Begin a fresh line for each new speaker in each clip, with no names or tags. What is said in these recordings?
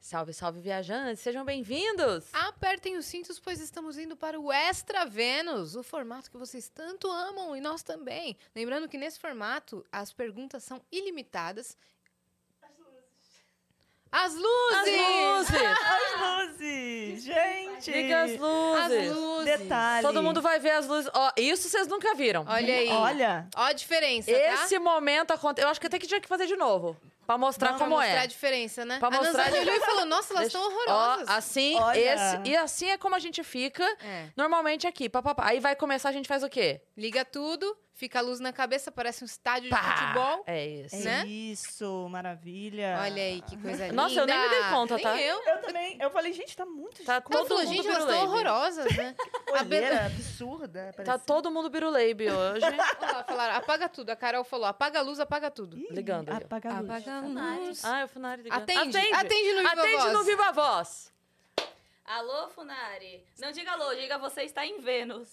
Salve, salve, viajantes! Sejam bem-vindos!
Apertem os cintos, pois estamos indo para o Extra Vênus, o formato que vocês tanto amam e nós também. Lembrando que nesse formato as perguntas são ilimitadas. As luzes!
As luzes! Ah,
As luzes! Gente!
Liga as
As
luzes!
luzes!
Detalhe.
Todo mundo vai ver as luzes. Ó, isso vocês nunca viram.
Olha aí.
Olha.
Ó a diferença, tá?
Esse momento acontece. Eu acho que até que tinha que fazer de novo. Pra mostrar
Pra
como
mostrar a
é.
diferença, né?
Pra
a
mostrar-
Nanzani olhou e falou, nossa, elas estão
Ó,
horrorosas.
assim,
Olha.
esse, e assim é como a gente fica
É.
normalmente aqui. Papapá. Aí vai começar, a gente faz o quê?
Liga tudo, fica a luz na cabeça, parece um estádio
Pá!
de futebol.
É isso.
É. né?
Isso, maravilha.
Olha aí, que coisa linda.
Nossa, eu nem me dei conta,
Nem
tá?
eu.
Eu também. Eu falei, gente, tá muito
Tá
escuro.
Ela
todo
Então, falou,
mundo
gente, elas
pirulei.
estão horrorosas, né?
Olheira
a Bena-
absurda.
Tá
parecendo.
todo mundo biruleibe hoje.
Olha lá, falaram, apaga tudo. A Carol falou, apaga a luz, apaga tudo.
Ih,
Ligando ali, ó.
Apaga a luz.
Apaga a
Funari.
luz.
ah, é o Funari ligando.
Atende, atende,
Atende,
no Viva
Atende
Voz.
no Viva Voz.
Alô, Funari. Não diga alô, diga você está em Vênus.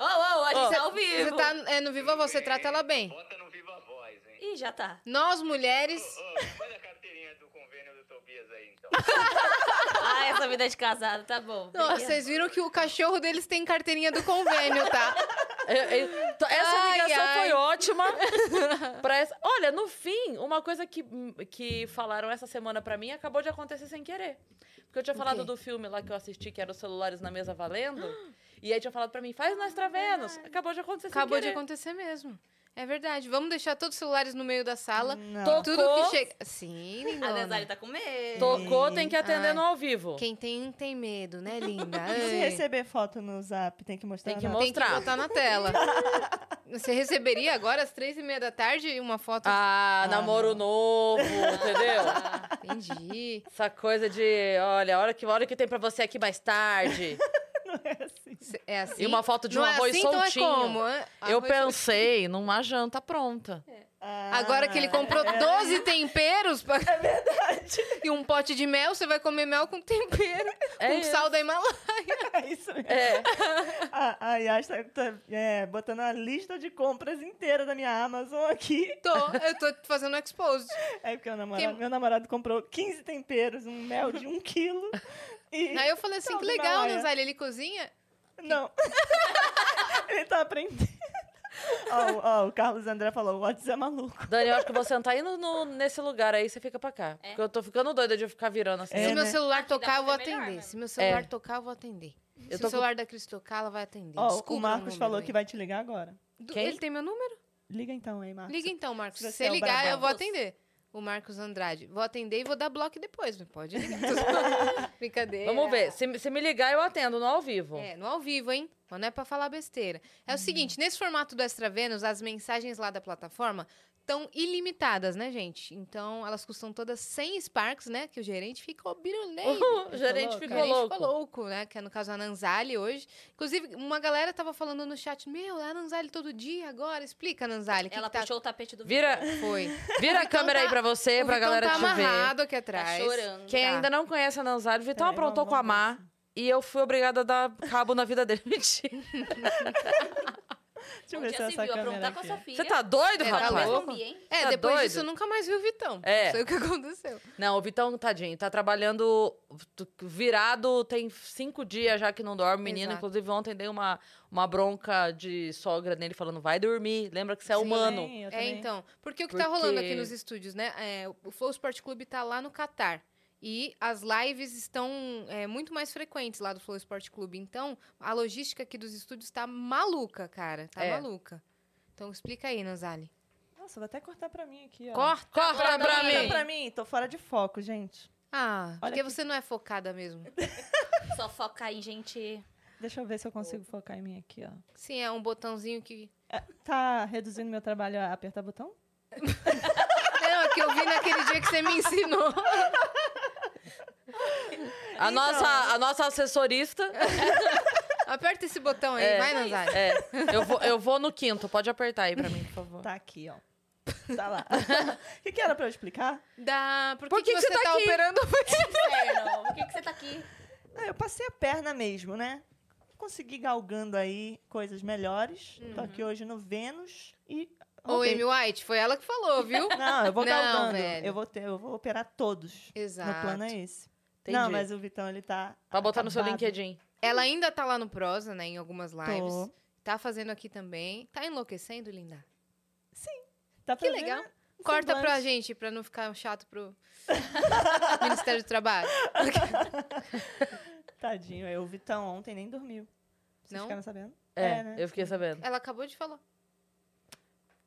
Ô, ô, a gente
Ô.
tá ao
Você
vivo.
tá é, no Viva Voz, você trata ela bem.
Bota no Viva Voz, hein?
Ih, já tá.
Nós, mulheres...
Ô, manda a carteirinha do convênio do Tobias aí, então.
Ah, essa vida de casado, tá bom.
Nossa,
Obrigada.
vocês viram que o cachorro deles tem carteirinha do convênio, tá?
Eu- eu- to- essa
Ai,
ligação
ai.
foi ótima. pra essa- Olha, no fim, uma coisa que, que falaram essa semana pra mim acabou de acontecer sem querer. Porque eu tinha
O
falado
quê?
do filme lá que eu assisti, que era os celulares na mesa valendo. e aí tinha falado pra mim, faz nós travenos. Acabou de acontecer
Acabou
sem
de
querer.
acontecer mesmo. É verdade. Vamos deixar todos os celulares no meio da sala.
Não.
Tô-
Tudo
Tocou.
que chega. Sim,
A
lindona.
Desário tá com medo.
Tocou, tem que atender
Ai.
no ao vivo.
Quem tem, tem medo, né, linda?
E se
Ai.
receber foto no zap, tem que mostrar.
Tem que
na-
mostrar.
Tem que botar na tela. Você receberia agora, às três e meia da tarde, uma foto?
Ah,
Ah,
namoro
não.
novo, entendeu?
Ah,
Entendi.
Essa coisa de, olha, a hora que, a hora que tem pra você aqui mais tarde.
Não é assim.
Cê- É assim?
E uma foto de um
Não é
arroz
assim,
soltinho.
Então é como? hã?
Eu
Arroz soltinho.
pensei numa janta pronta.
Ah,
Agora que ele comprou
é.
12 temperos pra-
É
e um pote de mel, você vai comer mel com tempero,
É
com
isso.
sal da Himalaia.
É isso mesmo.
É.
A, a Yas tá, tá, é, botando a lista de compras inteira da minha Amazon aqui.
Tô, eu tô fazendo exposed.
É porque o namorado,
Tem-
meu namorado comprou 15 temperos, um mel de um quilo. E...
Aí eu falei assim,
Sal
Então,
que
do
legal,
Himalaia.
Nanzali, ele cozinha?
Não. Ele tá aprendendo. Ó, ó, o Carlos André falou, o Watts é maluco.
Dani, eu acho que eu vou sentar aí no, no- nesse lugar aí, você fica pra cá.
É.
Porque eu tô ficando doida de ficar virando assim.
É,
Se meu
né?
celular
dá
tocar, eu vou
pra ser melhor,
atender.
né?
Se meu celular
É.
tocar, eu vou atender.
Eu
Se o
tô com...
celular da Cris tocar, ela vai atender.
Ó,
Desculpa né?
o Marcos falou que vai te ligar agora.
Quem?
Ele tem meu número?
Liga então aí, Marcos.
Liga então, Marcos.
Se
Se
você
você
é o
ligar, eu
brabão.
vou atender. O Marcos Andrade. Vou atender e vou dar bloco depois, mas pode ligar. Brincadeira.
Vamos ver. Se, se me ligar, eu atendo no ao vivo.
É, no ao vivo, hein? Mas não é pra falar besteira. É o seguinte, nesse formato do Extra Vênus, as mensagens lá da plataforma estão ilimitadas, né, gente? Então, elas custam todas 100 Sparks, né? Que o gerente ficou biruleiro.
o gerente
louca.
O
ficou
gerente
louco.
ficou louco, né? Que é no caso a Nanzali hoje. Inclusive, uma galera tava falando no chat, meu, é a Nanzali todo dia agora. Explica, Nanzali, o que,
Ela
que tá...
puxou o tapete do
Vira,
Foi.
vira a câmera aí
tá-
pra você,
o
pra
Vitão
galera
tá
te ver.
amarrado aqui
Tá
atrás.
chorando.
Quem
Tá. É,
ainda não conhece a Nanzari, o Vitão
Peraí,
aprontou
vamos-
com a
vamos
Mar. E eu fui obrigada a dar cabo na vida dele. Mentira.
Deixa eu
Um
ver
dia
se é
se
essa
viu
câmera
aprontar com
aqui.
a sua filha.
Você tá doido,
É, tá
Tá no
rapaz?
mesmo
louco.
ambiente.
É,
Tá
depois
doido?
disso eu nunca mais vi o Vitão.
É.
Não sei o que aconteceu.
Não, o Vitão, tadinho, tá trabalhando t- virado, tem cinco dias já que não dorme, menino.
Exato.
Inclusive, ontem dei uma, uma bronca de sogra nele falando, vai dormir, lembra que você é
Sim,
humano.
Também, eu
É,
também.
então. Porque o que tá
Porque-
rolando aqui nos estúdios, né? É, o Flow Sport Clube tá lá no Catar. E as lives estão é, muito mais frequentes lá do Flow Sport Clube. Então, a logística aqui dos estúdios tá maluca, cara. Tá
É.
maluca. Então, explica aí, Nanzali.
Nossa, vou até cortar pra mim aqui, ó.
Corta, pra,
pra mim.
Corta
mim!
pra mim, tô fora de foco, gente.
Ah, porque
aqui.
você não é focada mesmo.
Só foca aí, gente.
Deixa eu ver se eu consigo focar em mim aqui, ó.
Sim, é um botãozinho que.
Tá reduzindo meu trabalho a apertar botão?
Não, é que eu vi naquele dia que você me ensinou.
A,
Então.
nossa, a nossa assessorista.
Aperta esse botão aí,
É.
vai, Nanzali.
é, eu, vou, eu vou no quinto, pode apertar aí pra mim, por favor.
Tá aqui, ó. Tá lá. O que, que era pra eu explicar?
Dá. Por que,
Por que
que
que
você
você tá
tá,
aqui?
operando?
Inferno, por que, que você tá aqui?
Ah, eu passei a perna mesmo, né? Consegui galgando aí coisas melhores. Tô aqui hoje no Vênus e
Uhum. Ô,
roubei.
Amy White, foi ela que falou, viu?
Não, eu vou dar
Não,
o dano.
velho.
Eu vou, ter, eu vou operar todos.
Exato.
Meu plano é esse.
Entendi.
Não, mas o Vitão, ele tá.
Pra botar no seu
acabado.
LinkedIn.
Ela ainda tá lá no Prosa, né? Em algumas lives.
Tô.
Tá fazendo aqui também. Tá enlouquecendo, linda?
Tá
Que
fazendo
legal.
um
Corta pra
semblante.
gente, pra não ficar chato pro Ministério do Trabalho.
Tadinho, eu, o Vitão ontem nem dormiu. Vocês
Não?
ficaram sabendo?
É,
É, né?
eu fiquei sabendo.
Ela acabou de falar.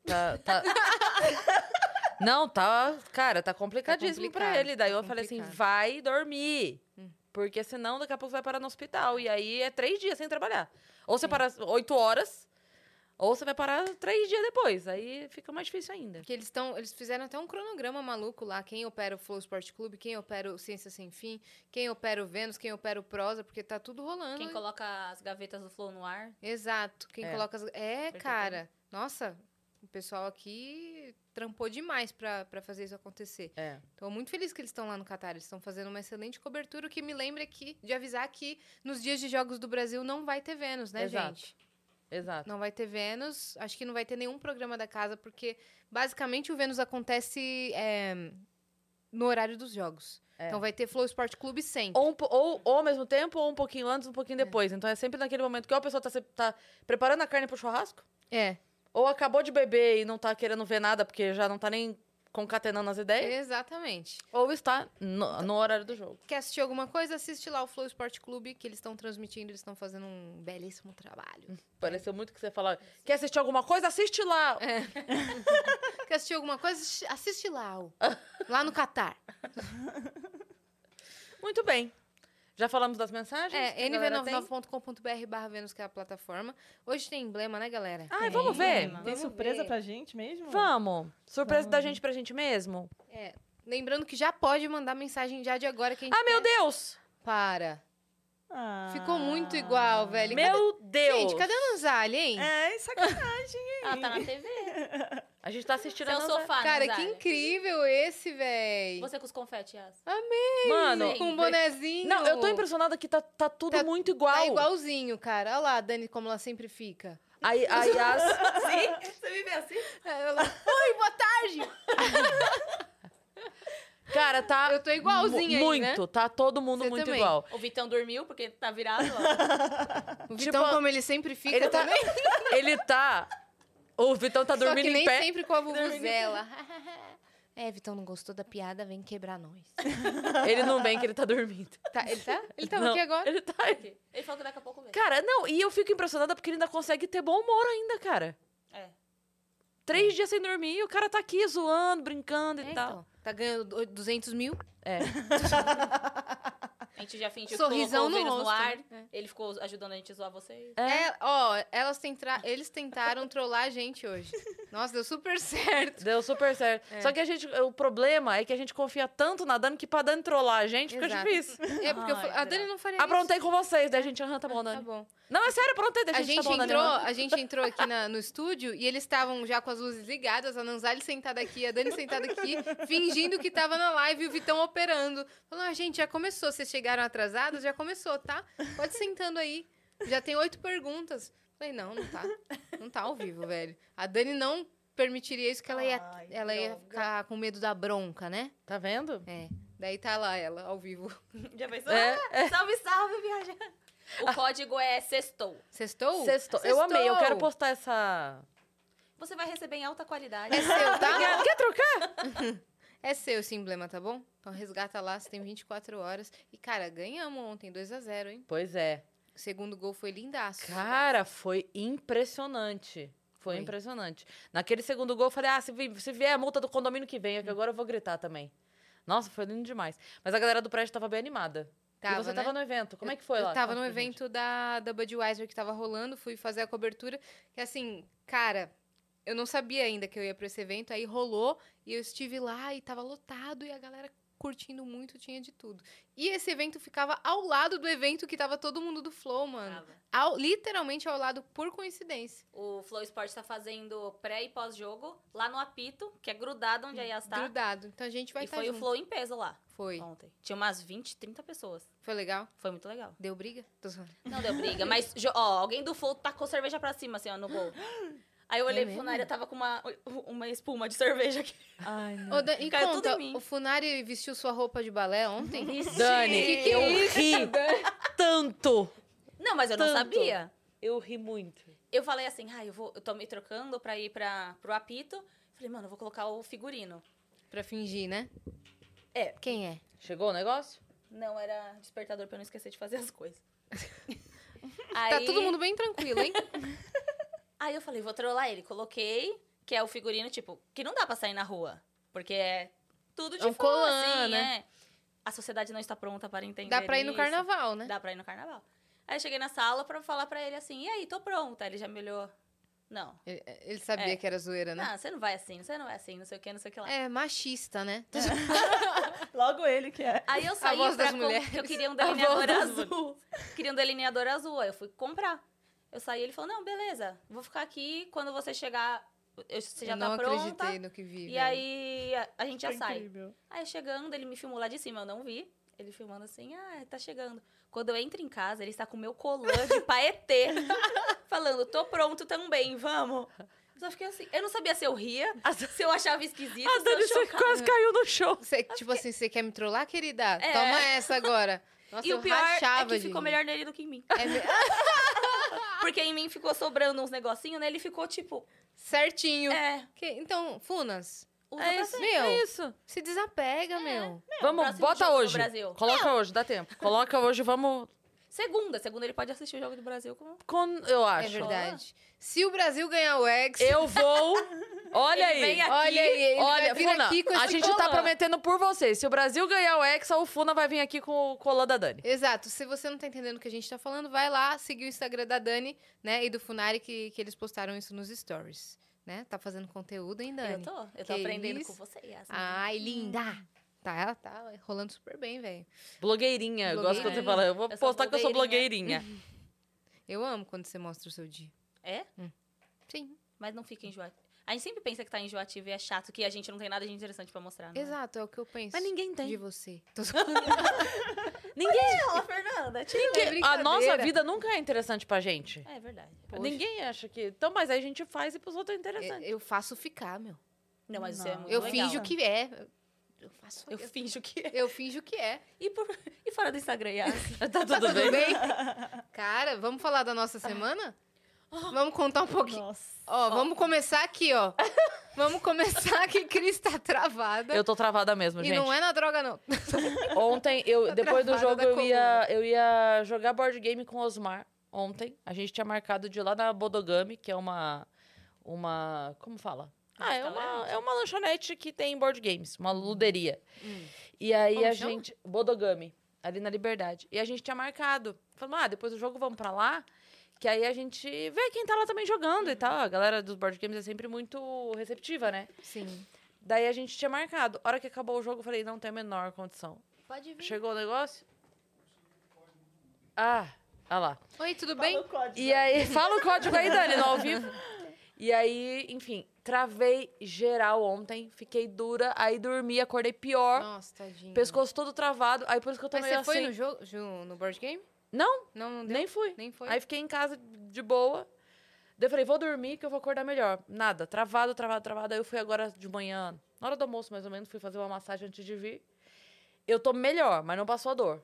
Tá, tá- Não, tá. Cara, tá complicadíssimo pra
complicado,
ele. Daí
tá
eu falei assim:
complicado.
vai dormir.
Hum.
Porque senão daqui a pouco você vai parar no hospital. E aí é três dias sem trabalhar. Ou você para oito horas, ou você vai parar três dias depois. Aí fica mais difícil ainda.
Porque eles estão. Eles fizeram até um cronograma maluco lá. Quem opera o Flow Sport Clube, quem opera o Ciência Sem Fim, quem opera o Vênus, quem opera o Prosa, porque tá tudo rolando.
Quem coloca as gavetas do Flow no ar.
Exato. Quem
É.
coloca as... É,
Perfeitamente.
cara. Nossa, o pessoal aqui trampou demais pra pra fazer isso acontecer.
É.
Tô muito feliz que eles estão lá no Catar. Eles estão fazendo uma excelente cobertura. O que me lembra aqui de avisar que nos dias de Jogos do Brasil não vai ter Vênus, né,
Exato.
gente?
Exato.
Não vai ter Vênus. Acho que não vai ter nenhum programa da casa, porque basicamente o Vênus acontece é, no horário dos jogos.
É.
Então vai ter Flow Sport Clube sempre.
Ou, um po- ou, ou ao mesmo tempo, ou um pouquinho antes, um pouquinho depois. Então é sempre naquele momento que ou a pessoa tá, se- tá preparando a carne pro churrasco,
É,
ou acabou de beber e não tá querendo ver nada porque já não tá nem concatenando as ideias,
exatamente.
ou está no, no horário do jogo.
Quer assistir alguma coisa? Assiste lá o Flow Sport Clube, que eles estão transmitindo. Eles estão fazendo um belíssimo trabalho.
Pareceu muito que você falava, quer assistir alguma coisa? Assiste lá!
É. Quer assistir alguma coisa? Assi- Assiste lá. ó. Lá no Catar.
Muito bem. Já falamos das mensagens? que
É,
a galera tem?
nv99.com.br barra Vênus, que é a plataforma. Hoje tem emblema, né, galera?
Ai, vamos ver.
Tem
Tem
Vamos
surpresa
ver.
pra gente mesmo?
Vamos. Surpresa
Vamos.
da gente pra gente mesmo.
Lembrando que já pode mandar mensagem já de agora que a gente
Ah, meu
quer-
Deus!
Para.
Ah.
Ficou muito igual, velho.
Meu Deus!
Gente, cadê a Nanzali, hein?
É, sacanagem,
Ela tá na
hein?
TV.
A gente tá assistindo
é Seu
a nossa-
sofá,
Cara, que
Nazari.
incrível esse, velho.
Você com os confetes, Yas.
Mano,
Sim.
Com um bonezinho.
não, eu tô impressionada que tá, tá tudo
Tá-
muito igual.
Tá igualzinho, cara. Olha lá, Dani, como ela sempre fica.
A, a Yas...
Sim? Você me vê assim?
Ela... Oi, boa tarde!
Cara, tá.
Eu tô igualzinha
mu-
aí, né?
Muito, tá todo mundo
Você
muito
também.
igual.
O Vitão dormiu porque tá virado. ó.
O Vitão,
Tipo,
como ele sempre fica
ele tá-
também.
Ele tá. O Vitão tá
Só
dormindo
que
em
nem
pé.
sempre com a vuvuzela. É, Vitão não gostou da piada, vem quebrar nós.
Ele não vem que ele tá dormindo.
Tá, ele tá? Ele tava
Não,
aqui agora?
Ele tá.
Ele falou que daqui a pouco vem.
Cara, não, e eu fico impressionada porque ele ainda consegue ter bom humor ainda, cara.
É.
Três dias sem dormir e o cara tá aqui zoando, brincando e
É,
tal.
então. Tá ganhando do- 200 mil.
É.
A gente já fingiu
Sorrisão
que
no
colocou o Vênus
rosto.
no ar.
É.
Ele ficou ajudando a gente a zoar vocês.
É.
É, ó, elas tentra... eles tentaram trollar a gente hoje. Nossa, deu super certo.
Deu super certo.
É.
Só que a gente. O problema é que a gente confia tanto na Dani que pra Dani trollar a gente fica
Exato.
difícil.
É porque eu
Ai,
fa- a Dani
Dra.
não faria
Aprontei com vocês, daí a gente. Aham, tá bom,
isso. Tá
Dani.
bom.
Não, é sério, aprontei, daí
A
a gente.
gente,
tá bom, Dani.
entrou, a gente entrou aqui na- no estúdio e eles estavam já com as luzes ligadas, a Nanzali sentada aqui, a Dani sentada aqui, fingindo que tava na live e o Vitão operando. Falando, ah, gente, já começou, vocês chegaram atrasados, já começou, tá? Pode sentando aí. Já tem oito perguntas. Falei, não, não tá. Não tá ao vivo, velho. A Dani não permitiria isso, que ela ia,
Ai,
ela ia
droga.
ficar com medo da bronca, né?
Tá vendo?
É. Daí tá lá ela, ao vivo.
Já pensou?
É.
Salve, salve, viajante. O
Ah.
código é sextou.
Sextou?
uh, Sextou. Eu
Sextou.
amei, eu quero postar essa.
Você vai receber em alta qualidade.
É seu, tá?
Obrigada. Quer trocar?
É seu esse emblema, tá bom? Então resgata lá, você tem 24 horas. E, cara, ganhamos ontem 2 a 0 hein?
Pois é.
O segundo gol foi lindaço.
Cara, foi impressionante. Foi
Foi.
impressionante. Naquele segundo gol, eu falei: ah, se, vi- se vier a multa do condomínio que vem, é que agora eu vou gritar também. Nossa, foi lindo demais. Mas a galera do prédio tava bem animada. e você tava no evento. Como é que foi lá?
né? Eu tava
Conta
no
pra gente.
evento da, da Budweiser que tava rolando, fui fazer a cobertura. E assim, cara, eu não sabia ainda que eu ia pra esse evento, aí rolou e eu estive lá e tava lotado e a galera curtindo muito, tinha de tudo. E esse evento ficava ao lado do evento que tava todo mundo do Flow, mano.
Tava.
Ao- literalmente ao lado, por coincidência.
O Flow Sport tá fazendo pré e pós-jogo lá no apito, que é grudado onde a Yas tá.
Grudado. Então a gente vai
e
tá
foi
junto.
o Flow em peso lá
Foi.
ontem. Tinha umas 20, 30 pessoas.
Foi legal?
Foi muito legal.
Deu briga? Tô zoando.
Não deu briga, mas, jo- ó, alguém do Flow tacou cerveja pra cima, assim, ó, no gol. Aí eu olhei pro
É mesmo?
Funari, eu tava com uma, uma espuma de cerveja aqui.
Ai,
Ô, Dan- e
Caiu tudo
conta,
em mim.
o Funari vestiu sua roupa de balé ontem?
Dani,
Que que é
eu ri tanto.
Não, mas eu não
Tanto.
sabia.
Eu ri muito.
Eu falei assim, ah, eu, vou, eu tô me trocando pra ir pra, pro apito. Falei, mano, eu vou colocar o figurino.
pra fingir, né?
É.
Quem é?
Chegou o negócio?
Não, era despertador pra eu não esquecer de fazer as coisas.
Tá todo mundo bem tranquilo, hein?
Aí eu falei, vou trollar ele. Coloquei, que é o figurino, tipo, que não dá pra sair na rua. Porque é tudo de
É um
fã,
colã,
assim,
né?
é. A sociedade não está pronta para entender
Dá pra ir no
isso.
carnaval, né?
Dá pra ir no carnaval. Aí eu cheguei na sala pra falar pra ele assim, e aí, tô pronta. Aí Ele já me olhou. Não,
Ele, ele sabia
É.
que era zoeira, né?
não, você não vai assim, você não é assim, não sei o que, não sei o que lá.
É machista, né?
tá. Logo ele que é.
Aí eu saí
voz
pra
das
com-
mulheres.
que eu queria um
A voz
delineador
das
azul. Queria um delineador azul, aí eu fui comprar. Eu saí, ele falou, não, beleza, vou ficar aqui, quando você chegar, eu- você já
Eu não
tá pronta.
acreditei no que vi.
E
velho.
aí a, a gente já
Foi
sai.
Tá incrível.
Um
Aí chegando, ele me filmou lá de cima, eu não vi. Ele filmando assim, ah, tá chegando. Quando eu entro em casa, ele está com o meu colã de paetê. falando, tô pronto também, vamos. Eu Só fiquei assim, eu não sabia se eu ria, se eu achava esquisito,
A
se eu
Dani você
chocava.
quase caiu no chão.
Você, tipo assim, você quer me trollar, querida?
É.
Toma essa agora. Nossa,
E
eu
o pior é
rachava
que
de
ficou
rir.
melhor nele do que em mim.
É me-
Porque em mim ficou sobrando uns negocinhos, né? Ele ficou tipo,
Certinho.
é,
Que- então, Funas,
usa
É
pra
isso,
sempre.
meu.
é isso.
se
É.
desapega, meu.
Vamos,
próximo
bota
jogo do
hoje.
Brasil.
Coloca hoje, dá tempo. Coloca hoje, vamos.
Segunda, segunda ele pode assistir o Jogo do Brasil como...
Con... Eu
É
acho.
verdade. Se o Brasil ganhar o Ex,
Eu vou. Olha
Ele
aí.
vem aqui.
olha aí, ele
Olha,
vai vir
Funa,
aqui com
a
esse
gente
colã.
tá prometendo por vocês. Se o Brasil ganhar o Hexa, o Funa vai vir aqui com o colã da Dani.
Exato. Se você não tá entendendo o que a gente tá falando, vai lá seguir o Instagram da Dani, né? E do Funari, que, que eles postaram isso nos stories, né? Tá fazendo conteúdo, hein, Dani?
Eu tô, eu tô
Que
aprendendo
isso? Ah.
com você, é assim Yasmin.
Ai, linda! Tá, ela tá rolando super bem, velho.
Blogueirinha, eu gosto quando você fala. Eu vou
Eu sou
postar que eu sou blogueirinha.
Eu amo quando você mostra o seu dia.
É?
Sim,
Mas não fica enjoativo. A gente sempre pensa que tá enjoativo e é chato, que a gente não tem nada de interessante pra mostrar, né?
exato, é o que eu penso.
Mas ninguém
De
tem.
você. Tô zoando.
Ninguém.
Fala, Fernanda, tira.
É
A
brincadeira.
nossa vida nunca é interessante pra gente.
É verdade.
Ninguém acha que. Então, mas aí a gente faz e pros outros é
Eu,
interessante. né?
eu faço ficar, meu.
Não, mas isso é
Não.
muito
Eu
legal.
finjo que é. Eu faço.
Eu
Eu,
finjo que...
eu finjo que é.
E, por... e fora do Instagram, Yasmin?
Tá tudo bem? Ah.
Cara, vamos falar da nossa semana? Vamos contar um pouquinho.
Nossa.
Ó, vamos começar aqui, ó. vamos começar que Cris tá travada.
Eu tô travada mesmo,
e
gente.
não é na droga, não.
Ontem, eu,
Tá
depois do
travada
jogo,
da
eu ia, eu ia jogar board game com o Osmar ontem. A gente tinha marcado de ir lá na Bodogami, que é uma. Uma. Como fala? Ah, é uma,
Restaurante?
é uma lanchonete que tem board games, uma luderia. E aí
Como
a
chama?
gente. Bodogami, ali na Liberdade. E a gente tinha marcado. Falamos, ah, depois do jogo vamos pra lá. Que aí a gente vê quem tá lá também jogando e tal. A galera dos board games é sempre muito receptiva, né?
Sim.
Daí a gente tinha marcado. A hora que acabou o jogo, eu falei, não tem a menor condição.
Pode vir.
Chegou o negócio? Ah, ah lá.
Oi, tudo
Fala
bem?
o código.
E aí, fala o código aí, Dani, no ao vivo. E aí, enfim, travei geral ontem, fiquei dura, aí dormi, acordei pior,
Nossa, tadinho.
pescoço todo travado, aí por isso que eu tô
Mas
meio
você foi
assim.
no jogo, ju- no board game?
Não,
Não, não deu.
nem fui.
Nem foi.
Aí fiquei em casa de boa. Daí eu falei, vou dormir que eu vou acordar melhor. Nada, travado, travado, travado. Aí eu fui agora de manhã, na hora do almoço mais ou menos, fui fazer uma massagem antes de vir. Eu tô melhor, mas não passou a dor.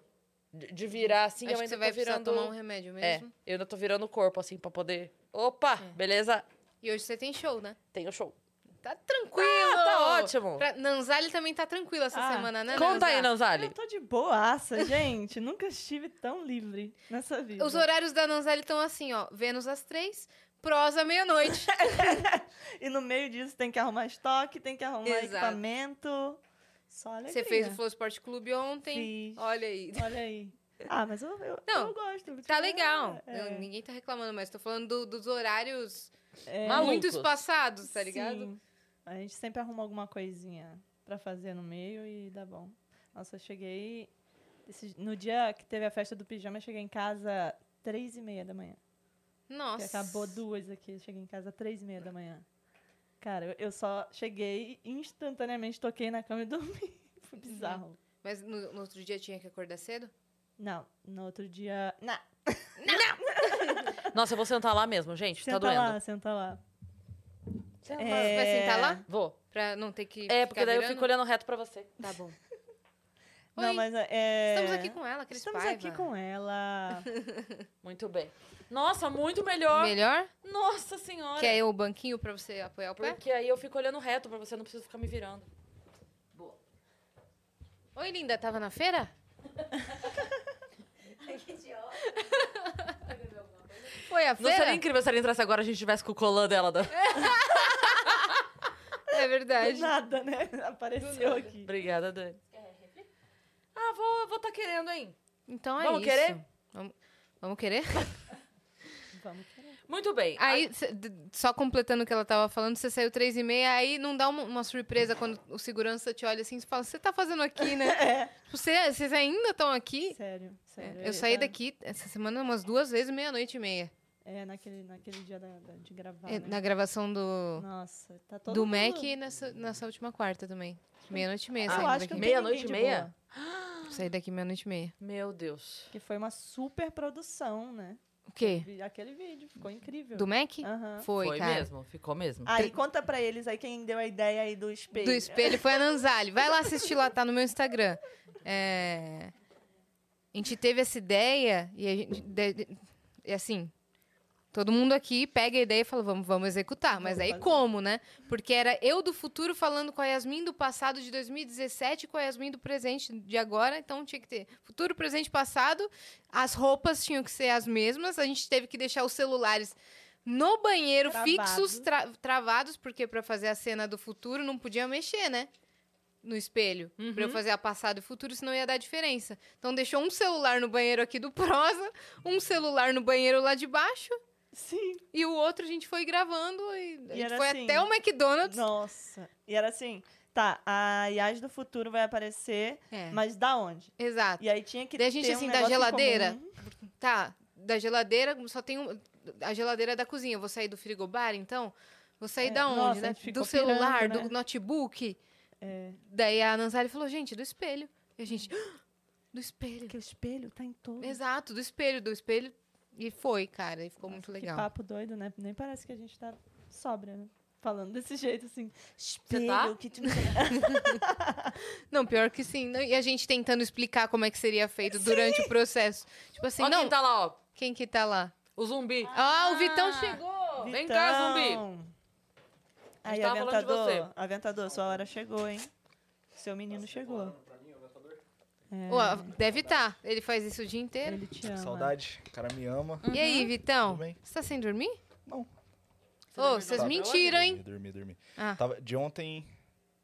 De, de virar assim, eu
Acho que
ainda
você
tô
vai precisar
virando.
tomar um remédio
é,
mesmo. É.
eu ainda tô virando o corpo assim pra poder. Opa, beleza?
E hoje você tem show, né?
Tem o show.
Tá tranquilo!
Ah, tá ótimo.
Pra... Nanzali também tá tranquila essa
Ah,
semana, né?
Conta aí,
Nanzá?
Nanzali.
Eu tô de boaça, gente. Nunca estive tão livre nessa vida.
Os horários da Nanzali estão assim, ó. Vênus às três, prosa à meia-noite.
E no meio disso tem que arrumar estoque, tem que arrumar
Exato.
equipamento. Só alegria.
Você fez o Flow Sport Clube ontem.
Fiz.
Olha aí.
Olha aí. Ah, mas eu, eu,
Não,
eu gosto. tipo,
Tá legal.
é,
Não, Ninguém tá reclamando, mas tô falando do- dos horários
é,
Maluco,
muito
Malucos.
espaçados, tá ligado?
sim. A gente sempre arruma alguma coisinha pra fazer no meio e dá bom. Nossa, eu cheguei... esse- no dia que teve a festa do pijama, eu cheguei em casa três e meia da manhã. Que
Nossa.
acabou duas aqui. Eu cheguei em casa três e meia da manhã. Cara, eu, eu só cheguei e instantaneamente toquei na cama e dormi. Foi bizarro.
Uhum. Mas no, no outro dia tinha que acordar cedo?
Não, no outro dia... Não,
Tá
Nossa, eu vou sentar lá mesmo, gente.
senta
tá doendo. É.
lá, senta lá.
Você vai sentar lá?
Vou.
Pra não ter que.
É, porque
ficar
daí eu
virando?
fico olhando reto pra você.
Tá bom.
Não,
Oi,
mas é...
Estamos aqui com ela, Cris
Estamos
Paiva.
aqui com ela.
Muito bem. Nossa, muito melhor.
Melhor?
Nossa senhora.
Que é o banquinho pra você apoiar o pé?
Porque aí eu fico olhando reto pra você, não preciso ficar me virando.
Oi, linda, tava na feira? Foi a
Não seria
feira?
incrível se ela entrasse agora e a gente tivesse com o colã dela. Da...
É
Do
verdade.
nada, né? Apareceu aqui.
Obrigada, Dani. Ah, vou, vou tá querendo, hein?
Então é
Vamos
isso.
querer?
Vamos, vamos querer?
Vamos querer.
Muito bem.
Aí, cê- d- só completando o que ela tava falando, você saiu três e meia, aí não dá uma, uma surpresa quando o segurança te olha assim e fala, você tá fazendo aqui, né?
É.
Tipo, "Cê- Vocês ainda estão aqui?
Sério, sério.
É, eu saí
tava-
daqui essa semana umas duas vezes, meia-noite e meia.
É, naquele, naquele dia da- da- de gravar,
É,
né?
Na gravação do,
Nossa, tá todo
do
mundo... Ah,
Mac e nessa, nessa última quarta também. Meia-noite e meia,
Eu
saímos
acho
daqui.
que não tem
Meia-noite
ninguém
e meia?
de boa.
Saí daqui meia-noite e meia.
Meu Deus.
Que foi uma super produção, né?
O quê?
Vi- Aquele vídeo, ficou incrível.
Do Mac?
Aham.
Foi, cara.
mesmo, ficou mesmo.
Aí conta pra eles aí quem deu a ideia aí do espelho.
Do espelho foi a Nanzali. Vai lá assistir lá, tá no meu Instagram. É, A gente teve essa ideia e a gente. de- de- e assim, todo mundo aqui pega a ideia e fala, vamos, vamos executar. Mas
Vamos
aí
fazer.
como, né? Porque era eu do futuro falando com a Yasmin do passado de 2017 e com a Yasmin do presente de agora. Então tinha que ter futuro, presente, passado. As roupas tinham que ser as mesmas. A gente teve que deixar os celulares no banheiro fixos, tra- travados, porque pra fazer a cena do futuro não podia mexer, né? No espelho.
Uhum.
Pra eu fazer a passado e futuro, senão ia dar diferença. Então deixou um celular no banheiro aqui do Prosa, um celular no banheiro lá de baixo,
Sim.
e o outro a gente foi gravando e, a gente
era
foi
assim,
até o McDonald's.
Nossa. E era assim, tá, a Yas do futuro vai aparecer,
É,
mas da onde?
exato.
E aí tinha que
Daí a gente,
ter um
assim, da
negócio em
geladeira.
comum.
Tá, da geladeira, só tem um, a geladeira da cozinha. Eu vou sair do frigobar, então? Vou sair
É,
da onde,
nossa, a
né?
gente ficou
Do celular,
pirando,
do
né?
notebook.
É.
Daí a Nanzari falou, gente, do espelho. E a gente, "Ah, do espelho.
Porque o espelho tá em todo.
Exato, do espelho, do espelho. E foi, cara, e ficou muito
Que
legal.
papo doido, né? Nem parece que a gente tá sobra, né? Falando desse jeito, assim. Espelho,
tá?
que tu... não-
Não, pior que sim. não, E a gente tentando explicar como é que seria feito durante o processo. Tipo assim,
Ó
não,
quem tá lá, ó.
quem que tá lá?
O zumbi.
Ah, o Vitão
Ah.
chegou!
Vem cá,
Vitão! Aí,
tava falando de
Aventador,
você.
Aventador, sua hora chegou, hein? Seu menino chegou. É,
Ó, deve estar. Ele faz isso o dia inteiro.
ele te ama.
Saudade, o cara me ama.
E aí, Vitão?
Tudo bem?
Você tá sem dormir?
Não.
Ô, vocês
Tá.
mentiram, hein?
Dormi, dormi, dormi.
Ah.
Tava de ontem,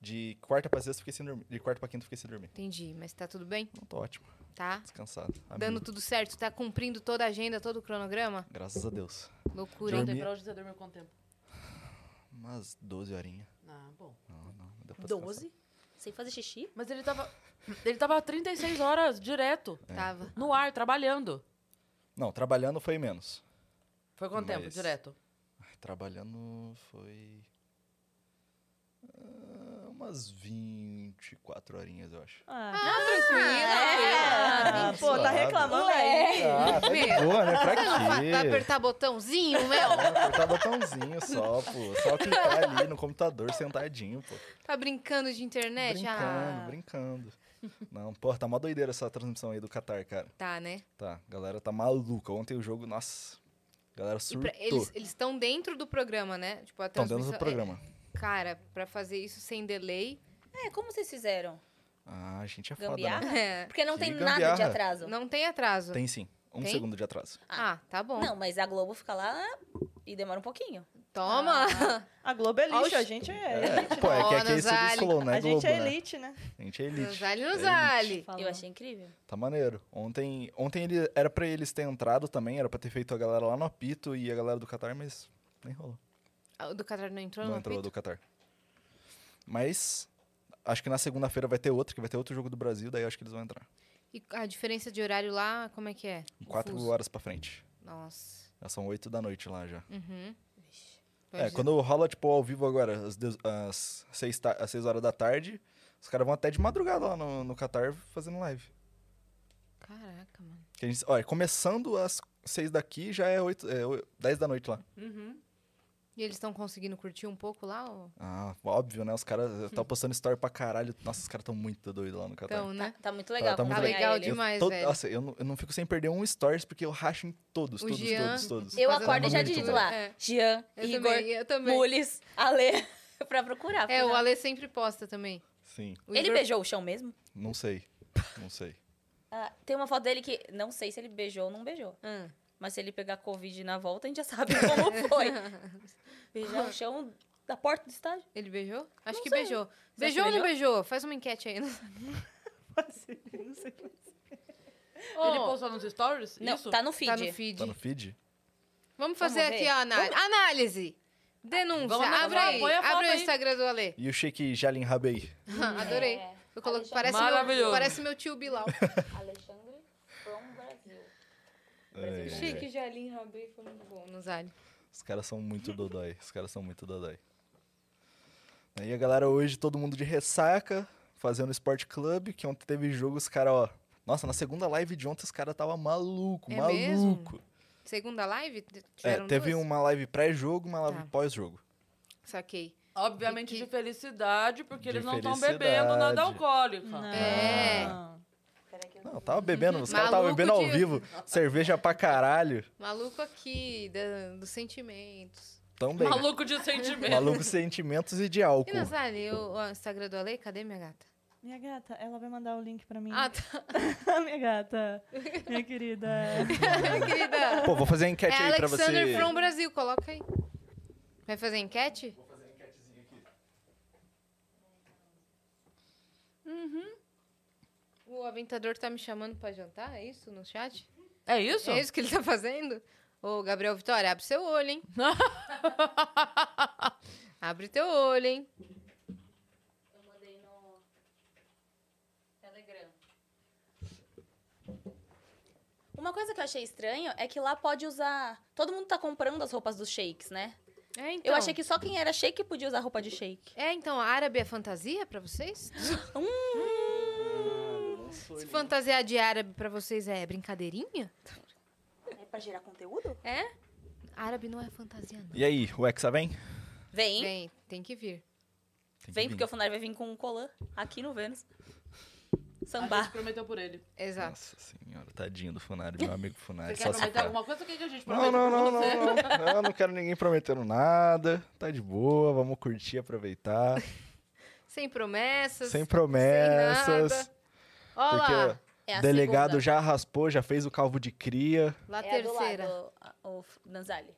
de quarta pra sexta, fiquei sem dormir. De quarta pra quinta, fiquei sem dormir.
Entendi, mas tá tudo bem?
Não tô ótimo,
Tá?
descansado. A
Dando
mil.
tudo certo? Tá cumprindo toda a agenda, todo o cronograma?
Graças a Deus.
Loucura, hein?
Dormi.
é Pra onde você dormiu quanto tempo?
Umas 12 horinhas.
Ah, bom.
Não, não, deu pra descansar.
12? Sem fazer xixi?
Mas ele tava. Ele tava 36 horas direto,
Tava.
no ar, trabalhando.
Não, trabalhando foi menos.
Foi quanto tempo
Mas-
direto?
Ai, Trabalhando foi... ah, umas 24 horinhas, eu acho.
Ah,
Tranquila,
é. pô, tá
Ah, suave.
reclamando aí.
Ah, tá de
Meu. Tá
boa, né? Pra quê?
Vai apertar botãozinho, meu?
Não, apertar Tá botãozinho só, pô. Só quem tá ali no computador sentadinho, pô.
Tá brincando de internet?
brincando,
Ah,
brincando. Não, pô, tá mó doideira essa transmissão aí do Qatar, cara.
tá, né?
Tá, a galera tá maluca. Ontem o jogo, nossa. A galera
E pra-
surtou.
eles estão dentro do programa, né? Tipo, a
Estão dentro
transmissão-
do programa.
é, cara, pra fazer isso sem delay,
É, como vocês fizeram?
Ah, a gente é foda,
Gambiarra?
né?
é,
Porque não
Que
tem nada de
gambiarra.
atraso.
não tem atraso.
Tem sim. Um
Tem?
segundo de atraso.
Ah, tá bom.
Não, mas a Globo fica lá e demora um pouquinho.
Toma!
A Globo é
Oxi.
lixo, a gente é.
É, pô, é que aqui é esse do
Nanzali.
Slow, né?
A
Globo,
gente é
né?
elite, né?
A gente é
Não
elite.
vale, não
elite.
vale.
Eu achei incrível.
Tá maneiro. Ontem, ontem ele, era pra eles terem entrado também, era pra ter feito a galera lá no apito e a galera do Qatar, mas nem rolou.
Ah, O do Qatar não entrou
Não
no
entrou
apito?
do Qatar. Mas acho que na segunda-feira vai ter outro, que vai ter outro jogo do Brasil, daí eu acho que eles vão entrar.
E a diferença de horário lá, como é que é? O
Quatro
fuso.
horas pra frente.
Nossa.
Já são oito da noite lá já.
Uhum. Então
É,
eles-
quando rola, tipo, ao vivo agora, às, dez- às seis, ta- às seis horas da tarde, os caras vão até de madrugada lá no, no Qatar fazendo live.
Caraca, mano.
Que a gente- é olha, começando às seis daqui, já é oito, é, oi- dez da noite lá.
E eles estão conseguindo curtir um pouco lá? Ou...
Ah, óbvio, né? Os caras estão postando story pra caralho. Nossa, os caras estão muito doidos lá no Catar.
Então, né?
Tá, tá muito legal.
Tá- tá muito
acompanhar
legal
ele.
Eu
demais,
tô-
velho.
Nossa, eu não, eu não fico sem perder um stories, porque eu racho em todos,
O
todos,
Jean-
todos, todos.
Eu
Fazendo
acordo e já
muito
digito
bom.
lá.
É.
Jean,
Eu
Igor,
também, eu também.
Mules, Ale, pra procurar.
É, o
procurar.
Ale sempre posta também.
Sim,
O
Ele
Igor-
beijou o chão mesmo?
não sei. Não sei.
Ah, tem uma foto dele que não sei se ele beijou ou não beijou.
Ah.
Mas se ele pegar Covid na volta, a gente já sabe como foi. Beijar o chão da porta do estádio.
Ele beijou? Acho
Não
que
sei.
beijou.
que
Beijou ou não
beijou?
beijou? Faz uma enquete aí.
Pode ser, Assim, não sei.
Ele postou nos stories?
Não,
Isso?
tá no feed.
Tá no feed.
Tá no feed?
Vamos fazer
Vamos ver.
aqui a análise. Análise! Denúncia.
Vamos analisar.
abre aí.
Põe a
Abre
foto
o
aí.
Instagram do Ale.
E o Sheik Jalim Rabei.
Adorei.
É.
Eu coloco,
Alexandre-
parece, meu,
Maravilhoso.
parece meu tio Bilal.
Alexandre from Brasil.
Ai, ai.
Jalim Rabei foi muito bom. No Zali.
Os caras são muito dodói. Os caras são muito dodói. Aí a galera hoje, todo mundo de ressaca, fazendo Sport Club, que ontem teve jogo, os caras, ó. Nossa, na segunda live de ontem os caras tava maluco,
É
maluco.
Segunda live? t-
É,
tiveram
teve
duas?
uma live pré-jogo, uma live
Tá.
pós-jogo.
Saquei.
Obviamente
Que-
de felicidade, porque
De
eles não estão
felicidade.
bebendo nada alcoólico.
É.
Não.
Não, tava bebendo, os caras tava
Uhum. Maluco
bebendo ao
de-
vivo. Cerveja pra caralho.
Maluco aqui, da- dos sentimentos.
Também. Maluco,
Maluco de sentimento.
sentimentos e de
E
álcool.
no Zali, o, o Instagram do Ale? Cadê minha gata?
Minha gata, ela vai mandar o link pra mim.
Ah, tá.
minha gata, minha querida.
Minha querida.
Pô, vou fazer a enquete
É
aí pra
Alexander
você.
from Brasil, coloca aí. Vai fazer enquete? Uhum. O aventador tá me chamando pra jantar, é isso? No chat?
É isso?
É isso que ele tá fazendo? Ô, Gabriel Vitória, abre seu olho, hein? abre teu olho, hein?
Eu mandei no Telegram. Uma coisa que eu achei estranho é que lá pode usar. Todo mundo tá comprando as roupas dos shakes, né?
É, então.
Eu achei que só quem era shake podia usar roupa de shake.
É, então, a árabe é fantasia pra vocês? Se fantasiar de árabe pra vocês é brincadeirinha?
É pra gerar conteúdo?
É? Árabe não é fantasia, não.
E aí, o Hexa vem?
Vem, vem,
Vem, tem que vir.
Tem que vir.
porque o Funari vai vir com um colan aqui no Vênus.
A
Sambar.
gente prometeu por ele.
Exato.
Nossa senhora, tadinho do Funari, meu amigo Funari.
Você
É Só
quer
se
prometer
fala.
alguma coisa? O que que a gente
Não,
prometeu
não, não,
pra
não,
você?
não. Eu não quero ninguém prometendo nada. Tá de boa, vamos curtir, aproveitar.
Sem promessas.
Sem
Sem
promessas.
nada. Ó lá,
Porque
É
o
a
delegado
segunda.
já raspou, já fez o calvo de cria.
lá
é a
terceira.
do lado, a- o F- Nanzali.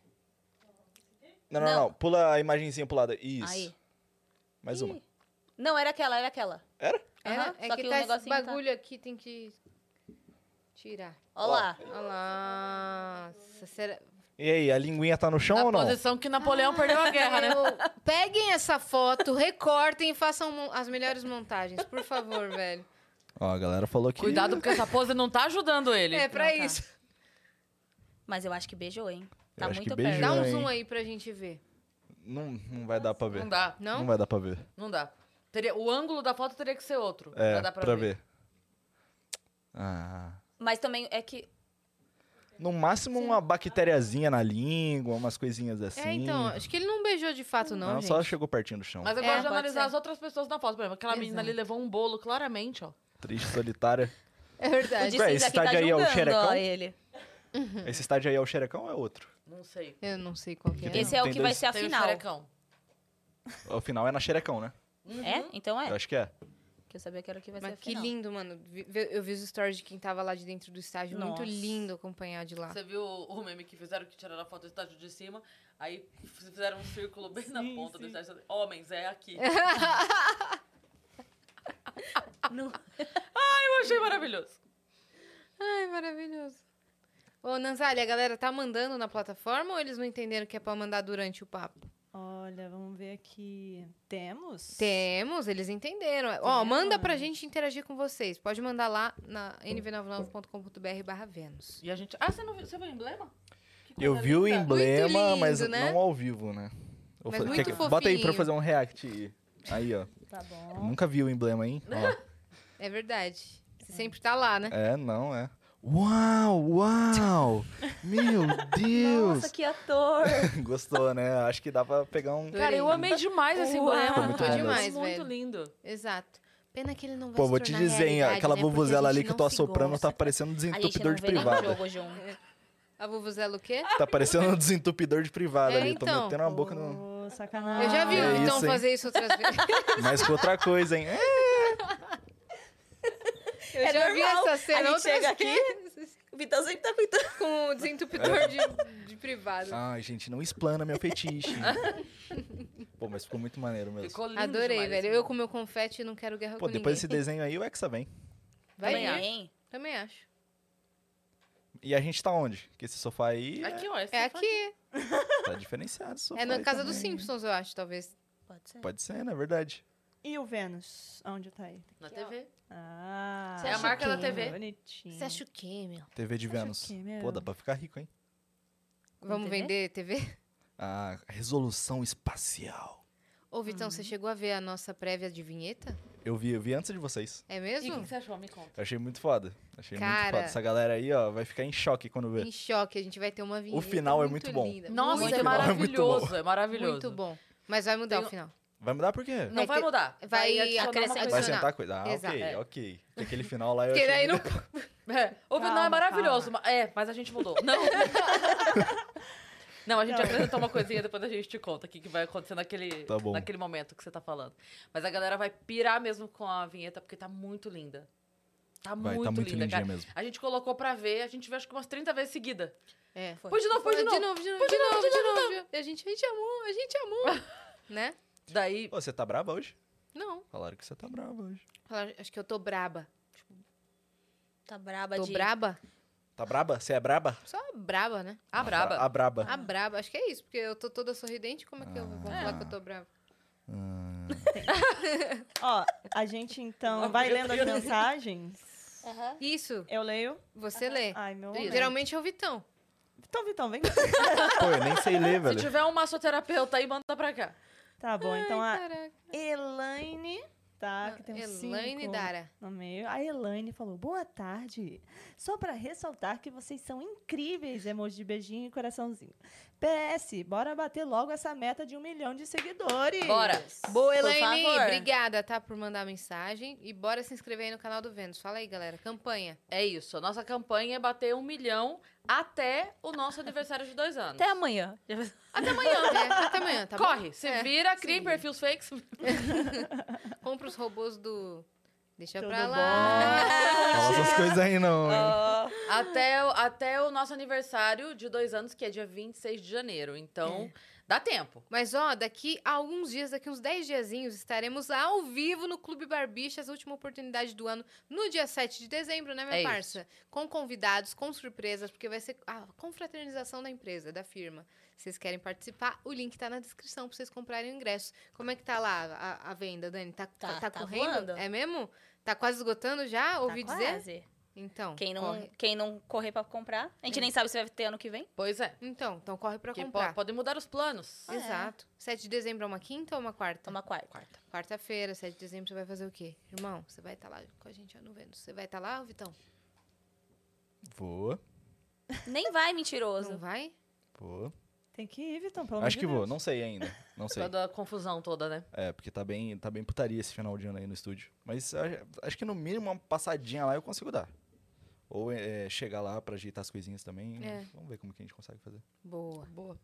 Não, não, não,
Não.
Pula a imagenzinha pro lado. Isso.
Aí.
Mais uma.
Ih. Não, era aquela, era aquela.
Era?
Era-
Aham,
é
só
que,
que o
tá esse
negocinho tá-
bagulho aqui, tem que tirar.
Olha lá.
Olha lá. Nossa, será-
E aí, a linguinha tá no chão
Na
ou não?
posição que Napoleão perdeu
Ah,
a guerra, né?
Eu- Peguem essa foto, recortem e façam mon- as melhores montagens, por favor, velho.
Ó, a galera falou que.
Cuidado, porque essa pose não tá ajudando ele.
É, pra
Não tá.
isso.
Mas eu acho que beijou, hein?
Eu
Tá
acho que
muito
beijou.
perto.
Dá um
hein?
zoom aí pra gente ver.
Não, não vai dar pra ver.
Não dá,
Não?
vai dar pra ver.
não dá. Teria, o ângulo da foto teria que ser outro.
É,
pra
pra,
dar pra, ver.
ver. Ah.
Mas também é que
No máximo uma bactériazinha na língua, umas coisinhas assim.
É, então, acho que ele não beijou de fato, não,
Não,
gente.
só chegou pertinho do chão.
Mas eu gosto
É,
de
pode
analisar
ser.
as outras pessoas na foto. Por exemplo, aquela menina ali
Exato.
levou um bolo, claramente, ó.
Triste, solitária.
É
o
verdade.
de
Ué,
cinza
esse
aqui tá
estádio aí é o
julgando, ó,
xerecão?
ele.
Uhum.
Esse estádio aí é o xerecão ou é outro?
Não sei.
Eu não sei qual que é.
Tem-
Esse é o
tem
que vai
dois-
ser a
Tem o
final.
xerecão.
O final é na xerecão, né?
É?
Uhum.
Então
Eu
é.
acho que é.
Que eu sabia que era o que vai ser a
Uhum. Mas que
final.
lindo, mano. Vi- vi- Eu vi os stories de quem tava lá de dentro do estádio. Muito
Nossa.
lindo acompanhar de lá.
Você viu o meme que fizeram, que tiraram a foto do estádio de cima, aí fizeram um círculo bem na
Sim,
ponta do
sim.
estádio. Homens, é aqui.
Não.
Eu achei maravilhoso.
Ai, maravilhoso. Ô, Nanzali, a galera tá mandando na plataforma ou eles não entenderam que é pra mandar durante o papo?
Olha, vamos ver aqui. Temos?
Temos, eles entenderam. Ó,
Temos.
é
manda pra gente interagir com vocês. Pode mandar lá na nv99.com.br barra Vênus.
E a gente... Ah, você não viu? Você viu o emblema? Que coisa
Eu vi o
linda.
emblema,
lindo,
mas
né?
não ao vivo, né? Eu
Mas
fa-
muito
que- Bota aí pra
fofinho.
eu fazer um react. Aí, ó.
Tá bom.
Nunca vi o emblema, hein? Ó.
É.
É verdade. Você sempre tá lá, né?
É, não, é. Uau, uau! Meu Deus!
Nossa, que ator!
Gostou, né? Acho que dá pra pegar um.
Cara, eu amei demais esse
Uau.
emblema.
Ficou muito
cara.
lindo.
Demais,
muito
velho.
lindo.
Exato. Pena que ele não vai
Pô,
se
vou te
tornar
dizer, hein?
realidade,
Aquela
né? Porque a
vuvuzela ali
gente
que eu
não
tô
se
assoprando
gosta.
tá parecendo um
A gente não
desentupidor de
vê nenhum
privada.
jogo junto.
A vuvuzela o quê?
Tá parecendo um desentupidor de privada
É,
ali. Tô
então.
metendo a boca no.
Ô, sacanagem.
eu já vi
é
o Vitão
isso, hein?
fazer Ah, isso outras vezes.
Mas com outra coisa, hein? É,
Eu
É
já vi
normal.
essa cena
A gente
outras
chega aqui-
vezes.
O Vitão sempre tá pintando.
Com o desentupidor de, de privado.
Ai, gente, não explana meu fetiche. Pô, mas ficou muito maneiro mesmo.
Ficou lindo.
Adorei,
demais,
velho.
mano.
Eu com meu confete não quero guerra
Pô,
com
depois desse
ninguém.
desenho aí, o Hexa vem.
Vai
Também,
vir.
hein?
Também acho.
E a gente tá onde? Que esse sofá aí
Aqui, ó. esse
É
sofá
aqui.
tá diferenciado. esse sofá
É na
aí
casa dos
também.
Simpsons, eu acho, talvez.
Pode ser.
Pode ser, né? Verdade.
E o Vênus? Onde tá aí?
Na
ó.
TV.
Ah,
Você É a acha marca da
que
TV.
Bonitinho.
Você acha o quê, meu?
TV de
Você acha
Vênus.
o quê, meu?
Pô, dá pra ficar rico, hein?
Vamos
TV?
vender TV?
A resolução espacial.
Ô, Vitão, você chegou a ver a nossa prévia de vinheta?
Eu vi, eu vi antes de vocês.
É
E o que
mesmo?
que você achou? Me conta.
Eu achei muito foda. Achei muito
Cara.
foda. Essa galera aí, ó, vai ficar em choque quando vê.
Em choque, a gente vai ter uma vinheta.
final é muito bom.
linda,
Nossa,
muito
é
bom.
maravilhoso.
maravilhoso. É maravilhoso.
Muito bom. Mas vai mudar
Tem um-
o final.
Vai mudar por quê?
Não
Vai
vai
ter-
mudar.
vai
adicionar uma
acrescentar-
coisa.
Vai
Adicionar.
sentar coisa. Ah,
Exato.
ok,
É.
ok. Porque aquele final lá eu
Porque daí
achei
não
muito-
É, o final é
Calma,
maravilhoso. ma- É, mas a gente mudou. Não. Não, a gente
Não.
apresentou uma coisinha, depois a gente te conta o que, que vai acontecer naquele,
Tá bom.
naquele momento que você tá falando. Mas a galera vai pirar mesmo com a vinheta, porque tá muito linda. Tá
Vai,
muito,
tá muito
linda,
lindinha
cara.
mesmo.
A gente colocou pra ver, a gente viu acho que umas 30 vezes seguida.
É.
Foi.
Põe de novo, põe de novo.
de novo, de novo, de novo. E A gente, a gente amou, a gente amou. né?
Daí,
Pô, você tá brava hoje?
Não.
Falaram que você tá brava hoje.
Falaram, Acho que eu tô braba.
Tá braba
Tô
de...
braba?
Tá braba? Você é braba?
Só braba, né?
a braba.
A braba.
A braba, acho que é isso, porque eu tô toda sorridente, como é que eu vou falar que eu tô brava?
Ah,
Ó, a gente então vai lendo as mensagens.
Aham.
Isso,
Eu leio.
você lê.
Ai, meu
Isso.
momento.
Geralmente é o Vitão.
Então, Vitão, vem.
Pô, eu nem sei ler,
Se
velho.
tiver um massoterapeuta aí, manda pra cá.
Tá bom, então a
Caraca.
Elaine, tá? Que tem um
Elaine
cinco
Dara.
no meio. A Elaine falou, boa tarde. Só pra ressaltar que vocês são incríveis, emoji de beijinho e coraçãozinho. PS, bora bater logo essa meta de um milhão de seguidores.
Bora.
Boa,
Por
Elaine.
favor.
Obrigada, tá, por mandar mensagem. E bora se inscrever aí no canal do Vênus. Fala aí, galera. Campanha.
É isso. A nossa campanha é bater um milhão até o nosso aniversário de dois anos.
Até amanhã.
Até amanhã. É, até amanhã, tá bom?
Corre, se
É,
vira,
se
cria em
vira.
perfis fakes.
Compra os robôs do... Deixa
Tudo
pra
bom?
lá.
Fala essas coisas aí não,
Ah.
hein?
Até, o- até o nosso aniversário de dois anos, que é dia 26 de janeiro. Então, dá tempo.
Mas, ó, daqui a alguns dias, daqui uns 10 diazinhos, estaremos ao vivo no Clube Barbixas, última oportunidade do ano, no dia 7 de dezembro, né, minha
É isso.
parça? Com convidados, com surpresas, porque vai ser a confraternização da empresa, da firma. Se vocês querem participar, o link tá na descrição pra vocês comprarem o ingresso. Como é que tá lá a, a venda, Dani? Tá, tá,
Tá-
tá
tá
correndo?
voando.
É mesmo? Tá quase esgotando já? Ouvi
Tá
dizer?
quase.
Então.
Quem não,
corre.
quem não correr pra comprar. A gente nem sabe se vai ter ano que vem.
Pois é.
Então, então corre pra
Porque po-
comprar.
podem mudar os planos.
Ah, é.
Exato. 7 de dezembro é uma quinta ou uma quarta?
Toma quarta.
Quarta-feira, 7 de dezembro, você vai fazer o quê? Irmão, você vai estar lá com a gente ó, no Vênus. Você vai estar lá, ô, Vitão?
Vou,
Nem vai,
Não
mentiroso.
vai?
vou.
Tem que ir, Vitão, pelo amor
Acho
de
que
Deus.
vou, não sei ainda. Não sei.
Toda a confusão toda, né?
É, porque tá bem, tá bem putaria esse final de ano aí no estúdio. Mas a- acho que no mínimo uma passadinha lá eu consigo dar. Ou é, chegar lá pra ajeitar as coisinhas também.
É.
Vamos ver como que a gente consegue fazer.
Boa.
Boa.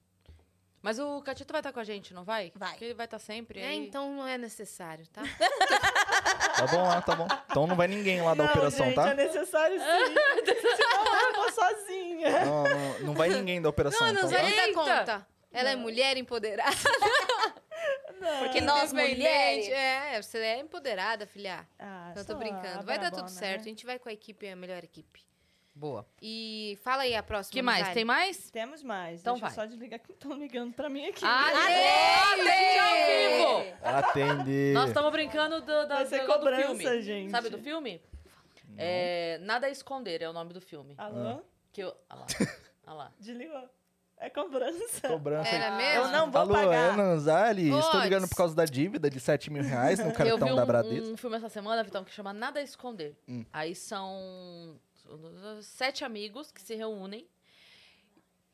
Mas o Catito vai estar com a gente, não vai?
Vai.
Porque ele vai estar sempre.
É,
aí.
então não é necessário, tá?
Tá bom lá, tá bom. Então não vai ninguém lá da
não,
operação,
gente,
tá?
é necessário sim. Senão eu vou sozinha.
Não, não, não vai ninguém da operação.
Não, não
então,
vai
vai
tá?
dar
dar
conta.
conta. Ela é mulher empoderada.
Não.
Porque nós mulheres.
independente. É, você é empoderada, filha.
Ah,
Eu
sou
tô
a
brincando. Vai dar
brabona,
tudo certo. A
né?
gente vai com a equipe, a melhor equipe.
Boa.
E fala aí a próxima.
O que mais?
Natália.
Tem mais?
Temos mais.
Então
Deixa eu
vai.
só desligar que estão ligando pra mim aqui.
Ah, tem!
Adei!
Gente, é
É.
ao vivo!
Atende.
Nós estamos brincando do, da,
Vai ser
do- do
cobrança,
filme.
gente.
Sabe do filme?
Não.
É, Nada a Esconder é o nome do filme.
Ah.
Alô?
Que eu... Olha lá. Olha lá.
Desligou. É cobrança.
Cobrança. aí.
Era mesmo?
Eu não vou
Alô,
pagar.
Ana Anzali? Estou
Puts.
ligando por causa da dívida de 7 mil reais no
Eu vi
cartão
um,
da Bradesco.
um filme essa semana, Vitão, que chama Nada a Esconder.
Hum.
Aí são uns- sete amigos que se reúnem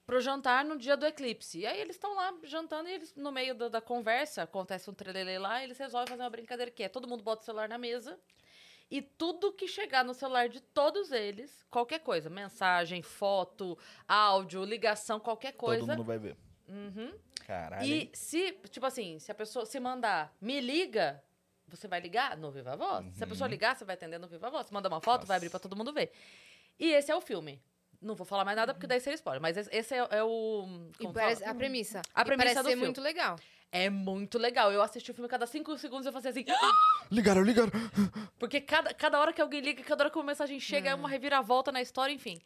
pro jantar no dia do eclipse. E aí eles estão lá jantando e eles, no meio da, da conversa, acontece um trelelê lá, e eles resolvem fazer uma brincadeira que é todo mundo bota o celular na mesa e tudo que chegar no celular de todos eles, qualquer coisa, mensagem, foto, áudio, ligação, qualquer coisa.
Todo mundo vai ver.
Uhum.
Caralho.
E se, tipo assim, se a pessoa se mandar, me liga, você vai ligar no Viva Voz? Se a pessoa
Uhum.
ligar, você vai atender no Viva Voz. Se mandar uma foto, vai abrir pra
Nossa.
todo mundo ver. E esse é o filme. Não vou falar mais nada,
Uhum.
porque daí seria spoiler. Mas esse- esse é, é o...
E
como
parece,
fala?
a premissa.
A
E
premissa
parece
do
ser
filme.
muito legal.
É muito legal. Eu assisti o filme, cada cinco segundos eu fazia assim...
Ligaram, ligaram.
Porque cada, cada hora que alguém liga, cada hora que uma mensagem chega,
Uhum.
é uma reviravolta na história, enfim.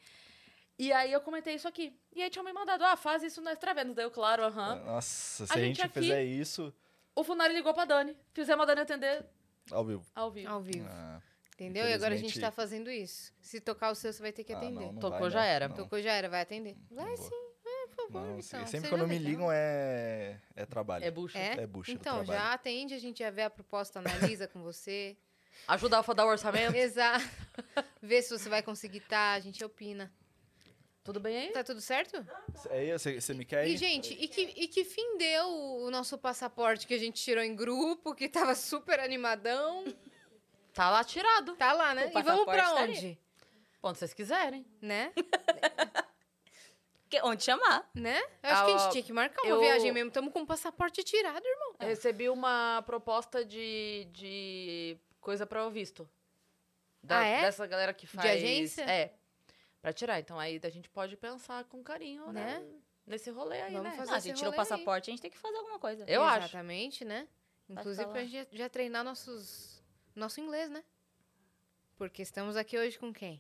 E aí eu comentei isso aqui. E aí tinham me mandado, ah, faz isso nas travenas. Daí eu, claro, aham.
É. Nossa, se
A
a
gente
gente,
aqui-
fizer isso
O Funari ligou pra Dani. Fizemos a Dani atender
ao vivo.
ao vivo.
Ao vivo.
Ah,
entendeu? E agora a gente
infelizmente-
tá fazendo isso. Se tocar o seu, você vai ter que
ah,
atender.
não, não
Tocou,
vai,
já
não,
era.
não.
Tocou já era, vai atender. Vai
Não
sim,
vou.
vai, por favor.
Não, se-
então.
sempre
Seja
quando me
legal.
ligam é, é trabalho.
É bucha.
É?
É bucha do
Então,
trabalho.
já atende, a gente já vê a proposta, analisa com você.
Ajudar a fodar o orçamento.
Exato. Vê se você vai conseguir tá, a gente opina.
Tudo bem aí?
Tá tudo certo?
É isso, é você- você me quer
E,
ir?
gente, e que, e que fim deu o nosso passaporte que a gente tirou em grupo, que tava super animadão?
Tá lá tirado.
Tá lá, né?
O
E vamos pra
passaporte tá
onde?
Quando vocês quiserem.
Né?
Que- onde chamar?
Né? Eu acho que a
Ah,
gente tinha que marcar uma
eu-
viagem mesmo. Tamo com o passaporte tirado, irmão.
Eu recebi uma proposta de, de coisa pra eu visto. Da-
Ah, é?
Dessa galera que faz...
agência?
É. Pra tirar. Então aí a gente pode pensar com carinho, né? Nesse rolê aí,
Vamos
né?
fazer
Ah, a
esse
gente tirou o
rolê aí.
passaporte, a gente tem que fazer alguma coisa.
Eu acho.
Exatamente, né?
Pode
Inclusive pra
falar.
gente já treinar nossos, nosso inglês, né? Porque estamos aqui hoje com quem?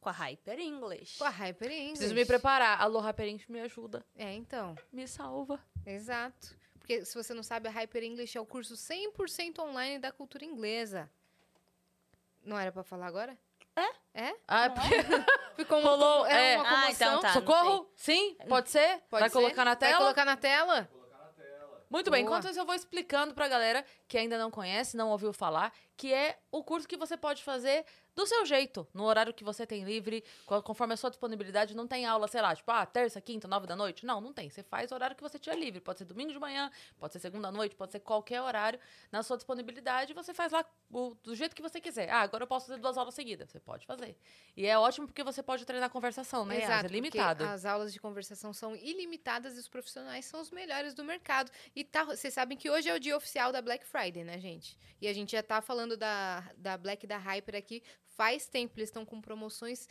Com a Hyper English.
Com a Hyper English.
Preciso me preparar. Alô, Raperinho, me ajuda.
É, então.
Me salva.
Exato. Porque se você não sabe, a Hyper English é o curso 100% online da cultura inglesa. Não era pra falar agora?
Ah,
Não
porque...
Ficou uma,
Rolou,
era
é.
uma
Ah, então
comoção.
tá. não
Socorro? Sim? Pode ser?
Pode
Vai
ser?
colocar na tela?
Vai colocar na tela?
Muito bem,
Boa.
enquanto isso eu vou explicando pra galera que ainda não conhece, não ouviu falar, que é o curso que você pode fazer do seu jeito, no horário que você tem livre, co- conforme a sua disponibilidade, não tem aula, sei lá, tipo, ah, terça, quinta, nove da noite. Não, não tem. Você faz o horário que você tiver livre. Pode ser domingo de manhã, pode ser segunda à noite, pode ser qualquer horário na sua disponibilidade, você faz lá o- do jeito que você quiser. Ah, agora eu posso fazer duas aulas seguidas. Você pode fazer. E é ótimo porque você pode treinar conversação, né? Yas? é
porque
limitado.
As aulas de conversação são ilimitadas e os profissionais são os melhores do mercado. E tá, vocês sabem que hoje é o dia oficial da Black Friday, né, gente? E a gente já tá falando da, da Black e da Hyper aqui faz tempo. Eles estão com promoções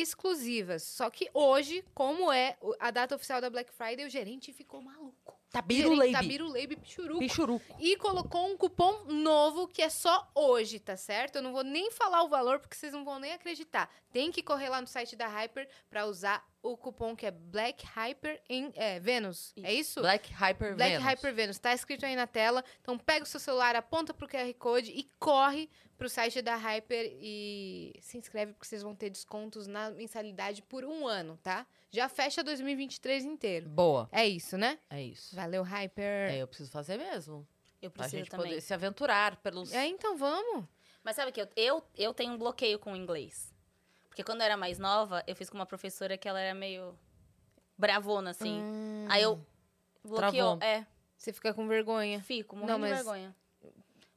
exclusivas. Só que hoje, como é o- a data oficial da Black Friday, o gerente ficou maluco.
Tabiru
Gerente
Lady.
Tabiru Leibe tá Pichuruco.
Pichuruco.
E colocou um cupom novo que é só hoje, tá certo? Eu não vou nem falar o valor porque vocês não vão nem acreditar. Tem que correr lá no site da Hyper pra usar o cupom que é Black Hyper em é, Venus. É isso?
Black Hyper
Black
Venus.
Hyper Venus, tá escrito aí na tela. Então pega o seu celular, aponta pro QR Code e corre pro site da Hyper e se inscreve porque vocês vão ter descontos na mensalidade por um ano, tá? Já fecha 2023 inteiro.
Boa.
É isso, né?
É isso.
Valeu, Hyper.
É, eu preciso fazer mesmo.
Eu
Pra
preciso
gente
também.
poder se aventurar pelos.
É, então vamos.
Mas sabe que eu, eu, eu tenho um bloqueio com o inglês. Porque quando eu era mais nova, eu fiz com uma professora que ela era meio bravona, assim.
Hum.
Aí eu
Travou.
bloqueou. É,
Você fica com vergonha.
fico,
Não,
morrendo de
mas-
vergonha.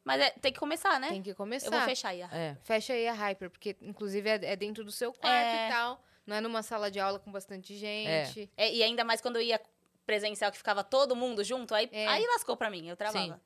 Mas é, tem que começar, né?
Tem que começar.
Eu vou fechar aí. a-
É.
Fecha aí a Hyper, porque inclusive é, é dentro do seu quarto
É.
e tal. Não é numa sala de aula com bastante gente.
É, e ainda mais quando eu ia presencial, que ficava todo mundo junto, aí,
É.
aí lascou pra mim, eu travava.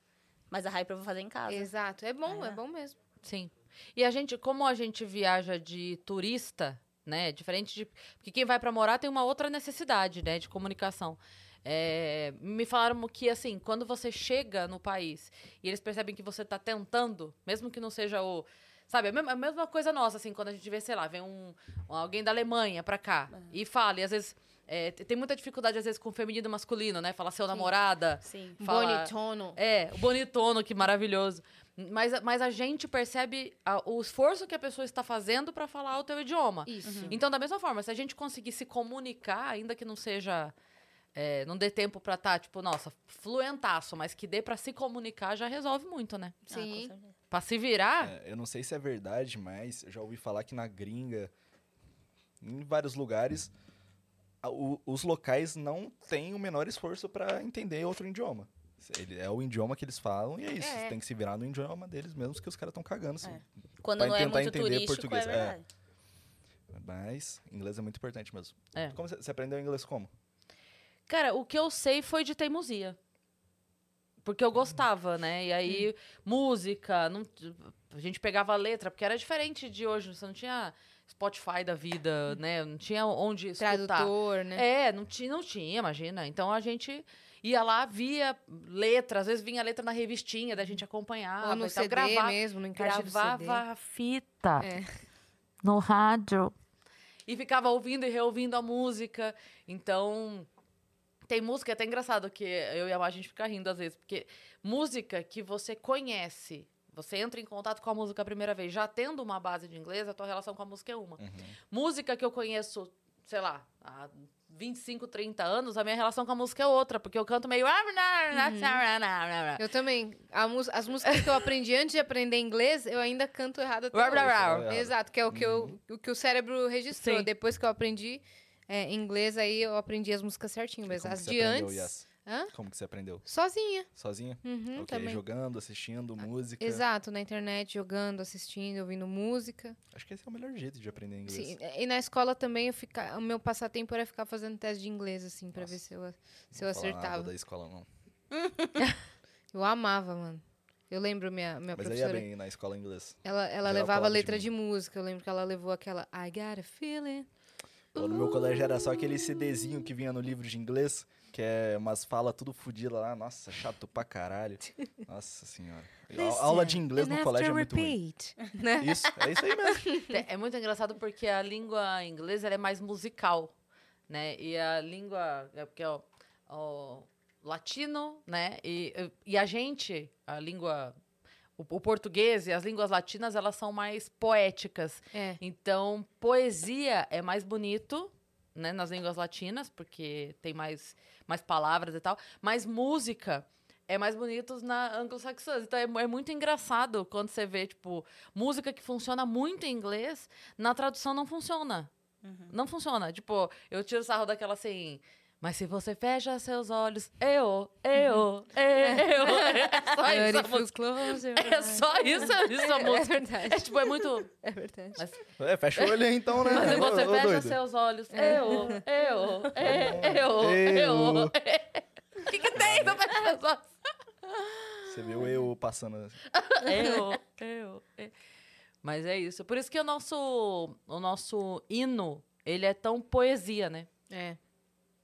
Mas a hype eu vou fazer em casa.
Exato. É bom,
Ah,
é bom mesmo.
Sim. E a gente, como a gente viaja de turista, né? Diferente de. Porque quem vai pra morar tem uma outra necessidade, né? De comunicação. É, me falaram que, assim, quando você chega no país e eles percebem que você tá tentando, mesmo que não seja o. Sabe, é a mesma, a mesma coisa nossa, assim, quando a gente vê, sei lá, vem um, alguém da Alemanha pra cá e fala, e às vezes. é, tem muita dificuldade, às vezes, com feminino e masculino, né? Fala seu namorada.
Sim.
Fala-
Bonitono.
É, o bonitono, que maravilhoso. Mas, mas a gente percebe a- o esforço que a pessoa está fazendo para falar o teu idioma.
Isso.
Então, da mesma forma, se a gente conseguir se comunicar, ainda que não seja. é, não dê tempo pra estar, tipo, nossa, fluentaço, mas que dê pra se comunicar já resolve muito, né?
Ah, com
Sim.
certeza.
Pra se virar,
É, eu não sei se é verdade, mas eu já ouvi falar que na gringa em vários lugares, a- o- os locais não têm o menor esforço pra entender outro idioma. Ele, é o idioma que eles falam e é isso.
É.
Tem que se virar no idioma deles mesmo, que os caras estão cagando. assim.
Quando
Vai
não é
tentar
muito
entender
turístico,
português,
é
é.
verdade.
Mas inglês é muito importante mesmo.
É.
Como você, você aprendeu inglês como?
Cara, o que eu sei foi de teimosia. Porque eu gostava, né? E
Hum.
aí, música, não- a gente pegava a letra, porque era diferente de hoje, você não tinha Spotify da vida, né? Não tinha onde escutar.
Hum. Tradutor, né?
É, não, ti, não tinha, imagina. Então a gente ia lá, via letra, às vezes vinha a letra na revistinha, da gente acompanhava,
Ou no
e tal,
CD
gravava,
mesmo, no encarte do CD.
tá gravava a fita
É.
no rádio. E ficava ouvindo e reouvindo a música. Então, tem música, é até engraçado que eu e a Mar, a gente fica rindo às vezes, porque música que você conhece, você entra em contato com a música a primeira vez, já tendo uma base de inglês, a tua relação com a música é uma. Música que eu conheço, sei lá, há 25, 30 anos, a minha relação com a música é outra, porque eu canto meio. Uhum.
Eu também. A mus- as músicas que eu aprendi antes de aprender inglês, eu ainda canto errado até
Rá, rá,
hoje.
rá.
Errado.
Exato, que é o que,
Uhum.
eu, o que o cérebro registrou.
Sim.
Depois que eu aprendi é, inglês, aí eu aprendi as músicas certinho. Mas
Como que
as
você
de
aprendeu,
antes,
Yas?
Hã?
Como que você aprendeu?
sozinha.
Sozinha?
Uhum,
ok,
também. Ah,
jogando, assistindo, música.
Exato, na internet, jogando, assistindo, ouvindo música.
Acho que esse é o melhor jeito de aprender inglês.
Sim, e na escola também eu fica, o meu passatempo era ficar fazendo teste de inglês, assim, pra
Nossa.
ver se eu, se eu
Não vou falar nada
acertava.
da escola, não.
Eu amava, mano. Eu lembro minha, minha
Mas aí é
professora.
bem na escola inglesa.
Ela, ela
Geral
levava
falava de
letra
mim.
de música. Eu lembro que ela levou aquela I got a feeling.
No meu colégio era só aquele CDzinho que vinha no livro de inglês, que é umas falas tudo fodida lá. Nossa, chato pra caralho. Nossa senhora. A- aula de inglês no colégio é muito ruim. Isso, é isso aí mesmo.
Te- É muito engraçado porque a língua inglesa ela é mais musical, né? E a língua é porque ó, ó, latino, né? E, e a gente, a língua o, o português e as línguas latinas elas são mais poéticas.
É.
Então poesia é mais bonito, né? Nas línguas latinas porque tem mais mais palavras e tal, mas música é mais bonito na anglo-saxãs. Então é, mu- é muito engraçado quando você vê, tipo, música que funciona muito em inglês, na tradução não funciona. Não funciona. Tipo, eu tiro sarro daquela assim. Mas se você fecha seus olhos, eu, eu, eu, É só isso. a música. É só isso, é isso a
É
música.
verdade.
É tipo, é muito.
É verdade.
Mas,
É, fecha o olho aí então, né?
mas se
Ô,
você
ô,
fecha
doido. Tá
seus olhos, eu, eu, é, eu, eu.
Eu.
O que, que tem? Não fecha seus olhos.
Você viu eu passando. assim.
Eu, eu, eu. Mas é isso. Por isso que o nosso, o nosso hino, ele é tão poesia, né?
É.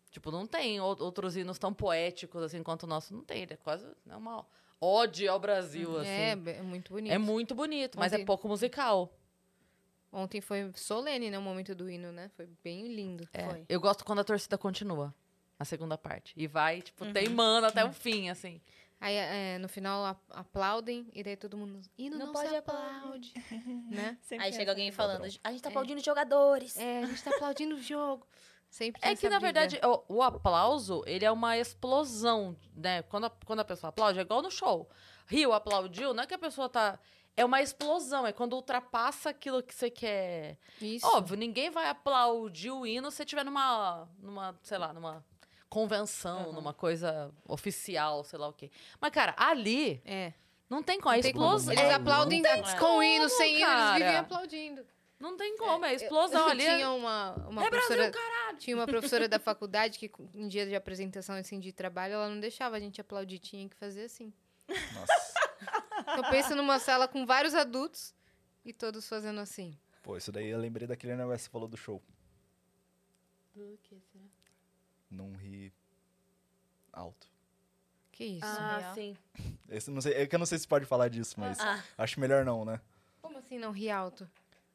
Tipo, não tem ou- outros hinos tão poéticos assim quanto o nosso. Não tem, ele é quase é uma ode ao Brasil,
É,
assim.
be- é muito bonito.
É, muito bonito, mas é
Ontem-
pouco musical.
Ontem foi solene, né? O momento do hino, né? Foi bem lindo.
É.
Foi.
Eu gosto quando a torcida continua, a segunda parte. E vai, tipo, teimando até o fim, assim.
Aí, é, no final, a- aplaudem. E daí todo mundo... Hino não,
Não pode
se aplaude. né?
Sempre
Aí
é
chega
assim.
alguém falando, a gente tá aplaudindo os jogadores.
É, a gente tá aplaudindo o jogo. Sempre tem
É que,
essa
na
briga.
verdade, o, o aplauso, ele é uma explosão, né? Quando a, quando a pessoa aplaude, é igual no show. Rio aplaudiu, não é que a pessoa tá... É uma explosão, é quando ultrapassa aquilo que você quer.
Isso.
Óbvio, ninguém vai aplaudir o hino se tiver numa, numa sei lá, numa convenção, numa coisa oficial, sei lá o quê. Mas, cara, ali,
É.
não tem como. A
Tem como. É,
explosão...
Eles aplaudem
tem
com hino, sem hino. Eles vivem
é cara.
aplaudindo.
Não tem como, é a explosão ali. é-
Tinha uma, uma professora, tinha uma professora da faculdade que com- em dia de apresentação assim de trabalho, ela não deixava a gente aplaudir, tinha que fazer assim.
Nossa.
Então pensa numa sala com vários adultos e todos fazendo assim.
Pô, isso daí eu lembrei daquele negócio que você falou do show. Não ri alto.
Que isso?
Ah, sim.
Esse, não sei, é que eu não sei se pode falar disso, mas
Ah.
acho melhor não, né?
Como assim não ri alto?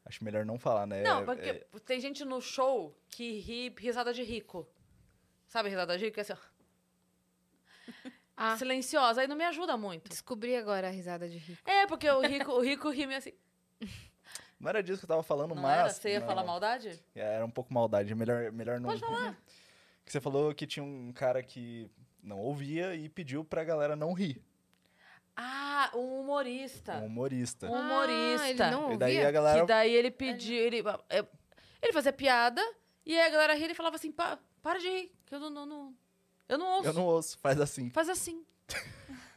Acho melhor não falar, né?
Não,
É-
porque
é-
tem gente no show que ri risada de rico. Sabe risada de rico? Que é assim, ó,
Ah,
silenciosa. Aí não me ajuda muito.
descobri agora a risada de rir.
É, porque o rico, o rico ri meio assim.
Não era disso que eu tava falando,
Não
mas.
era? Você ia
não,
falar
não.
maldade?
É, Era um pouco maldade, é melhor, melhor não.
Pode falar.
Que você falou que tinha um cara que não ouvia e pediu pra galera não rir.
Ah, um humorista.
Um humorista.
Um humorista.
Ah, ele não
E daí
ouvia?
né?
a galera.
Que daí ele pediu. Ele, é, Ele fazia piada, e aí a galera ria e falava assim: "Pa- para de rir, que eu não, não, não- eu não ouço.
Eu não ouço, faz assim.
Faz assim.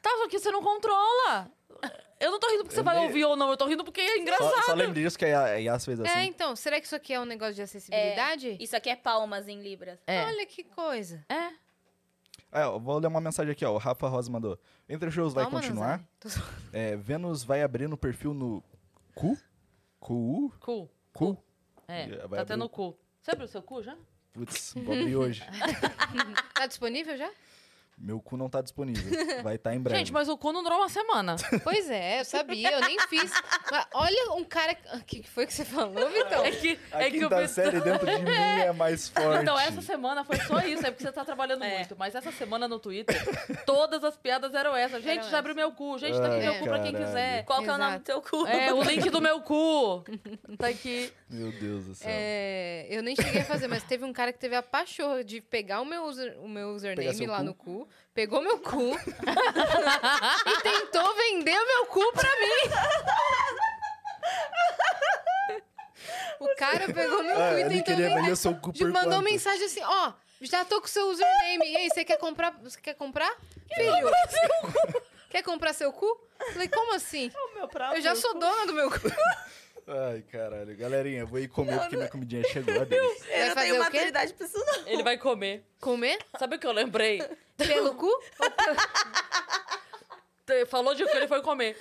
tá, só que você não controla. Eu não tô rindo porque você
Eu
vai
nem-
ouvir ou não, eu tô rindo porque é engraçado.
Só, só lembre disso que a Yas fez
É,
assim.
então, será que isso aqui é um negócio de acessibilidade?
Isso aqui é palmas em libras.
É.
Olha que coisa.
É.
Ah, eu vou ler uma mensagem aqui, ó. O Rafa Rosa mandou. Entre os shows vai
Calma,
continuar.
Nanzani. Tô só-
É, Vênus vai abrir no perfil no cu? Cu?
Cu.
Cu?
É.
Yeah, vai
tá
abrir
tendo
o-
cu. Você abriu seu cu já?
Putz, vou abrir hoje.
Tá disponível já?
Meu cu não tá disponível. Vai estar em breve.
Gente, mas o cu não durou uma semana.
Pois é, eu sabia, eu nem fiz. Mas olha um cara. O que que foi que você falou, Vitão?
É que,
A
é que o
quinta
Vitão-
série dentro de mim é mais forte.
Então, essa semana foi só isso, é porque você tá trabalhando
É.
muito. Mas essa semana no Twitter, todas as piadas eram essas. Gente,
Eram
já abriu meu cu. Gente, tá
Ai,
aqui meu cu pra quem
caralho.
quiser.
Qual que é o nome do
Exato.
teu cu?
É, o link do meu cu. Tá aqui.
Meu Deus do céu.
É, eu nem cheguei a fazer, mas teve um cara que teve a pachorra de pegar o meu, user- o meu username
seu
lá
cu?
no cu, pegou meu cu e tentou vender o meu cu pra mim. O cara pegou meu
Ah,
cu e
ele
tentou
queria vender
vender.
seu cu
De-
por
mandou
quanto?
mensagem assim, ó, já tô com seu username. E aí, você quer comprar? Você quer comprar? Filho, quer comprar seu cu? Falei, como assim?
É O meu próprio.
Eu já sou dona do meu cu.
Ai, caralho. Galerinha, vou ir comer porque
é.
minha comidinha chegou. adeus.
Vai
eu não
fazer
tenho
o quê?
maturidade pra isso, não.
Tá
Ele vai comer.
Comer?
Sabe o que eu lembrei?
Pelo cu?
Te- Falou de que ele foi comer.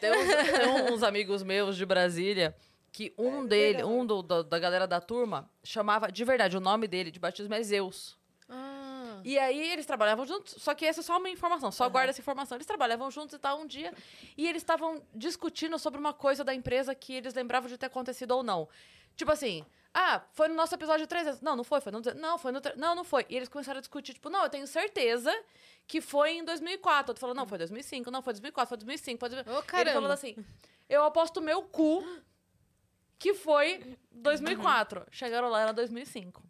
Tem uns, tem uns amigos meus de Brasília que um dele, um do- do- da galera da turma, chamava, de verdade, o nome dele de batismo é Zeus.
Ah,
E aí eles trabalhavam juntos, só que essa é só uma informação, só guarda essa informação. Eles trabalhavam juntos e tal um dia, e eles estavam discutindo sobre uma coisa da empresa que eles lembravam de ter acontecido ou não. Tipo assim, ah, foi no nosso episódio 300. Não, não foi, foi no 200. Não, foi no tre- Não, não foi. E eles começaram a discutir, tipo, não, eu tenho certeza que foi em 2004. Outro falou, não, foi 2005, não, foi 2004, foi 2005, foi 2005.
Ô,
Ele falando
caramba.
assim, eu aposto meu cu que foi
Uhum.
2004. Chegaram lá, era 2005.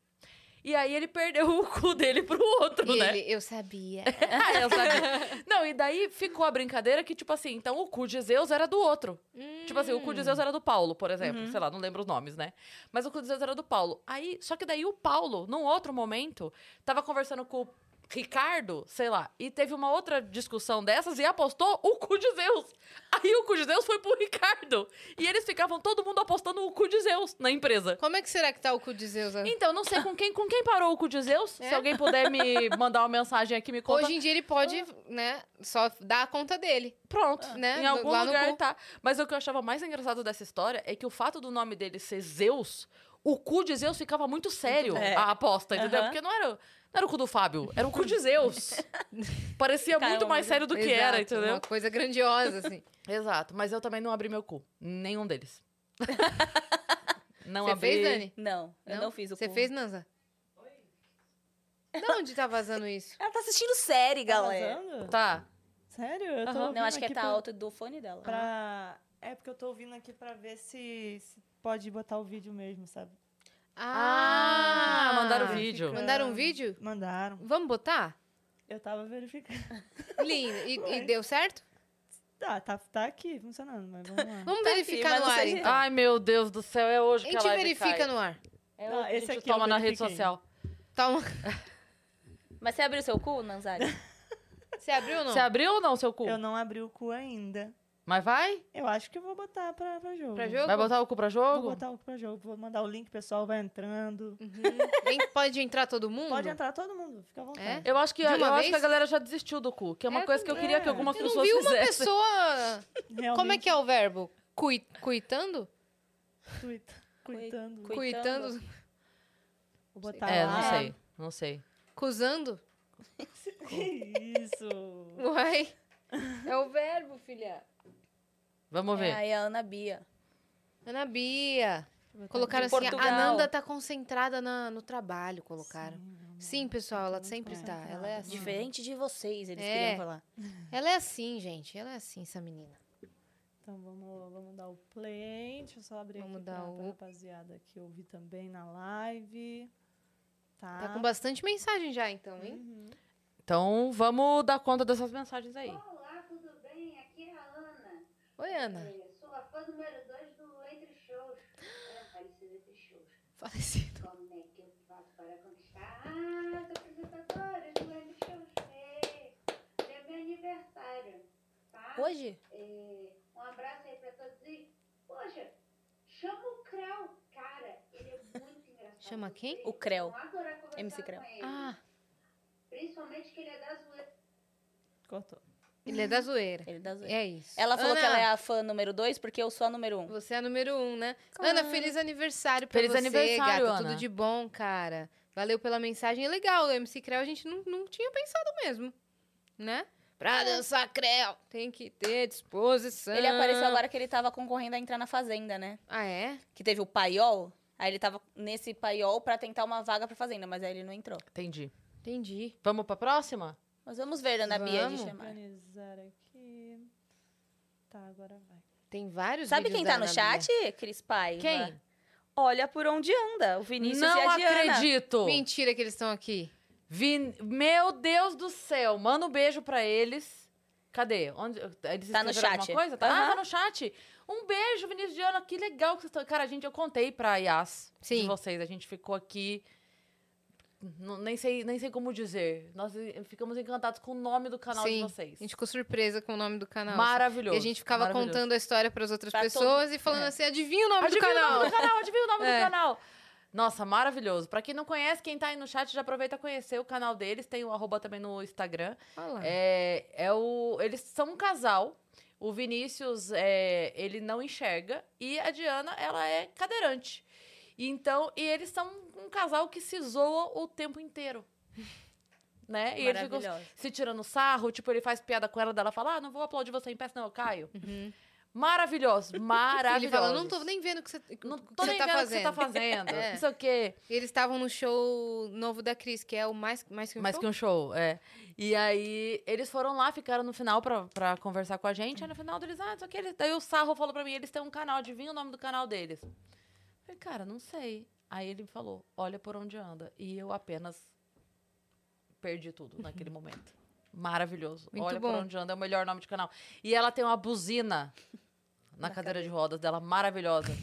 E aí ele perdeu o cu dele pro outro,
e
né?
ele, eu sabia.
Ah, eu sabia. Não, e daí ficou a brincadeira que, tipo assim, então o cu de Zeus era do outro.
Hum.
Tipo assim, o cu de Zeus era do Paulo, por exemplo. Sei lá, não lembro os nomes, né? Mas o cu de Zeus era do Paulo. Aí, só que daí o Paulo, num outro momento, tava conversando com o Ricardo, sei lá, e teve uma outra discussão dessas e apostou o cu de Zeus. Aí o cu de Zeus foi pro Ricardo. E eles ficavam todo mundo apostando o cu de Zeus na empresa.
Como é que será que tá o cu de Zeus? agora?
Então, não sei com quem, com quem parou o cu de Zeus. Se
É?
alguém puder me mandar uma mensagem aqui, me conta.
Hoje em dia ele pode, né, só dar a conta dele.
Pronto,
Né?
Em
Do-
algum
lá no
lugar
cu.
tá. Mas o que eu achava mais engraçado dessa história é que o fato do nome dele ser Zeus, o cu de Zeus ficava muito sério
É.
a aposta, entendeu?
Aham.
Porque não era, não era o cu do Fábio, era o cu de Zeus. Parecia
Ficava
muito mais
muito-
sério do que
um Exato,
era, entendeu?
Uma coisa grandiosa, assim.
Exato, mas eu também não abri meu cu. Nenhum deles. não
Você
abri.
fez, Dani?
Não, eu não, fiz o
Você
cu.
fez, Nanza? De onde tá vazando isso?
Ela tá assistindo série,
Tá
galera.
vazando?
Tá.
Sério? Eu tô
Aham. Não,
Não,
ouvindo
acho que é
aqui
tá
pra-
alto do fone dela.
pra- É porque eu tô ouvindo aqui pra ver se, se pode botar o vídeo mesmo, sabe?
Ah, mandaram o vídeo.
Mandaram um vídeo?
Mandaram.
Vamos botar?
Eu tava verificando.
Lindo. E, e
Ué.
deu certo?
Tá, tá, tá aqui funcionando, mas vamos lá.
Vamos
Tá aqui,
verificar
mas
no
não
ar,
sei-
então.
Ai, meu Deus do céu, é hoje
A
que
gente
live
verifica
cai.
no ar.
É
Não,
outro.
A
esse
gente
aqui eu
toma na rede
verifiquei.
social.
Toma.
Mas você abriu seu cu, Nanzari?
Você abriu ou não?
Você abriu ou não seu cu?
Eu não abri o cu ainda.
Mas vai?
Eu acho que eu vou botar pra, pra jogo.
Pra jogo?
Vai botar o cu pra jogo?
Vou botar o cu pra jogo. Vou mandar o link, pessoal vai entrando.
Vem- Uhum. pode entrar todo mundo?
Pode entrar todo mundo, fica à vontade.
Eu acho que
De
eu
uma
acho que a
vez?
galera já desistiu do cu, que é uma
É,
coisa que eu queria
é.
que algumas
Eu não
pessoas
vi uma
fizessem.
pessoa.
Realmente,
Como é que é o verbo? Cui- Cuitando?
Cuit... Cuitando.
Cui-
Cuitando?
Vou botar
É,
Ah.
lá.
não sei, não sei.
Cusando?
Que Isso.
Uai. É o verbo, filha.
Vamos
É,
ver.
aí a Ana Bia.
Ana Bia. Colocaram
De
assim,
Portugal.
a Nanda tá concentrada na- no trabalho, colocaram. Sim, pessoal, ela sempre tá. Ela é assim.
Diferente de vocês, eles
É.
queriam falar.
Ela é assim, gente. Ela é assim, essa menina.
Então vamos, vamos dar o play. Deixa eu só abrir
Vamos
aqui
dar
pra, pra
o-
rapaziada que eu vi também na live. Tá. Uhum.
Tá com bastante mensagem já, então,
Hum.
hein?
Então, vamos dar conta dessas mensagens aí.
Olá, tudo bem? Aqui é a Ana.
Oi, Ana.
Eu sou a fã número 2 do Entre É, Shows. É, Aparecido Entre Shows.
Falecido.
Como é que eu faço para conquistar as apresentadoras do Web Show Fest? Hoje é meu aniversário, tá?
Hoje?
É, um abraço aí pra todos e, poxa, chama o Creu, cara, ele é muito engraçado.
Chama quem?
O Creu.
Vão adorar conversar
MC Creu.
com ele.
Ah,
Principalmente que ele é da zoeira.
Cortou.
ele é da zoeira.
Ele dá zoeira.
É isso.
Ela falou
Ana,
que ela é a fã número dois, porque eu sou a número um.
Você é a número um, né?
Claro.
Ana, feliz aniversário pra
Feliz
você,
aniversário,
gata.
Ana.
Tudo de bom, cara. Valeu pela mensagem. É Legal, o MC Creu a gente não, não tinha pensado mesmo, né? Pra dançar Creu, tem que ter disposição.
Ele apareceu agora que ele tava concorrendo a entrar na Fazenda, né?
Ah, é?
Que teve o paiol. Aí ele tava nesse paiol pra tentar uma vaga pra Fazenda, mas aí ele não entrou.
Entendi.
Entendi.
Vamos pra próxima?
Mas vamos ver, Ana Bia, de
Vamos.
chamar.
Organizar aqui. Tá, agora vai.
Tem vários
Sabe
vídeos
quem
da
tá no
Ana
chat, Cris Paiva?
Quem?
Olha por onde anda, o Vinícius e
Não
a Diana.
acredito.
Bia. Mentira que eles estão aqui.
Vin- Meu Deus do céu. Manda um beijo pra eles. Cadê? Onde... Eles
Tá no
escreveram
chat.
alguma coisa? Tá,
Aham.
ah, tá no chat. Um beijo, Vinícius e Diana. Que legal que vocês estão. Cara, gente, eu contei pra Yas
Sim.
de vocês. A gente ficou aqui. Não- nem, sei, nem sei como dizer. Nós eh, ficamos encantados com o nome do canal de
Sim,
vocês.
A gente ficou surpresa com o nome do canal.
Maravilhoso.
E a gente ficava
maravilhoso.
contando a história pras outras
Pra
pessoas e falando assim, adivinha o nome
É. Adivinha
do
o
canal.
nome do canal, adivinha o nome
É.
do canal. Nossa, maravilhoso. Pra quem não conhece, quem tá aí no chat, já aproveita a conhecer o canal deles. Tem o arroba também no Instagram.
Olha lá.
É, é o, eles são um casal. O Vinícius, é, ele não enxerga. E a Diana, ela é cadeirante. E Então, e eles são um casal que se zoa o tempo inteiro. Né? E eles ficam
Maravilhosa.
se tirando sarro. Tipo, ele faz piada com ela, dela fala, ah, não vou aplaudir você em pé, senão eu caio.
Uhum.
Maravilhoso, maravilhoso.
Ele fala, não tô nem vendo o que você,
Não
o que
tô
você
nem
tá
vendo o
fazendo.
que você tá fazendo.
É.
Não sei o quê.
E Eles estavam no show novo da Cris, que é o mais, mais que um
Mais
show?
que um show, é. E aí, eles foram lá, ficaram no final pra, pra conversar com a gente. Aí no final deles, ah, só que eles. Daí o Sarro falou pra mim, eles têm um canal, adivinha o nome do canal deles. Eu falei, cara, não sei. Aí ele falou, olha por onde anda. E eu apenas perdi tudo naquele momento. Maravilhoso.
Muito
olha por
bom.
onde anda, é o melhor nome de canal. E ela tem uma buzina na cadeira, de rodas dela, maravilhosa.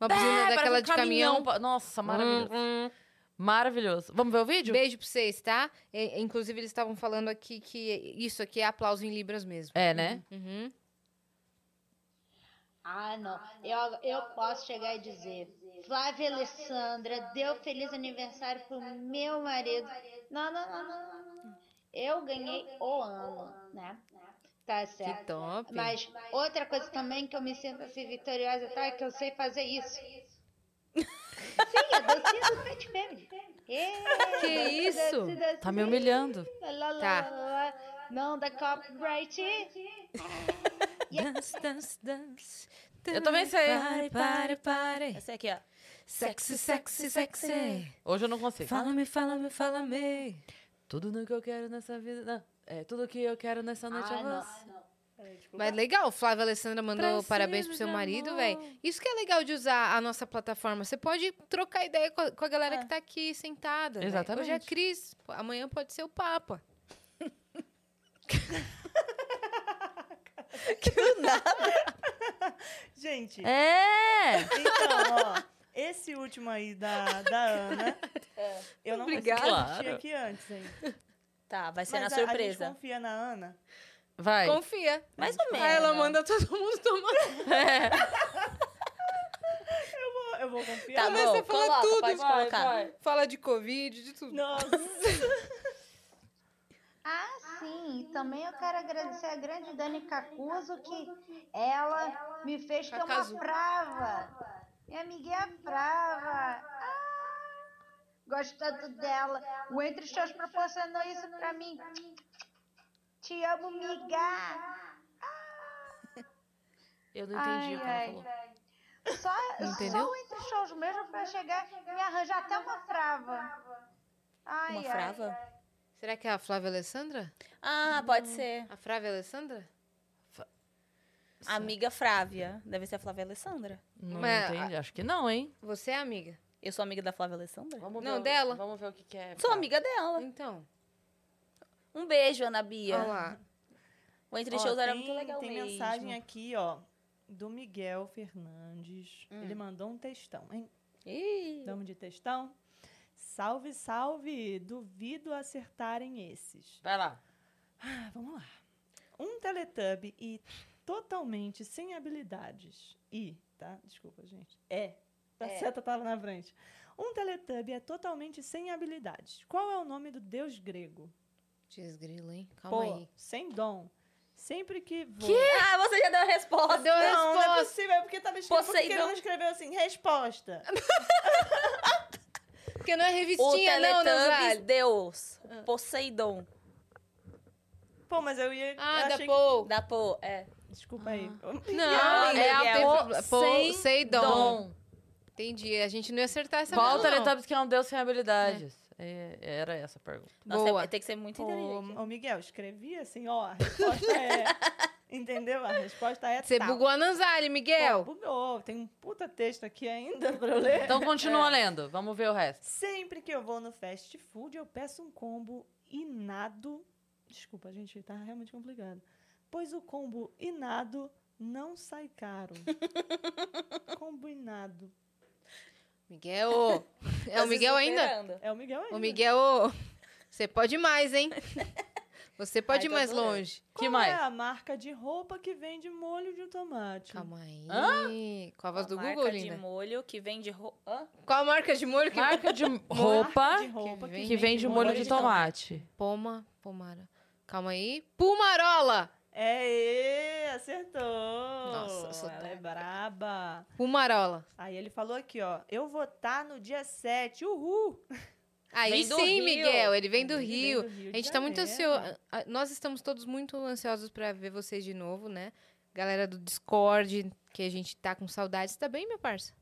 Uma buzina
É, parece
daquela
um
de caminhão.
pa- Nossa, maravilhoso.
Hum, hum.
Maravilhoso. Vamos ver o vídeo?
Beijo pra vocês, tá? E- inclusive, eles estavam falando aqui que isso aqui é aplauso em libras mesmo.
É, né?
Uhum.
Ah, não. Eu, eu posso chegar e dizer. Flávia Alessandra deu feliz aniversário pro meu marido. Não, não, não, não, não, não. Eu ganhei o ano, né? Tá
Que
certo.
top.
Mas outra coisa também que eu me sinto assim vitoriosa, tá? É que eu sei fazer isso. Sim, a dancinha do Pet Family.
Que isso?
Tá
assim.
me humilhando.
Tá.
Tá. Não dá copyright.
Dance, dance, dance.
Eu também sei.
Pare, pare, pare.
Essa aqui, ó.
Sexy, sexy, sexy.
Hoje eu não consigo.
Fala-me, fala-me, fala-me.
Tudo no que eu quero nessa vida. Não. É, tudo que eu quero nessa noite é você.
Mas legal, Flávia Alessandra mandou
Preciso
parabéns pro seu
de
marido,
amor.
velho. Isso que é legal de usar a nossa plataforma. Você pode trocar ideia com a, com a galera que tá aqui sentada. né?
Exatamente.
Hoje é a Cris, pô, amanhã pode ser o Papa.
Gente,
É!
então, ó, esse último aí da, da Ana,
É.
eu não
Obrigada.
consegui assistir
Claro.
aqui antes, hein?
Tá, vai
Mas
ser na
a- A gente
surpresa.
confia na Ana.
Vai.
Confia.
Mais ou menos.
Aí É. ah, ela manda todo mundo tomar.
Pô, Eu vou confiar.
Tá
Ana.
bom,
Começa a falar
coloca,
tudo.
pode
Vai,
colocar.
Fala de Covid, de tudo.
Nossa.
Ah, sim. E também eu quero agradecer a grande Dani Cacuso, que ela me fez ter uma
Cacazu.
frava. Minha amiguinha é frava. Ah, gosto tanto dela. O Entre os Shows proporcionou é isso pra mim. Te amo, miga.
Eu não entendi o que ela
Ai,
falou.
Só,
Entendeu?
só o Entre os Shows mesmo pra chegar e me arranjar até uma frava. Ai,
Uma
ai,
frava?
Será que é a Flávia Alessandra?
Ah, pode ser.
A Flávia Alessandra?
Amiga Frávia. Deve ser a Flávia Alessandra.
Não
Mas-
entendi. Acho que não, hein?
Você é amiga.
Eu sou amiga da Flávia Alessandra?
Vamos
Não, dela.
Vamos ver o que, que é.
Sou amiga dela.
Então.
Um beijo, Ana Bia.
Olha lá.
O Entre
Ó,
Shows era
tem-
muito legal
Tem
mesmo. Hum.
mensagem aqui, ó, do Miguel Fernandes. Ele mandou um textão, hein?
Ih,
Vamos de textão? Salve, salve! Duvido acertarem esses.
Vai lá.
Ah, vamos lá. Um Teletubby e totalmente sem habilidades. E, tá? Desculpa, gente. É. A
É.
seta tava na frente. Um Teletubby é totalmente sem habilidades. Qual é o nome do deus grego?
Desgrilo, hein? Calma
Pô,
aí.
sem dom. Sempre que voa.
Ah, você já deu a resposta.
Deu a
Não, não é
resposta.
possível, é porque tava escrito. Por que que ele
Poseidon.
não escreveu assim? Resposta.
Porque não é
O
revistinha, não,
Teletubbies,
Neuzali.
Deus. O Poseidon.
Pô, mas eu ia.
Ah,
eu
da
achei que-
Pou.
Da Po, é.
Desculpa aí.
Não, é
Miguel.
a Pou,
Sem
sei dom.
Dom.
Entendi, a gente não ia acertar essa
Qual o
mesmo, não.
Teletubbies que é um deus sem habilidades? É, era essa a pergunta.
Nossa,
Boa.
é- tem que ser muito inteligente.
Ô, ô, Miguel, escrevi assim, ó, a resposta é. Entendeu? A resposta é.
Você
tal.
bugou a Nanzali, Miguel.
Pô, bugou. Tem um puta texto aqui ainda pra eu ler.
Então continua lendo. Vamos ver o resto.
Sempre que eu vou no fast food, eu peço um combo inado. Desculpa, gente, tá realmente complicado. Pois o combo inado não sai caro. combo inado.
Miguel. É
Tá
o
se
Miguel ainda?
superando.
É o Miguel ainda.
Ô, Miguel, você pode mais, hein? Você pode
Ai,
ir
tô
mais
adorando.
longe.
Qual
que mais?
é a marca de roupa que vende molho de tomate?
Calma aí. Com a
Uma
voz do
marca
Google,
de
linda.
molho que vende roupa. Hã?
Qual a marca de molho que...
Marca de
Marca de
roupa
roupa
que
que vende molho de tomate.
Poma, pomara. Calma aí. Pumarola!
É, acertou.
Nossa, sou
Ela é
técnica.
braba.
Pumarola.
Aí ele falou aqui, ó. Eu vou estar no dia 7. Uhul!
Aí
Vem do
sim,
Rio.
Miguel, ele vem do
Ele
Rio.
do Rio
A
de
gente tá muito
Janeiro.
ansioso. Nós estamos todos muito ansiosos pra ver vocês de novo, né? Galera do Discord, que a gente tá com saudades. Tá bem, meu parça?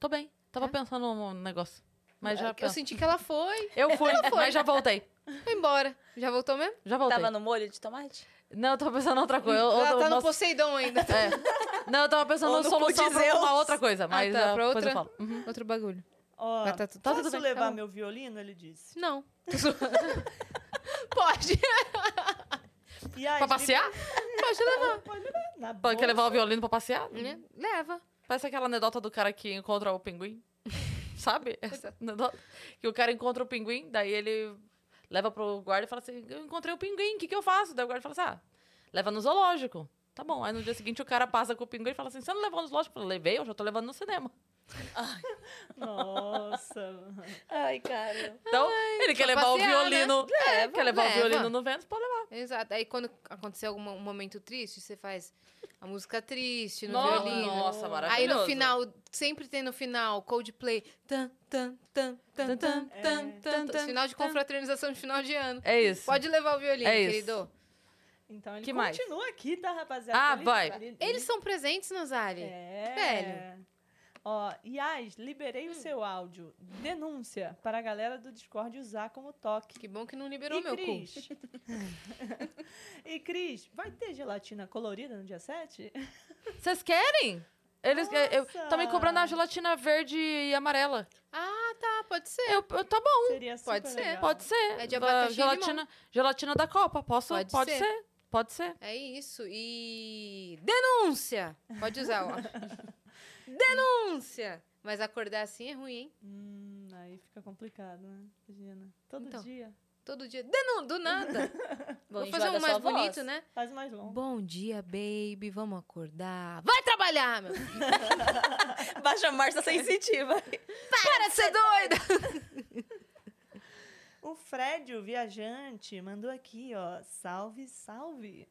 Tô bem. Tava pensando num negócio. Mas já
eu
penso.
senti É que ela foi.
Eu fui, mas já voltei.
Foi embora. Já voltou mesmo?
Já voltei.
Tava no molho de tomate?
Não, eu tava pensando em outra coisa. Eu-
ela
eu-
tá no
nosso-
Poseidon ainda.
é. Não, eu tava pensando
Ou
em
no
solução pra
Pudizeus.
uma outra coisa. Mas
tá, pra
ah, depois
outra.
eu falo. Uhum.
Outro bagulho.
Ó,
Mas tá tu- tá
posso
tudo bem, tá
levar
bom.
meu violino? Ele disse.
Não. Tô zoando. Pode.
E aí,
Pra passear?
Pode levar.
Na
Pô, Quer
bolsa.
levar o violino pra passear?
Né? Leva.
Parece aquela anedota do cara que encontra o pinguim. Sabe? Essa anedota. Que o cara encontra o pinguim, daí ele leva pro guarda e fala assim: Eu encontrei o pinguim, o que, que eu faço? Daí o guarda fala assim: Ah, leva no zoológico. Tá bom. Aí no dia seguinte o cara passa com o pinguim e fala assim: Você não levou no zoológico? Eu falei, levei, eu já tô levando no cinema.
Nossa.
Ai, cara.
Então, ele quer
pra
levar o
passear, né?
violino. é,
Leva,
quer levar
leva.
o violino no vento, pode levar.
Exato. Aí quando acontecer algum um momento triste, você faz a música triste no
No-
violino.
Nossa, maravilhoso.
Aí no final, sempre tem no final Coldplay. Tan, tan, tan, tan, tan,
É.
tan, tan, tan. Final de confraternização de final de ano.
É isso.
Pode levar o violino,
É isso.
querido.
Então ele
Que mais?
continua aqui, tá, rapaziada?
Ah,
Ele-
vai.
ele-
Eles são presentes, Nazari.
É.
Velho. Hum.
Ó, Yas, liberei o seu áudio. Denúncia para a galera do Discord usar como toque.
Que bom que não liberou
e
meu cu.
Cris? e Cris, vai ter gelatina colorida no dia 7?
Vocês querem? Eles
Nossa.
estão me cobrando a gelatina verde e amarela.
Ah, pode ser.
Eu, eu- tá bom,
Seria super
Pode ser,
legal.
pode ser.
É de
Ah,
abacaxi e
gelatina, gelatina da Copa, posso?
Pode
Pode,
ser.
ser. Pode ser.
É isso. E. Denúncia! Pode usar, ó. Denúncia! Mas acordar assim é ruim, hein?
Hum, aí fica complicado, né? Imagina. Todo
Então.
dia.
Todo dia. Denu... Do nada. Vou fazer um
enjoar da
mais
sua voz.
bonito, né?
Faz mais longo.
Bom dia, baby. Vamos acordar. Vai trabalhar, meu.
Baixa a marcha sensitiva.
Para de ser é doida!
O Fred, o viajante, mandou aqui, ó. Salve, salve.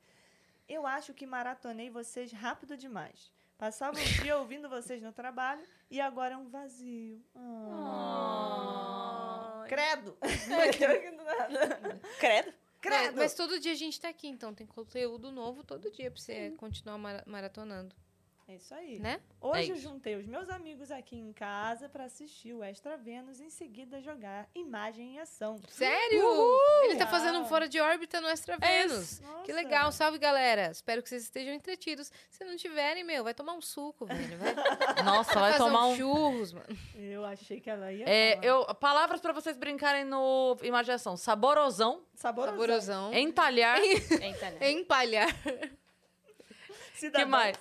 Eu acho que maratonei vocês rápido demais. Passava o dia ouvindo vocês no trabalho e agora é um vazio. Ah.
Ai.
Credo! Credo!
Oh. Credo.
Mas,
Credo!
mas todo dia a gente tá aqui, então tem conteúdo novo todo dia pra você continuar mara- maratonando,
É isso aí.
né?
É
Hoje eu
isso.
juntei os meus amigos aqui em casa pra assistir o Extra Vênus e em seguida jogar Imagem em Ação.
Sério? Ele tá
Uau.
fazendo um fora de órbita no Extra
É
Vênus.
Nossa.
Que legal, salve galera. Espero que vocês estejam entretidos. Se não tiverem, meu, vai tomar um suco, velho. Vai,
Nossa, vai
fazer
tomar um.
churros, mano.
Eu achei que ela ia.
É,
falar.
eu, palavras pra vocês brincarem no imaginação. Saborosão,
é.
Saborosão.
Saborosão.
entalhar,
Eita, né?
Empalhar.
que
Cidadão. É.
mais?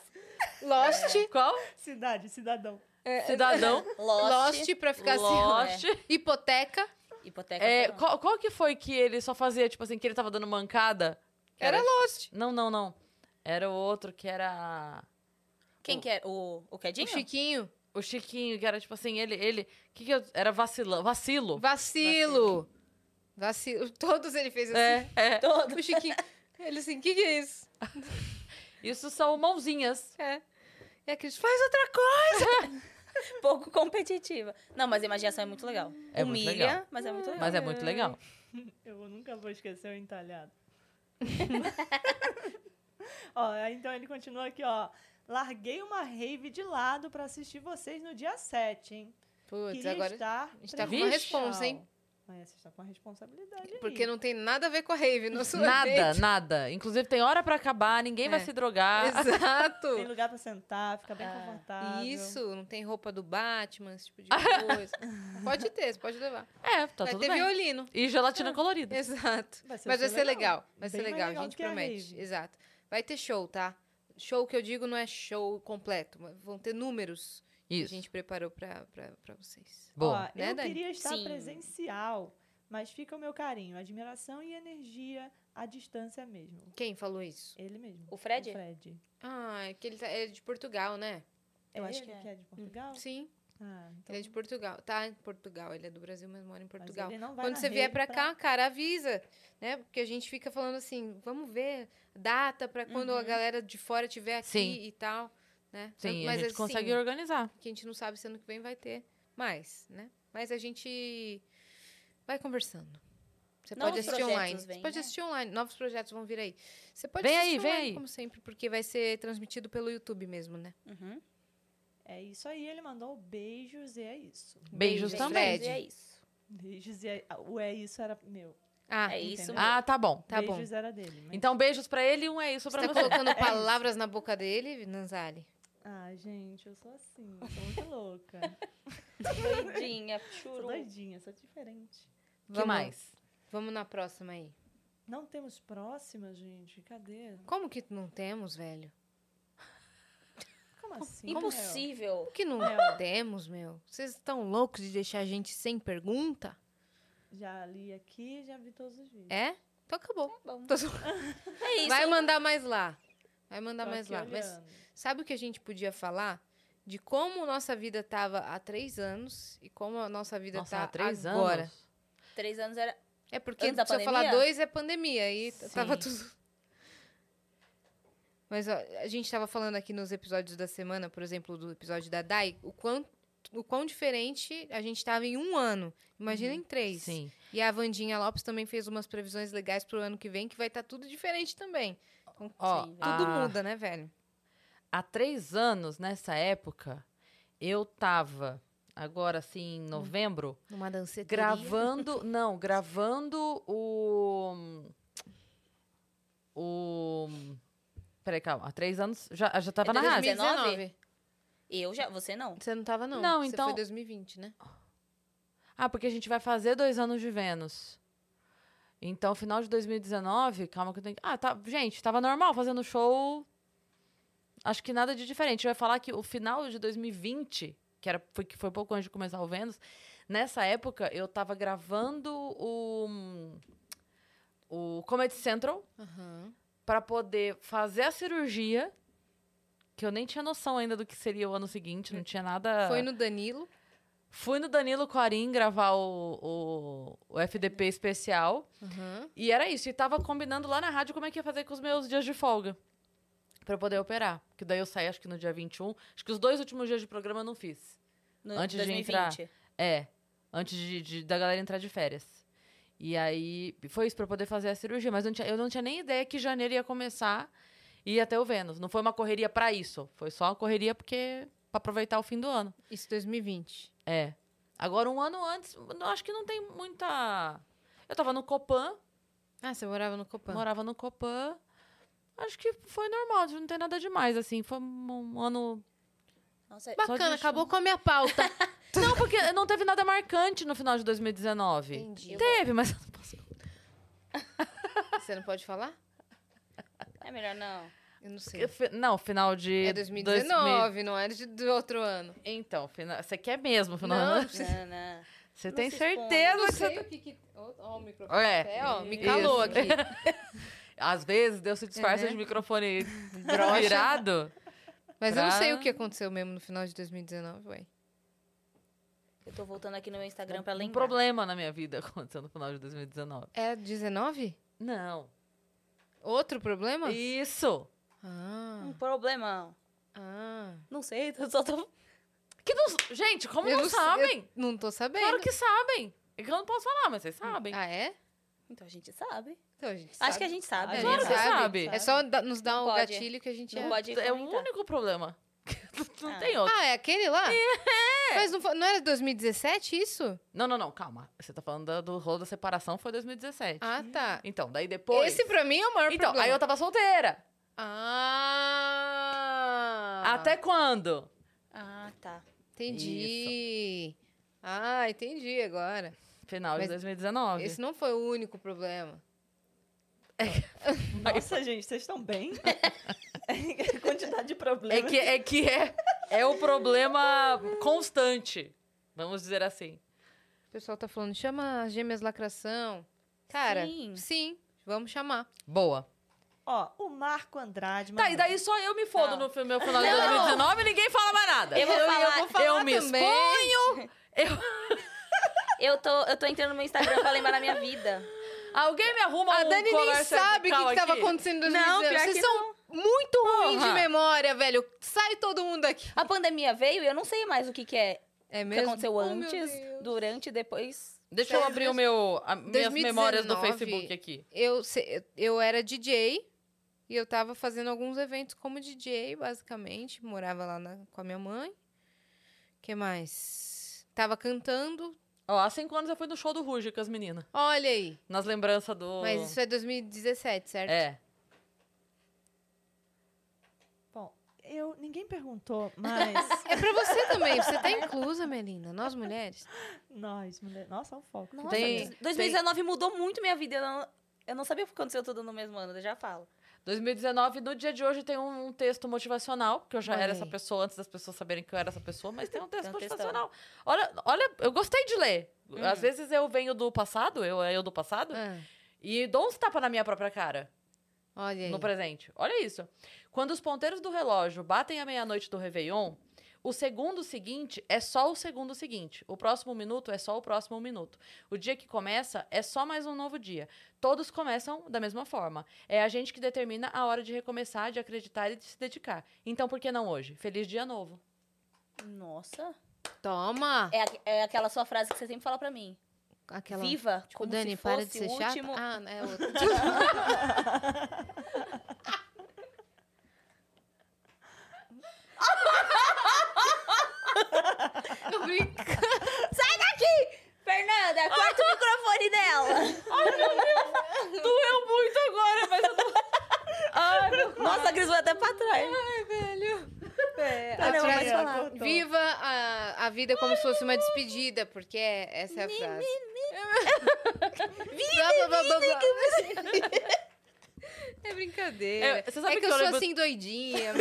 Lost.
Qual?
Cidade, cidadão.
Cidadão.
É.
Lost.
É, Lost pra ficar
Lost.
assim. né? Hipoteca.
Hipoteca.
É,
não.
qual, qual que foi que ele só fazia, tipo assim, que ele tava dando mancada? Que
Era Lost.
Não, não, não. Era o outro que era.
Quem que é? O, o Quedinho?
O Chiquinho.
O Chiquinho, que era tipo assim, ele. ele que, que eu- era vacilão. Vacilo.
Vacilo. Vacilo. Todos ele fez assim.
É, é.
Todo. O Chiquinho. Ele assim, o que, que é isso?
Isso são mãozinhas.
É. E a Cris, faz outra coisa.
Pouco competitiva. Não, mas a imaginação é muito legal.
É muito
Humilha,
legal.
mas é muito legal.
Mas é muito legal.
Eu nunca vou esquecer o entalhado. ó, aí então ele continua aqui, ó. Larguei uma rave de lado pra assistir vocês no dia 7, hein?
Putz,
Queria
agora.
estar
a gente tá
com uma
presencial.
responsa, hein?
É, você está com uma responsabilidade
Porque
tá aí.
não tem nada a ver com a rave. Não sou
Nada,
date.
nada. Inclusive, tem hora pra acabar, ninguém vai
É.
se drogar.
Tem
Exato.
lugar pra sentar, fica bem
Ah,
confortável.
Isso, não tem roupa do Batman, esse tipo de coisa. pode ter, você pode levar.
É, tá
Vai
tudo
ter
bem.
violino.
E gelatina colorida.
Exato.
Vai ser,
Mas vai ser legal. Vai ser
Bem mais
legal,
legal
a
do
gente
que a
promete.
rave.
Exato. Vai ter show, tá? Show que eu digo não é show completo. mas Vão ter números que a
Isso.
gente preparou pra, pra, pra vocês.
Boa.
Ó,
Né,
eu
Dani?
queria estar
Sim.
presencial, mas fica o meu carinho, admiração e energia à distância mesmo.
Quem falou isso?
Ele mesmo.
O Fred?
O Fred.
Ah, é que ele tá, ele é de Portugal, né?
Eu
É
acho que
ele, é.
que é de Portugal.
Hum. Sim,
Ah, então,
ele é de Portugal. Tá em Portugal, ele é do Brasil, mas mora em
mas
Portugal.
ele não vai
Quando
na
você vier
rave
pra cá, cara, avisa, né? Porque a gente fica falando assim, vamos ver data pra quando a
Uhum.
galera de fora tiver aqui
Sim.
e tal, né?
Sim,
mas
a gente
assim,
consegue organizar.
que a gente não sabe se ano que vem vai ter mais, né? Mas a gente vai conversando. Você pode
Novos
assistir
projetos
online.
vêm,
você pode
né?
assistir online. Novos projetos vão vir aí. Você pode
Vem aí,
assistir
vem
online,
aí.
como sempre, porque vai ser transmitido pelo YouTube mesmo, né?
Uhum.
É isso aí, ele mandou beijos e é isso.
Beijos
Beijos,
também.
Fred.
E é isso.
Beijos e é... ah, O é isso era meu.
Ah,
é isso
entendeu?
mesmo.
Ah, tá bom.
tá bom.
beijos era dele. mas-
Então, beijos pra ele e um é isso
Você
pra
tá
você.
colocando palavras na boca dele, Nanzali?
Ah, gente, eu sou assim, eu sou muito louca.
Doidinha,
sou
churu.
doidinha, sou diferente.
O que
Vamos-
mais?
Vamos na próxima aí.
Não temos próxima, gente? Cadê?
Como que não temos, velho?
Como assim? Léo?
Impossível.
Como que não
É,
Não.
temos, meu? Vocês estão loucos de deixar a gente sem pergunta?
Já li aqui, já vi todos os vídeos.
É? Então acabou.
Bom,
Tô zo-
é isso.
Vai mandar mais lá. Vai mandar
Tô
mais
aqui
lá. Mas
olhando.
sabe o que a gente podia falar? De como nossa vida tava há três anos e como a nossa vida
Nossa,
tá
há três
agora.
anos.
Três anos era.
É porque
Antes da
se eu falar
pandemia?
dois é pandemia e t- tava
Sim.
tudo. Mas ó, a gente tava falando aqui nos episódios da semana, por exemplo, do episódio da Dai, o quão, o quão diferente a gente tava em um ano. Imagina em três.
Sim.
E a Vandinha Lopes também fez umas previsões legais pro ano que vem, que vai estar tudo diferente também. Então,
Ó,
tudo
a-
muda, né, velho?
Há três anos, nessa época, eu tava, agora assim, em
Hum.
novembro,
Numa danceteria.
gravando. Não, gravando o. O. Peraí, calma. Há três anos já, já tava
É
na rádio.
2019?
2019.
Eu já. Você não.
Você não tava, não.
Não,
Você
então-
foi 2020, né?
Ah, porque a gente vai fazer dois anos de Vênus. Então, final de 2019, calma que eu tenho que. Ah, tá. Gente, tava normal fazendo show. Acho que nada de diferente. Eu ia falar que o final de 2020, que era, foi, que foi pouco antes de começar o Vênus, nessa época eu tava gravando o. O Comedy Central
Aham.
pra poder fazer a cirurgia. Que eu nem tinha noção ainda do que seria o ano seguinte, não tinha nada.
Foi no Danilo.
Fui no Danilo Corim gravar o, o, o FDP especial.
Aham.
E era isso. E tava combinando lá na rádio como é que ia fazer com os meus dias de folga. Pra eu poder operar. Que daí eu saí, acho que no dia 21. Acho que os dois últimos dias de programa eu não fiz.
No
Antes de
2020.
entrar. É. Antes de, de- da galera entrar de férias. E aí, foi isso pra eu poder fazer a cirurgia. Mas não tinha- eu não tinha nem ideia que janeiro ia começar e ir até o Vênus. Não foi uma correria pra isso. Foi só uma correria porque... Pra aproveitar o fim do ano.
Isso, 2020.
É. Agora, um ano antes, eu acho que não tem muita. Eu tava no Copan,
Ah, você morava no Copan.
morava no Copan. Acho que foi normal, não tem nada demais, assim. Foi um um ano.
Nossa, é
É Só de
Bacana,
chão.
acabou com a minha pauta.
Não, porque não teve nada marcante no final de 2019.
Entendi.
Teve, mas eu não posso.
Você não pode falar?
é melhor não.
Eu não sei.
Eu fi- Não, final de.
É
2000.
2019, não era de, do outro ano.
Então, fina- você quer mesmo final do
Não,
ano?
Não, não.
Você
não
tem
se
Eu
certeza
não
que você
sei o que que... Ó, ó, o microfone
É.
até, ó, me calou
Isso.
aqui.
Às vezes Deus se disfarça
Uhum.
de microfone virado.
Mas eu não sei
Pra-
o que aconteceu mesmo no final de 2019, ué.
Eu tô voltando aqui no meu Instagram pra
um
lembrar.
problema na minha vida aconteceu no final de 2019.
É 19?
Não.
Outro problema?
Isso!
Ah,
Um problemão.
ah.
Não sei, eu só tô...
Que não- Gente, como
Eu
não,
não sei-
sabem?
Não tô sabendo.
Claro que sabem. É que eu não posso falar, mas vocês sabem.
Ah, é?
Então a gente sabe.
Então a gente
Acho que a gente sabe.
Ah,
né?
claro
É, a gente
que sabe.
É só da- nos dar
Não
o
pode.
gatilho que a gente
Não
é.
pode
é o
comentar.
único problema. não
Ah.
tem outro.
Ah, é aquele lá?
É.
Mas não, fo- não era 2017 isso?
Não, não, não, calma. Você tá falando da- do rolo da separação, foi 2017.
Ah, tá.
Então, daí depois.
Esse pra mim é o maior
Então,
problema.
aí eu tava solteira.
Ah!
Até quando?
Ah, tá.
Entendi. Ah, entendi agora.
Final de
Mas
2019.
Esse não foi o único problema.
Nossa, gente, vocês estão bem? A quantidade de
É
problemas.
que é que é, é o problema constante. Vamos dizer assim.
O pessoal tá falando, chama as gêmeas lacração. Cara,
Sim.
sim, vamos chamar.
Boa.
Ó, o Marco Andrade.
Tá, e
mandou.
daí só eu me fodo
Não.
no fi- meu final de 2019 e ninguém fala mais nada.
Eu vou falar-
eu me
também.
Eu tô, eu tô entrando no meu Instagram pra lembrar da minha vida.
Alguém me arruma
A
um
Dani
colar
nem sabe o que, que
cervical
tava
aqui?
acontecendo em
Não,
2019.
pior
Vocês
que
são muito ruins de
Porra.
memória, velho. Sai todo mundo daqui.
A pandemia veio e eu não sei mais o que, que é.
É
O
mesmo?
que aconteceu
Oh, meu
antes,
Deus.
durante, depois.
Deixa eu abrir o meu a, minhas
2019.
memórias do Facebook aqui.
Eu, se- eu era DJ e eu tava fazendo alguns eventos como DJ, basicamente. Morava lá na- com a minha mãe. que mais? Tava cantando.
Ó, há cinco anos eu fui no show do Ruge com as meninas.
Olha aí.
Nas lembranças do.
Mas isso é 2017, certo?
é.
Bom, eu, ninguém perguntou, mas
É pra você também. Você tá inclusa, Melina. Nós mulheres.
nós, mulher. Nossa, é um foco.
Nossa,
Tem-
dois- 2019 mudou muito minha vida. Eu não, eu não sabia o que aconteceu tudo no mesmo ano, eu já falo.
2019, no dia de hoje, tem um, um texto motivacional, porque eu já
Olha
era
aí.
essa pessoa antes das pessoas saberem que eu era essa pessoa, mas tem um texto
Tem um textão.
motivacional. Olha, olha, eu gostei de ler.
Hum.
Às vezes eu venho do passado, eu é eu do passado,
Ah,
e dou uns tapas na minha própria cara,
olha aí.
no presente. Olha isso. Quando os ponteiros do relógio batem a meia-noite do Réveillon, o segundo seguinte é só o segundo seguinte. O próximo minuto é só o próximo minuto. O dia que começa é só mais um novo dia. Todos começam da mesma forma. É a gente que determina a hora de recomeçar, de acreditar e de se dedicar. Então, por que não hoje? Feliz dia novo.
Nossa.
Toma!
É, a- é aquela sua frase que você sempre fala pra mim.
Aquela...
Viva,
Tipo,
como
Dani,
se fosse
para de ser
o
chata.
último.
Ah, não, é outra. Tô brincando.
Fernanda, corta o microfone dela.
Doeu muito agora, mas eu tô... Ai, meu...
Nossa, a Cris vai até pra trás.
Ai, velho.
É,
A
ah, não,
frase
mas
ela
falar.
cortou.
Viva a, a vida como se fosse uma despedida, porque é- essa é a frase. Blá, blá, blá, blá, blá. É brincadeira.
É, você sabe
é que,
que
eu
eu
sou
lembro-
assim doidinha.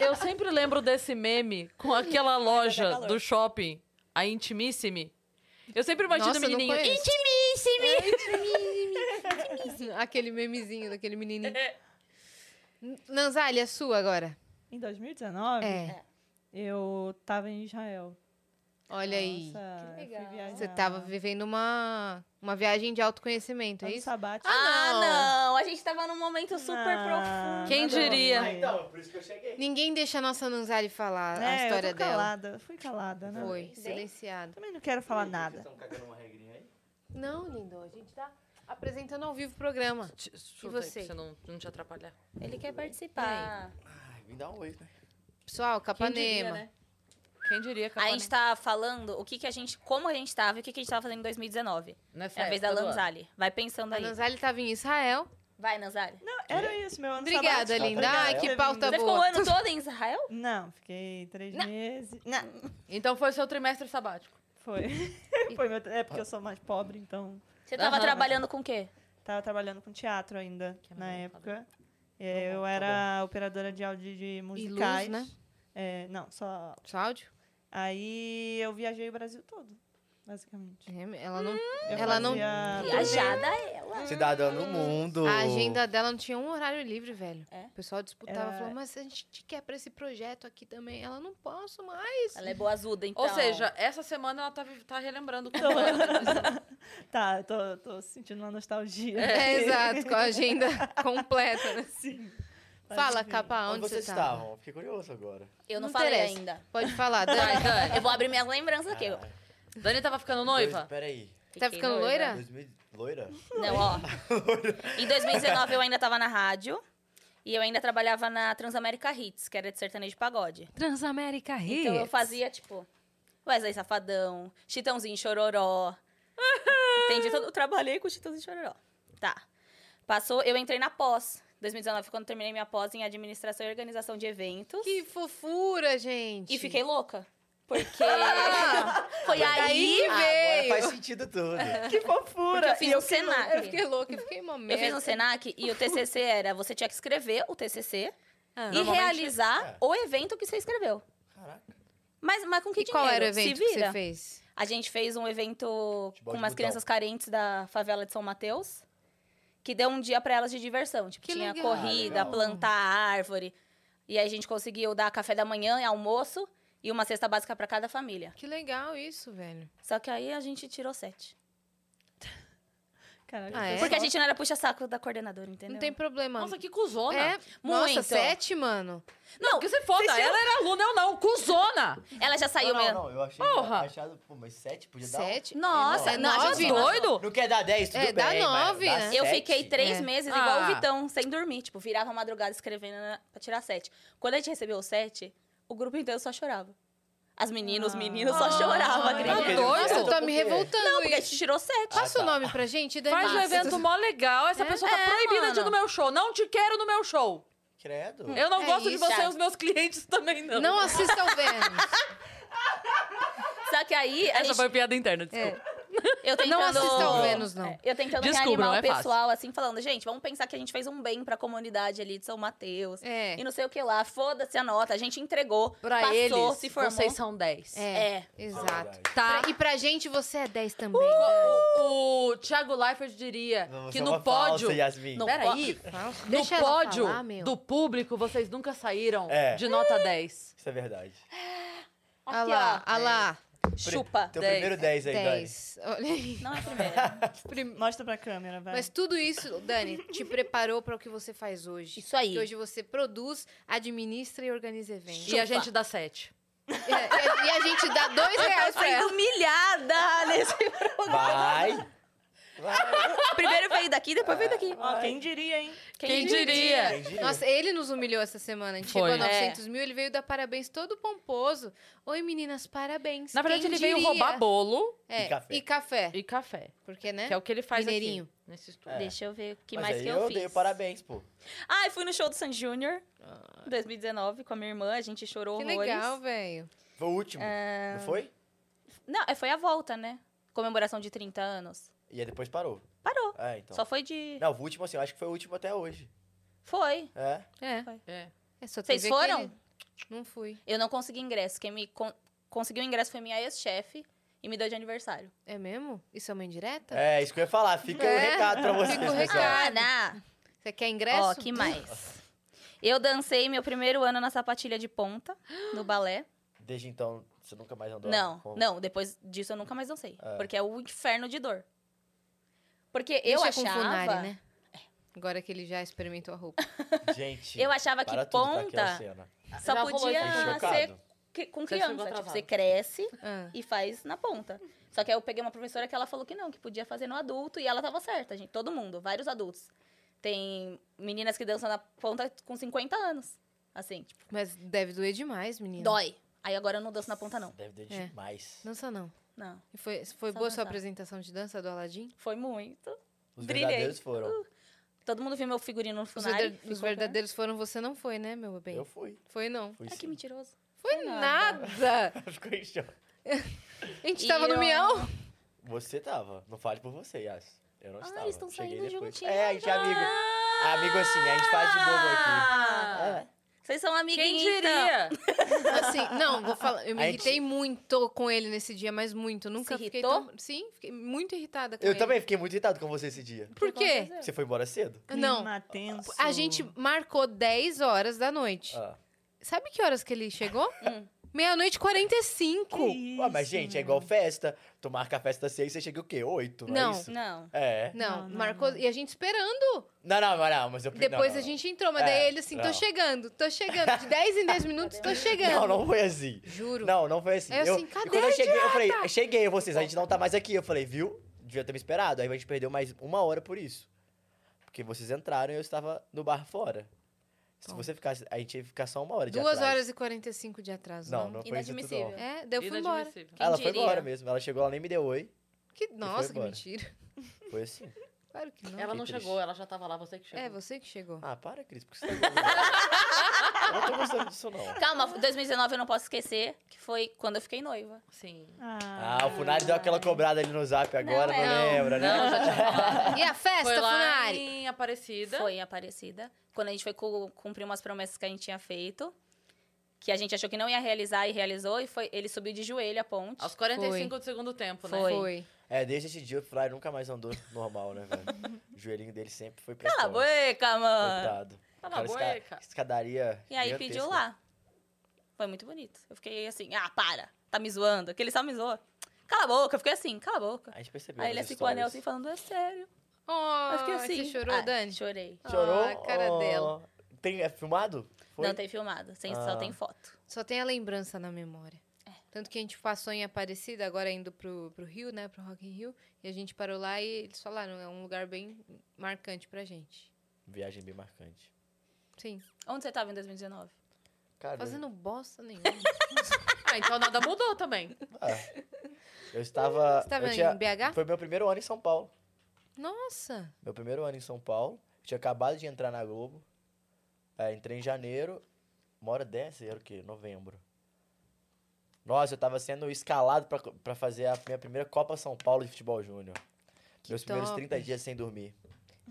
Eu sempre lembro desse meme com aquela
É,
Vai dar
loja
calor.
do shopping, a Intimissime. Eu sempre imagino
Nossa,
o
eu não
menininho...
conheço. É,
Intimissime!
Aquele memezinho daquele menininho. Nanzali, é sua agora.
Em 2019,
É.
eu tava em Israel.
Olha aí.
Nossa,
Que
eu fui
legal.
viajar.
Você tava vivendo uma, uma viagem de autoconhecimento, é
Ano
isso?
sabático. Ah,
Ah,
não.
não. Ah. A gente tava num momento super
Não.
profundo.
Quem diria?
Ai,
Então, por isso que eu cheguei.
Ninguém deixa a nossa Nanzali falar a
É,
história
eu tô
dela.
calada. Eu Fui calada, né?
Foi, silenciado.
Também não quero falar
Ih, Vocês
nada.
estão cagando uma regrinha aí?
Não, lindo, a gente tá apresentando ao vivo o programa.
Te- Chuta
E
aí pra
você?
você não, não te atrapalhar.
Ele quer participar.
Ai, me dá um oi, né?
Pessoal,
Quem
Capanema.
diria, né?
Quem diria que
A gente tá falando o que que a gente, como a gente tava e o que que a gente tava fazendo em 2019.
Nessa
É a vez da
época do ano.
Lanzali. Vai pensando
A
aí.
Nanzali tava em Israel.
Vai, Lanzali.
Não, era isso, meu ano
Obrigada,
sabático.
linda.
Obrigada
Ai,
por
que
ter
pauta
Você
vindo.
ficou o
boa.
ano todo em Israel?
Não, fiquei três meses. Não,
Então foi o seu trimestre sabático.
foi. foi meu... É porque eu sou mais pobre, então...
Você tava
Aham.
trabalhando com o quê?
é
Tava trabalhando com teatro ainda
Que
na
maravilha.
época. É,
Tá bom,
eu
tá
era operadora de áudio de musicais.
né?
É, não, só.
Só áudio?
Aí eu viajei o Brasil todo, basicamente.
É, Ela não...
Eu
Ela não-
Hum. fazia turnê.
Viajada
É
ela.
Cidadã no mundo.
A agenda dela não tinha um horário livre, velho.
É?
O pessoal disputava,
Ela-
falou, mas a gente te quer pra esse projeto aqui também. Ela, não posso mais.
Ela é boazuda, então.
Ou seja, essa semana ela tá, vi- tá relembrando como
Então-
era.
Tá, eu tô, tô sentindo uma nostalgia.
É, exato, com a agenda completa, né?
Sim. Mas,
Fala,
enfim.
capa, onde,
Onde vocês
você
tá?
tava?
estavam? Fiquei curioso agora.
eu não,
não
falei
interessa.
ainda.
Pode falar,
Vai,
Dani.
Dani.
Eu vou abrir minhas lembranças aqui.
Caralho.
Dani tava ficando
Dois-
noiva?
Peraí.
Fiquei
tá ficando
noiva.
loira?
2000... Loira?
Não, ó. em 2019 eu ainda tava na rádio. E eu ainda trabalhava na Transamérica Hits, que era de sertanejo de pagode.
Transamérica Hits.
Então eu fazia, tipo, Wesley Safadão, Chitãozinho Chororó. Entendi, todo- eu trabalhei com Chitãozinho Chororó. Tá. Passou, eu entrei na pós. 2019, quando terminei minha pós em administração e organização de eventos.
Que fofura, gente.
E fiquei louca. Porque
Ah!
foi aí,
Daí
Agora
veio.
faz sentido tudo.
Que fofura!
que eu fiz
E
no Senac.
Eu fiquei louca, eu fiquei uma merda.
Eu fiz assim, no Senac e o TCC era você tinha que escrever o TCC
Ah.
e realizar
é.
o evento que você escreveu.
Caraca.
Mas, mas com que
E qual
dinheiro?
era o evento
Se
que
vira.
você fez?
A gente fez um evento
Futebol
com
de
umas
botão.
crianças carentes da favela de São Mateus, que deu um dia pra elas de diversão. Tipo,
Que
tinha
legal.
corrida,
Ah, Legal.
plantar árvore. E aí a gente conseguiu dar café da manhã e almoço e uma cesta básica pra cada família.
Que legal isso, velho.
Só que aí a gente tirou sete.
Caraca,
Ah, é?
Porque a gente não era puxa-saco da coordenadora, entendeu?
Não tem problema.
Nossa, que cuzona.
É, nossa,
Muito.
sete, mano.
Não, que você foda. Ela era aluna, eu não. Cuzona.
Ela já saiu
não, não,
mesmo.
não, eu achei
Porra.
achado, pô, mas sete podia dar.
Sete?
Nossa,
É
não,
nove.
a gente ficou-
Tá Doido?
Não quer dar dez, tudo
É,
bem.
dá
mas
nove,
dá
né?
Eu
sete?
fiquei três
É.
meses igual
Ah.
o Vitão, sem dormir. Tipo, virava a madrugada escrevendo né, pra tirar sete. Quando a gente recebeu o sete, o grupo inteiro só chorava. As meninas, os meninos só
Ah.
choravam,
Tá
acredita?
doido?
Nossa, eu tô me
Por quê?
revoltando.
Porque a gente tirou sete.
Passa
Ah,
o
tá.
nome pra gente, Dani.
Faz um
Massa.
evento mó legal. Essa
É?
pessoa tá
É,
proibida de ir no
mano.
meu show. Não te quero no meu show.
Credo.
Eu não
É
gosto de
isso,
você e
Thiago.
os meus clientes também, não.
Não assista o Vênus.
Só que aí, a
Essa
gente,
foi piada interna, desculpa.
eu tentando...
Não assista o Vênus, não.
É, Eu tentando
Desculpa,
reanimar
não é
o
fácil.
pessoal, assim, falando, gente, vamos pensar que a gente fez um bem pra comunidade ali de São Mateus.
É.
E não sei o que lá, foda-se a nota, a gente entregou,
Pra
passou,
eles,
se formou.
vocês são 10.
É,
É.
exato.
Tá?
E pra gente você é 10 também.
Uh!
O Thiago Leifert diria
Não,
que
você é
no
uma falsa,
pódio...
Yasmin.
Não.
Peraí.
Falso.
No
Deixa ela
pódio
falar, meu.
do público, vocês nunca saíram
É.
de nota 10.
Isso é verdade.
Olha
Aqui,
lá,
ó.
olha lá.
Chupa.
Teu
Dez.
então primeiro 10 aí, Dani.
10. Olha aí.
Não é a primeira.
Mostra pra câmera, vai.
Mas tudo isso, Dani, te preparou pra o que você faz hoje.
Isso aí.
Que hoje você produz, administra e organiza eventos.
E
Chupa.
a gente dá 7.
É, é, e a gente dá dois reais pra ela.
sendo humilhada nesse programa.
Vai. Vai.
Primeiro veio daqui, depois veio daqui.
Ó, quem diria, hein?
Quem diria?
Entendi.
Nossa, ele nos humilhou essa semana. A gente
Foi.
chegou a 900 mil, ele veio dar parabéns todo pomposo. Oi, meninas, parabéns.
Na verdade,
Quem
ele veio
diria?
roubar bolo
É,
E café.
E café.
e café.
Porque, né?
Que é o que ele faz
Mineirinho.
aqui. Nesse estúdio.
É.
Deixa eu ver o que
Mas
mais
aí
que eu,
eu
fiz.
dei o parabéns, pô.
Ah, eu fui no show do San Júnior, 2019, com a minha irmã. A gente chorou
Que
horrores.
legal, velho.
Foi o último. Não foi?
Não, é, foi a volta, né? Comemoração de 30 anos.
E aí depois parou.
Parou.
É, então.
Só foi de...
Não, o último assim, eu acho que foi o último até hoje.
Foi.
É.
É.
É.
é só
Vocês
teve aquele-
foram?
Não fui.
Eu não consegui ingresso. Quem me con- conseguiu o ingresso foi minha ex-chefe e me deu de aniversário.
É mesmo? Isso é uma indireta?
É, isso que eu ia falar. Fica o
É.
recado pra vocês,
Fica o
pessoal.
recado.
Ah, na...
Você quer ingresso?
Ó, que mais? Eu dancei meu primeiro ano na sapatilha de ponta, no balé.
Desde então, você nunca mais andou?
Não,
com-
não, depois disso eu nunca mais dancei.
É.
Porque é o inferno de dor. Porque eu
Deixa
achava.
com o Funari, né? Agora que ele já experimentou a roupa.
Gente,
Eu achava que
para tudo com aquela
ponta
cena.
só
Já rolou
podia
isso.
Fiquei
ser
chocado.
cri- com
Você chegou
criança. Tipo,
atrasado.
você cresce
Ah.
e faz na ponta. Só que aí eu peguei uma professora que ela falou que não, que podia fazer no adulto, e ela tava certa, gente. Todo mundo, vários adultos. Tem meninas que dançam na ponta com 50 anos. Assim, tipo,
Mas deve doer demais, menina.
dói. Aí agora eu não danço na ponta, não.
Deve ter
É.
demais.
Dança não.
Não.
E foi foi
Só
boa sua
dançar.
apresentação de dança do Aladim?
Foi muito.
Os
Brilhei. Uh.
verdadeiros foram.
Todo mundo viu meu figurino no
Os,
Funari.
verda- os
ficou- um
verdadeiros foram você não foi, né, meu bem?
Eu fui.
Foi não.
Fui
Ah, que
sim.
mentiroso.
Foi nada.
Ficou em choque.
A gente tava no
E, ó,
miau.
Você tava. Não fale por você, Yas. Eu não
Ah,
estava.
eles estão
Cheguei
saindo
depois.
juntinhos.
É, a gente é amigo. Amigo assim, a gente faz de bobo aqui.
Ah, Vocês são
Quem
amiguinhos, então.
diria?
Assim, não, vou falar. Eu me
A gente-
irritei muito com ele nesse dia, mas muito. Nunca
Se
fiquei
irritou?
tão. Sim, fiquei muito irritada com
Eu
ele.
também fiquei muito irritado com você esse dia.
Por quê?
Você foi embora cedo?
Não.
Clima tenso.
A gente marcou 10 horas da noite.
Ah.
Sabe que horas que ele chegou?
Hum.
Meia-noite e 45.
Que isso,
Ué, mas, gente, é igual festa. Tu marca a festa às seis, você chega o quê? Oito, não,
Não.
é isso?
Não.
É.
Não,
Não, não,
marcou.
não.
E a gente esperando.
Não, não, mas não, mas eu...
Depois
não, não,
a gente entrou, mas daí
É,
ele assim, tô
não.
chegando, tô chegando. De 10 em 10 minutos, tô chegando.
Não, não foi assim.
Juro.
Não, não foi assim.
É
eu,
assim,
e
cadê
quando
a
eu cheguei, eu falei, cheguei vocês, a gente não tá mais aqui. Eu falei, viu? Devia ter me esperado. Aí a gente perdeu mais uma hora por isso. Porque vocês entraram e eu estava no bar fora. Se
Bom.
você ficasse, a gente ia ficar só uma hora de
Duas
atraso.
horas e 45 de atraso.
Não, não foi isso tudo,
Inadmissível.
não.
É, daí eu fui embora.
Inadmissível.
Quem
ela foi
diria?
embora mesmo. Ela chegou, ela nem me deu oi.
Que, nossa, que
embora.
mentira.
Foi assim.
Claro que não.
Ela não
triste.
chegou, ela já tava lá, você que chegou.
É, você que chegou.
Ah, para, Cris, porque você tá gostando. Eu não tô gostando disso, não.
É.
Tá.
Calma, 2019 eu não posso esquecer, que foi quando eu fiquei noiva.
É, Sim.
Ah, o Funari deu aquela cobrada ali no zap agora,
Não,
não,
é.
lembra, né?
Não, já tinha falado.
E a festa,
Foi lá
Funari?
em Aparecida.
Foi em Aparecida. Quando a gente foi cu- cumprir umas promessas que a gente tinha feito, que a gente achou que não ia realizar e realizou, e foi, ele subiu de joelho a ponte.
Aos 45 do segundo tempo, né?
Foi.
É, desde esse dia o Funari nunca mais andou normal, né, velho? o joelhinho dele sempre foi pra
Cala a
cima.
boca, mano!
Coitado.
Tá
Cala
Cara,
a
esca-
boca.
Escadaria.
E aí
gigantesca.
pediu lá. Foi muito bonito. Eu fiquei assim, ah, para, tá me zoando. Que ele só me zoou. Cala a boca, eu fiquei assim, cala a boca.
A gente percebeu.
Aí ele
nas
assim com o anel assim
stories.
falando, é sério.
Oh,
eu fiquei assim.
Você chorou,
ah,
Dani?
Chorei.
Chorou?
Ah, a cara
Oh.
dela.
Tem, é filmado? Foi?
Não tem filmado, sem,
Ah.
só tem foto.
Só tem a lembrança na memória. Tanto que a gente passou em Aparecida, agora indo pro, pro Rio, né? Pro Rock in Rio. E a gente parou lá e eles falaram, é um lugar bem marcante pra gente.
Viagem bem marcante.
Sim.
Onde você tava em 2019?
Cara,
Fazendo bosta nenhuma.
Ah, então nada mudou também.
Tá ah, eu estava...
um- Você tava
eu tinha-
em BH?
Foi meu primeiro ano em São Paulo.
Nossa!
Meu primeiro ano em São Paulo. Eu tinha acabado de entrar na Globo. É, entrei em janeiro. Uma hora dessa era o quê? Novembro. Nossa, eu tava sendo escalado pra, co- pra fazer a minha primeira Copa São Paulo de Futebol Júnior.
Que
Meus primeiros
top.
30 dias sem dormir.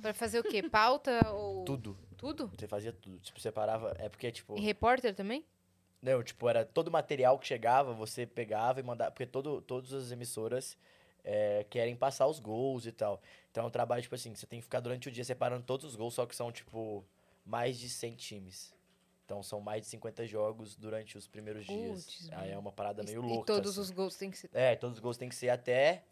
Pra fazer o quê? Pauta ou...
Tudo.
Tudo?
Você fazia tudo. Tipo, separava. É porque, tipo.
E repórter também?
Não, tipo, era todo o material que chegava, você pegava e mandava. Porque todo, todas as emissoras é, querem passar os gols e tal. Então é um trabalho, tipo assim, que você tem que ficar durante o dia separando todos os gols, só que são, tipo, mais de 100 times. Então são mais de 50 jogos durante os primeiros dias.
Putz,
Aí é
mano.
uma parada
E-
meio
e
louca.
todos
assim.
os gols têm que ser...
É, todos os gols tem que ser até.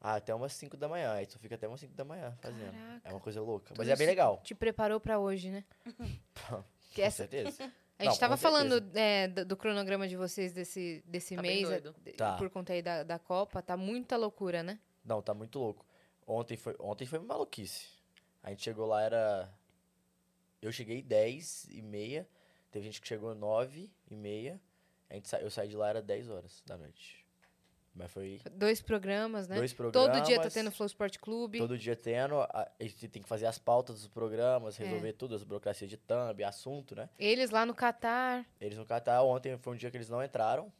Ah, até umas 5 da manhã. Aí tu fica até umas 5 da manhã fazendo. É uma
Caraca.
coisa louca. Mas
Tudo
é bem
isso-
legal.
Te preparou pra hoje, né? Que
Com
essa-
certeza.
A gente
Não,
tava
com certeza.
falando é, do, do cronograma de vocês desse, desse
Tá bem
mês, a-
doido.
de-
Tá.
por conta aí da, da Copa, tá muita loucura, né?
Não, tá muito louco. Ontem foi, ontem foi maluquice. A gente chegou lá, era. Eu cheguei 10 e meia. Teve gente que chegou 9 e meia. A gente sa... Eu saí de lá, era 10 horas da noite. Mas foi
Dois programas, né?
dois
Todo
programas.
dia tá tendo Flow Sport Clube.
Todo dia tendo. A a gente tem que fazer as pautas dos
É.
programas, resolver tudo, as burocracias de thumb, assunto, né?
Eles lá no Catar.
Eles no Catar, ontem foi um dia que eles não entraram.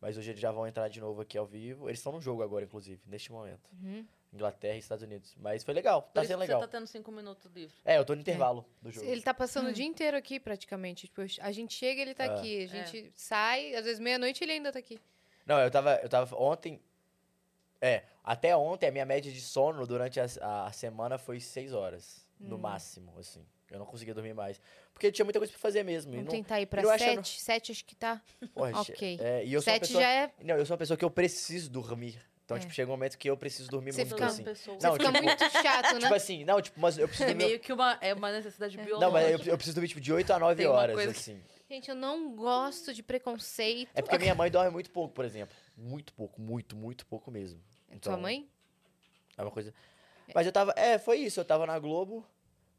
Mas hoje eles já vão entrar de novo aqui ao vivo. Eles estão no jogo agora, inclusive, neste momento.
Uhum.
Inglaterra e Estados Unidos. Mas foi legal,
Por
tá
isso
sendo
que
legal.
Você tá tendo cinco minutos livre.
É, eu tô no intervalo do jogo.
Ele tá
Hum.
passando o dia inteiro aqui, praticamente. Tipo, a gente chega, ele tá
É.
aqui. A gente sai, às vezes meia-noite ele ainda tá aqui.
Não, eu tava, eu tava ontem. É, até ontem a minha média de sono durante as- a, a semana foi 6 horas, no máximo, assim. Eu não conseguia dormir mais. Porque tinha muita coisa pra fazer mesmo. e
Vamos
não,
tentar ir pra
eu acho-
sete. Sete acho que tá.
Porra,
Ok.
é, e eu sou uma
sete
pessoa.
já é...
Não, eu sou uma pessoa que eu preciso dormir. Então,
É.
tipo, chega um momento que eu preciso dormir
Você
muito,
fica-
assim.
pessoa.
Não,
Fica
tipo,
muito chato, né?
tipo assim, não, tipo, mas eu preciso
É
dormir.
meio que uma, é uma necessidade
Não, mas eu,
biológica.
eu preciso dormir tipo, de 8 a 9
Tem uma
horas,
coisa que-
assim.
Gente, eu não gosto de preconceito.
É porque minha mãe dorme muito pouco, por exemplo. Muito pouco, muito, muito pouco mesmo.
Tua
Então,
mãe?
É uma coisa. Mas eu tava. É, foi isso. Eu tava na Globo,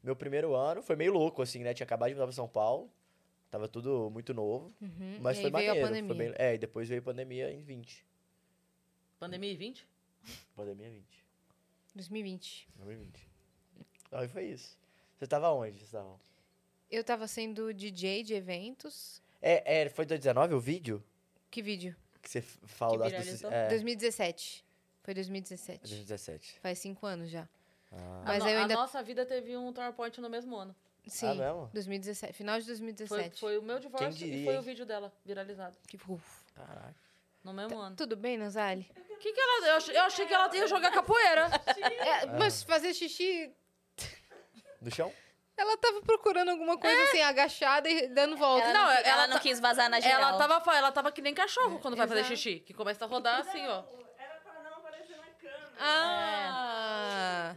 meu primeiro ano. Foi meio louco, assim, né? Tinha acabado de mudar pra São Paulo. Tava tudo muito novo.
Uhum.
Mas
e
foi
aí veio a
maneiro.
pandemia.
Foi bem... É, e depois veio a pandemia em 20.
Pandemia e 20?
Pandemia 20.
2020.
2020. Aí foi isso. Você tava onde? Você tava...
Eu tava sendo DJ de eventos.
É, é, foi 2019 o vídeo?
Que vídeo?
Que você f- falou
Que
das.
viralizou.
É,
2017. Foi 2017.
2017.
Faz cinco anos já.
Ah,
a,
Mas
no-
eu
a
ainda-
nossa vida teve um PowerPoint no mesmo ano.
Sim.
Ah, mesmo?
2017, final de
Foi,
2017.
foi o meu divórcio
diria,
e foi
hein?
o vídeo dela viralizado.
Tipo, uf. tá
Caraca.
No mesmo um ano.
tudo bem, Nazali?
Que que ela, eu, ach- eu achei que ela ia jogar capoeira.
É, mas fazer xixi,
No chão?
ela tava procurando alguma coisa assim, agachada e dando volta.
Ela
Não,
não,
ela
qui-
tá-
ela não quis vazar na geral.
Ela tava, fa- ela tava que nem cachorro quando vai fazer
Exato.
xixi. Que começa a rodar assim, ó.
Era pra não aparecer na câmera.
Ah!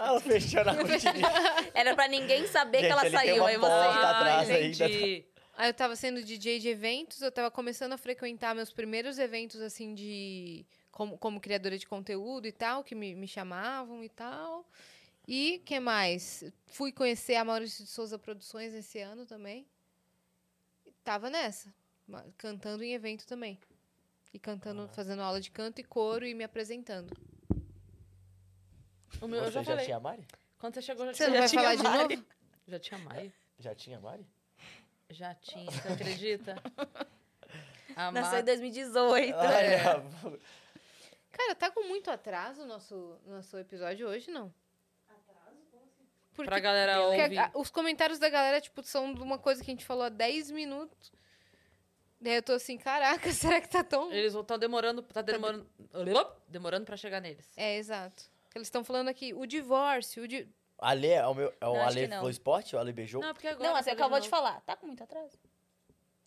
Ah, ela fechando a cortina.
Era pra ninguém saber
Gente,
que ela
ele tem
saiu.
uma
Aí você...
porta.
Ah,
É. tá atrás ainda.
entendi.
Aí eu tava sendo DJ de eventos, eu tava começando a frequentar meus primeiros eventos, assim, de. Como, como criadora de conteúdo e tal, que me, me chamavam e tal. E que mais? Fui conhecer a Maurício de Souza Produções esse ano também. E tava nessa. ma- Cantando em evento também. E cantando, fazendo aula de canto e coro e me apresentando.
O meu, eu
Você
já
já
falei.
tinha a Mari?
Quando você chegou, eu já
Você
tinha.
não vai
tinha
falar de
Mari.
novo?
Já tinha Mai?
Já tinha a Mari?
Já tinha, você acredita? A
Nasceu
Ma-
em 2018.
Ah,
É.
Olha,
Cara, tá com muito atraso o nosso, nosso episódio hoje, não? Atraso?
assim?
Porque
Pra galera
Porque a-
ouvir.
a- os comentários da galera, tipo, são de uma coisa que a gente falou há 10 minutos. Daí eu tô assim, caraca, será que tá tão.
Eles estão demorando, tá demorando, demorando pra chegar neles.
É, exato. Eles estão falando aqui, o divórcio, o di...
Ale é o meu. É o
Não, acho
Ale
que não.
Flow Esporte? O Ale beijou?
Não, porque agora
Não,
tá
você acabou
vendo-
de falar. Tá com muito atraso.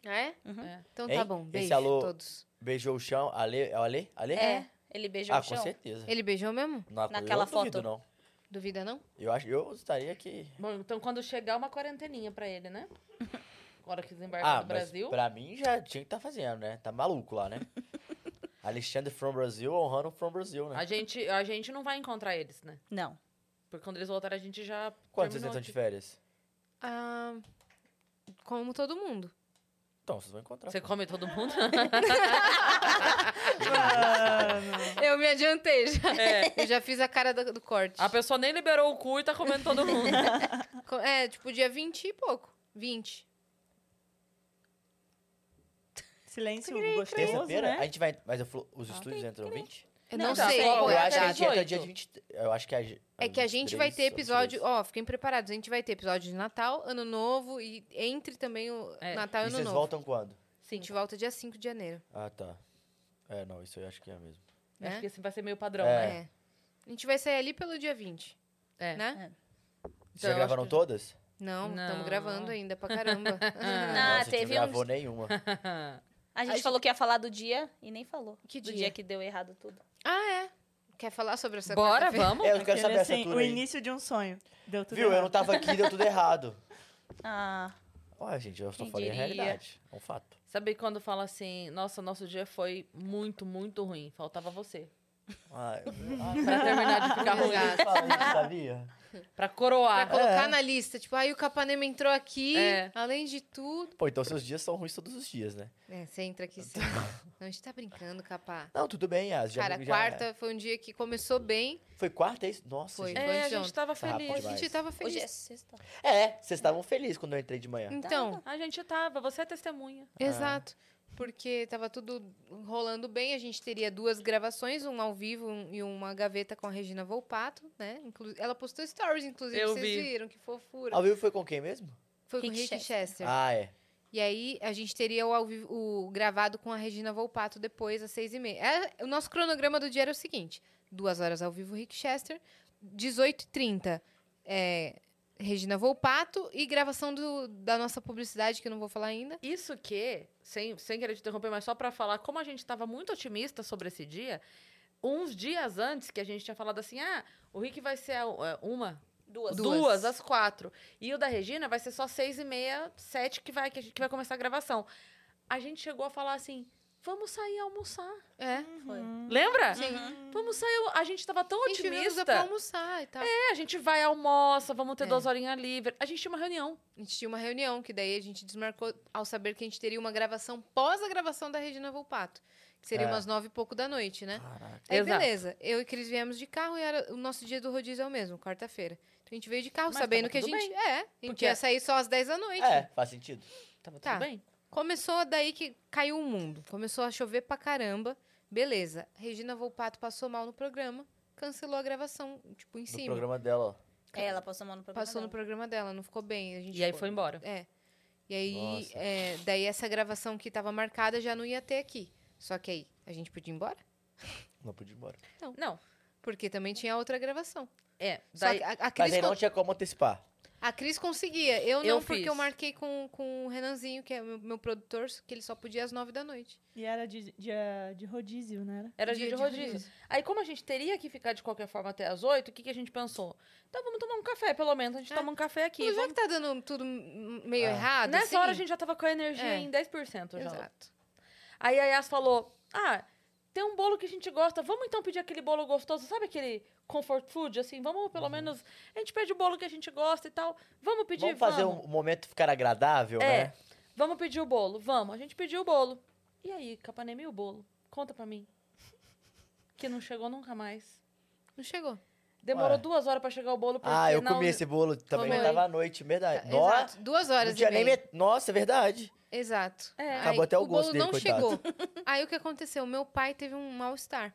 Ah, É?
É.
Então
Hein?
tá bom,
Esse
beijo
alô-
a todos.
Beijou o chão. Ale. É o Ale? Ale?
É. Ele beijou
Ah,
o
com
chão.
certeza.
Ele beijou mesmo?
Não,
Naquela
eu não duvido,
foto.
não.
Duvida não?
Eu, acho, eu estaria aqui.
Bom, então quando chegar uma quarenteninha pra ele, né? Agora que desembarcar
Ah,
no
mas
Brasil.
pra mim já tinha que estar fazendo, né? Tá maluco lá, né? Alexandre from Brasil honrando o from Brasil, né?
A gente, a gente não vai encontrar eles, né?
Não.
Porque quando eles voltarem, a gente já.
Quantos vocês
terminou
estão
aqui.
de férias?
Ah, como todo mundo.
Então, vocês vão encontrar.
Você come todo mundo?
Ah,
Eu me adiantei já.
é.
Eu já fiz a cara do, do corte.
A pessoa nem liberou o cu e tá comendo todo mundo.
Co- É, tipo, dia 20 e pouco. 20.
Silêncio gostoso,
Terça-feira? A
né?
gente vai. Mas eu falo, os estúdios entram Ah, 20?
Eu
Não,
não,
tá,
sei.
só-
qual
Eu
é a
acho que a
data.
gente entra
18.
dia 20. Eu acho que a gente.
É que a gente vai ter episódio. Ó, fiquem preparados. A gente vai ter episódio de Natal, Ano Novo e entre também o
É.
Natal e tá
E
Ano
vocês
Novo.
voltam quando?
A gente volta dia 5 de janeiro.
Ah, tá. É, não, isso eu acho que é mesmo.
Acho
né?
que assim vai ser meio padrão,
É.
né?
É. A gente vai sair ali pelo dia 20.
É.
Né?
Vocês já
eu acho
gravaram
que-
todas?
Não,
Não.
estamos gravando ainda pra caramba.
Ah,
Nossa, a gente
teve
não gravou
uns-
nenhuma.
A gente
gente-
falou que ia falar do dia e nem falou.
Que
do
dia?
dia que deu errado tudo.
ah, é. Quer falar sobre essa
Bora,
quarta-feira?
vamos?
É, eu quero
Aquele,
saber essa
assim,
altura
o
aí.
início de um sonho. Deu tudo
Viu? Eu
errado.
não tava aqui, deu tudo errado.
Ah,
Ó, gente, eu só
Quem
falei a
diria?
realidade. É um fato.
Sabe quando fala assim, nossa, nosso dia foi muito, muito ruim. Faltava você.
Ah, eu-
Pra terminar de ficar ruim.
Exato.
Fala isso, sabia?
Pra coroar.
Pra colocar
É.
na lista. Tipo, aí o Capanema entrou aqui,
É.
além de tudo.
Pô, então seus dias são ruins todos os dias, né?
É, você entra aqui sim. Não, a gente tá brincando, Capá.
Não, tudo bem, Yas. Já,
Cara,
já-
quarta foi um dia que começou bem.
Foi quarta, é isso? Nossa,
Foi.
gente.
É, a gente
Condição.
tava
Tá,
feliz.
pode
A gente
Demais.
tava feliz.
hoje é sexta.
É, vocês estavam felizes quando eu entrei de manhã.
Então,
A gente tava, você é testemunha.
exato. Porque tava tudo rolando bem. A gente teria duas gravações, um ao vivo um- e uma gaveta com a Regina Volpato, né? Inclu- Ela postou stories, inclusive,
Eu
vocês
vi.
viram, que fofura.
Ao vivo foi com quem mesmo?
Foi com o
Rick
Rick Chester.
Ah, é.
E aí, a gente teria o, ao vivo- o gravado com a Regina Volpato depois, às seis e meia. É, o nosso cronograma do dia era o seguinte: duas horas ao vivo, Rick Chester, 18h30, é, Regina Volpato e gravação do- da nossa publicidade, que eu não vou falar ainda.
Isso que, sem, sem querer te interromper, mas só pra falar, como a gente tava muito otimista sobre esse dia, uns dias antes que a gente tinha falado assim, ah, o Rick vai ser a- é, uma,
Duas.
duas. às quatro. E o da Regina vai ser só seis e meia, sete, que vai, que, a gente- que vai começar a gravação. A gente chegou a falar assim, vamos sair almoçar.
É.
Foi.
Lembra?
Uhum.
Vamos sair, al- a gente tava tão
A gente organiza
otimista.
pra almoçar e tal.
É, a gente vai, almoça, vamos ter
É.
duas horinhas livres. A gente tinha uma reunião.
A gente tinha uma reunião, que daí a gente desmarcou ao saber que a gente teria uma gravação pós a gravação da Regina Volpato. Que seria
É.
umas nove e pouco da noite, né?
Caraca.
Aí,
Exato.
beleza. Eu e Cris viemos de carro e era o nosso dia do rodízio é o mesmo, quarta-feira. Então a gente veio de carro
Mas
sabendo
tava
que a
tudo
gente. É, a gente
Porque-
ia sair só às 10 da noite.
É, faz sentido.
Tava tudo
Tá.
bem?
Começou daí que caiu o mundo. Começou a chover pra caramba. Beleza. Regina Volpato passou mal no programa. cancelou a gravação, tipo, em
No
cima.
programa dela, ó.
É, ela passou a mão no programa.
Passou no
dela.
programa dela, não ficou bem. A gente
E aí
ficou-
foi embora.
É. E aí,
Nossa.
é, daí essa gravação que tava marcada já não ia ter aqui. Só que aí, a gente podia ir embora?
Não pude ir embora.
Não.
Porque também tinha outra gravação.
É.
Só
Daí,
que a, a
Mas
Cris
aí não
con-
tinha como antecipar.
a Cris conseguia. Eu não,
Eu
porque
fiz.
eu marquei com, com o Renanzinho, que é meu, meu produtor, que ele só podia às nove da noite.
E era de, de, ah, de rodízio, não era?
era dia de rodízio. Aí, como a gente teria que ficar de qualquer forma até as oito, o que, que a gente pensou? Então vamos tomar um café, pelo menos. A gente
É.
toma um café aqui.
Mas já
vamos-
que tá dando tudo m- meio
Ah.
errado,
Nessa
assim,
hora a gente tá já tava com a energia
É.
em 10% já.
Exato.
Aí a Yas falou: Ah, tem um bolo que a gente gosta, vamos então pedir aquele bolo gostoso, sabe aquele comfort food? Assim, vamos pelo menos. A gente pede o bolo que a gente gosta e tal. Vamos um pedir.
Vamos fazer
vamos.
o momento ficar agradável,
É.
né?
Vamos pedir o bolo, vamos. A gente pediu o bolo. E aí, Capanema, e o bolo? Conta pra mim. Que não chegou nunca mais.
Não chegou.
Demorou
Ué.
duas horas pra chegar o bolo. Porque
Ah, eu
não...
comi esse bolo também,
Comeu.
tava à noite, verdade.
Tá,
Nossa,
Exato. Duas horas
É, não tinha
e
nem
meia.
met... Nossa, é verdade.
Exato.
É.
Acabou até o
bolo
gosto dele,
não
coitado.
chegou. Aí o que aconteceu? Meu pai teve um mal-estar.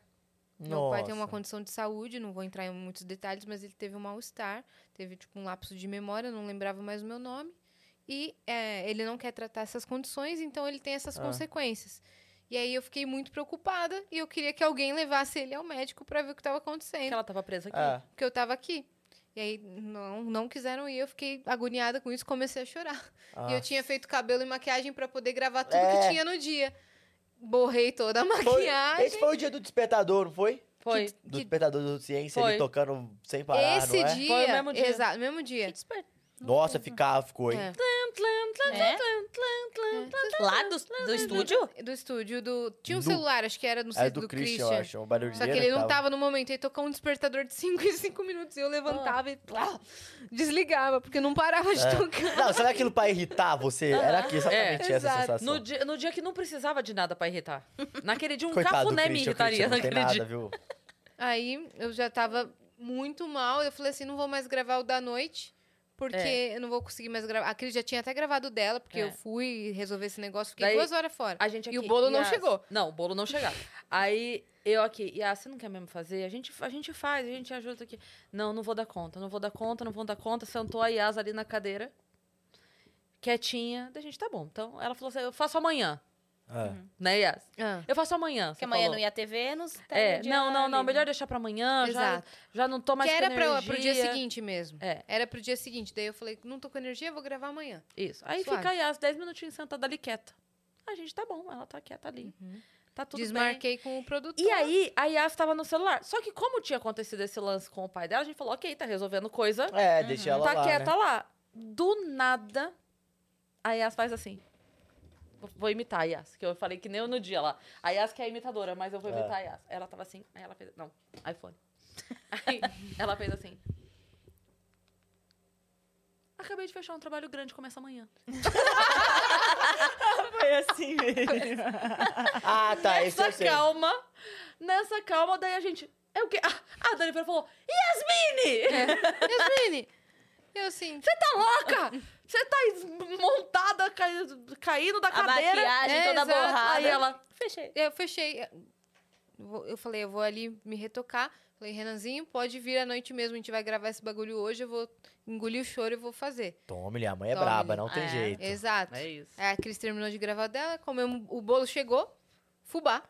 Meu pai tem uma
Nossa.
condição de saúde, não vou entrar em muitos detalhes, mas ele teve um mal-estar, teve tipo um lapso de memória, não lembrava mais o meu nome. E é, ele não quer tratar essas condições, então ele tem essas
Ah.
consequências. E aí eu fiquei muito preocupada e eu queria que alguém levasse ele ao médico pra ver o que estava
Que
acontecendo
ela tava presa aqui.
Ah,
porque eu tava aqui. E aí não, não quiseram ir, eu fiquei agoniada com isso, comecei a chorar. E eu
ah.
tinha feito cabelo e maquiagem pra poder gravar tudo
É.
que tinha no dia. Borrei toda a
Foi-
maquiagem.
Esse foi o dia do despertador, não foi?
Foi.
Do
Que-
despertador do ciência,
Foi.
ele tocando sem parar,
Esse
não é?
dia,
Foi o mesmo dia.
Exato, mesmo dia.
Nossa, ficava, ficou, hein?
É.
Lá do, É? do estúdio?
Do estúdio, do... Tinha um
Do-
celular, acho que era no
É
centro
do,
do,
Christian, eu acho. O barulhinho
Só que ele não tava no momento, aí tocou um despertador de 5 em 5 minutos e eu levantava e plá, desligava, porque não parava de
É.
tocar.
Não, sabe aquilo pra irritar você? Era aqui, exatamente
É,
essa
exato.
sensação.
No dia, no dia que não precisava de nada pra irritar. Naquele dia, um
Coitado do
cafuné me
Christian, o
irritaria
Christian não tem
naquele
nada,
dia.
viu?
Aí eu já tava muito mal. Eu falei assim: não vou mais gravar o da noite, porque eu não vou conseguir mais gravar. A Cris já tinha até gravado o dela, porque
É.
eu fui resolver esse negócio, fiquei
Daí-
duas horas fora.
A gente
E o
aqui,
bolo não
Yas.
chegou.
Não, o bolo não chegava. Aí eu aqui, e ah, você não quer mesmo fazer? A gente, a gente faz, a gente ajuda aqui. Não, não vou dar conta, não vou dar conta, não vou dar conta. Sentou a Yas ali na cadeira, quietinha. Da gente, tá bom. Então ela falou assim: eu faço amanhã,
Ah.
né, Yas?
Ah,
Eu faço amanhã.
Porque
você
amanhã
falou.
não ia ter Vênus. tá
É,
no dia
não, não, não.
livre.
Melhor deixar pra amanhã. Já,
né? Exato.
já não tô mais
que
com
era pra,
energia.
pro dia seguinte mesmo.
É.
Era pro dia seguinte. Daí eu falei: não tô com energia, vou gravar amanhã.
Isso. Aí
Suave.
fica a Yas 10 minutinhos sentada ali quieta. A gente tá bom, ela tá quieta ali. Tá tudo bem.
Desmarquei com o produtor.
Tá.
E aí, a Yas tava no celular. Só que como tinha acontecido esse lance com o pai dela, a gente falou, ok, tá resolvendo coisa.
É, deixa ela
tá
lá,
quieta
né?
lá. Do nada, a Yas faz assim. Vou- Vou imitar a Yas, que eu falei que nem eu no dia lá. A Yas que é imitadora, mas eu vou
É.
imitar a Yas. Ela tava assim, aí ela fez... Não, iPhone. Aí ela fez assim. Acabei de fechar um trabalho grande, começa amanhã.
Foi assim mesmo.
Ah, tá, esse eu
Nessa
sei.
calma, nessa calma, daí a gente... É o quê? Ah, a Dani falou, Yasmine!
Yasmine! Eu assim.
tá louca! Você tá es- montada, cai- caindo da
A
cadeira.
maquiagem
É,
toda
exato.
borrada.
Aí ela,
Fechei.
Eu fechei. Eu vou- Eu falei, eu vou ali me retocar. Falei, Renanzinho, pode vir à noite mesmo. A gente vai gravar esse bagulho hoje. Eu vou engolir o choro e vou fazer.
Tome, a mãe é
Tome.
braba, não tem
É.
jeito.
Exato.
é isso.
Aí a Cris terminou de gravar dela, comeu o bolo, chegou. Fubá.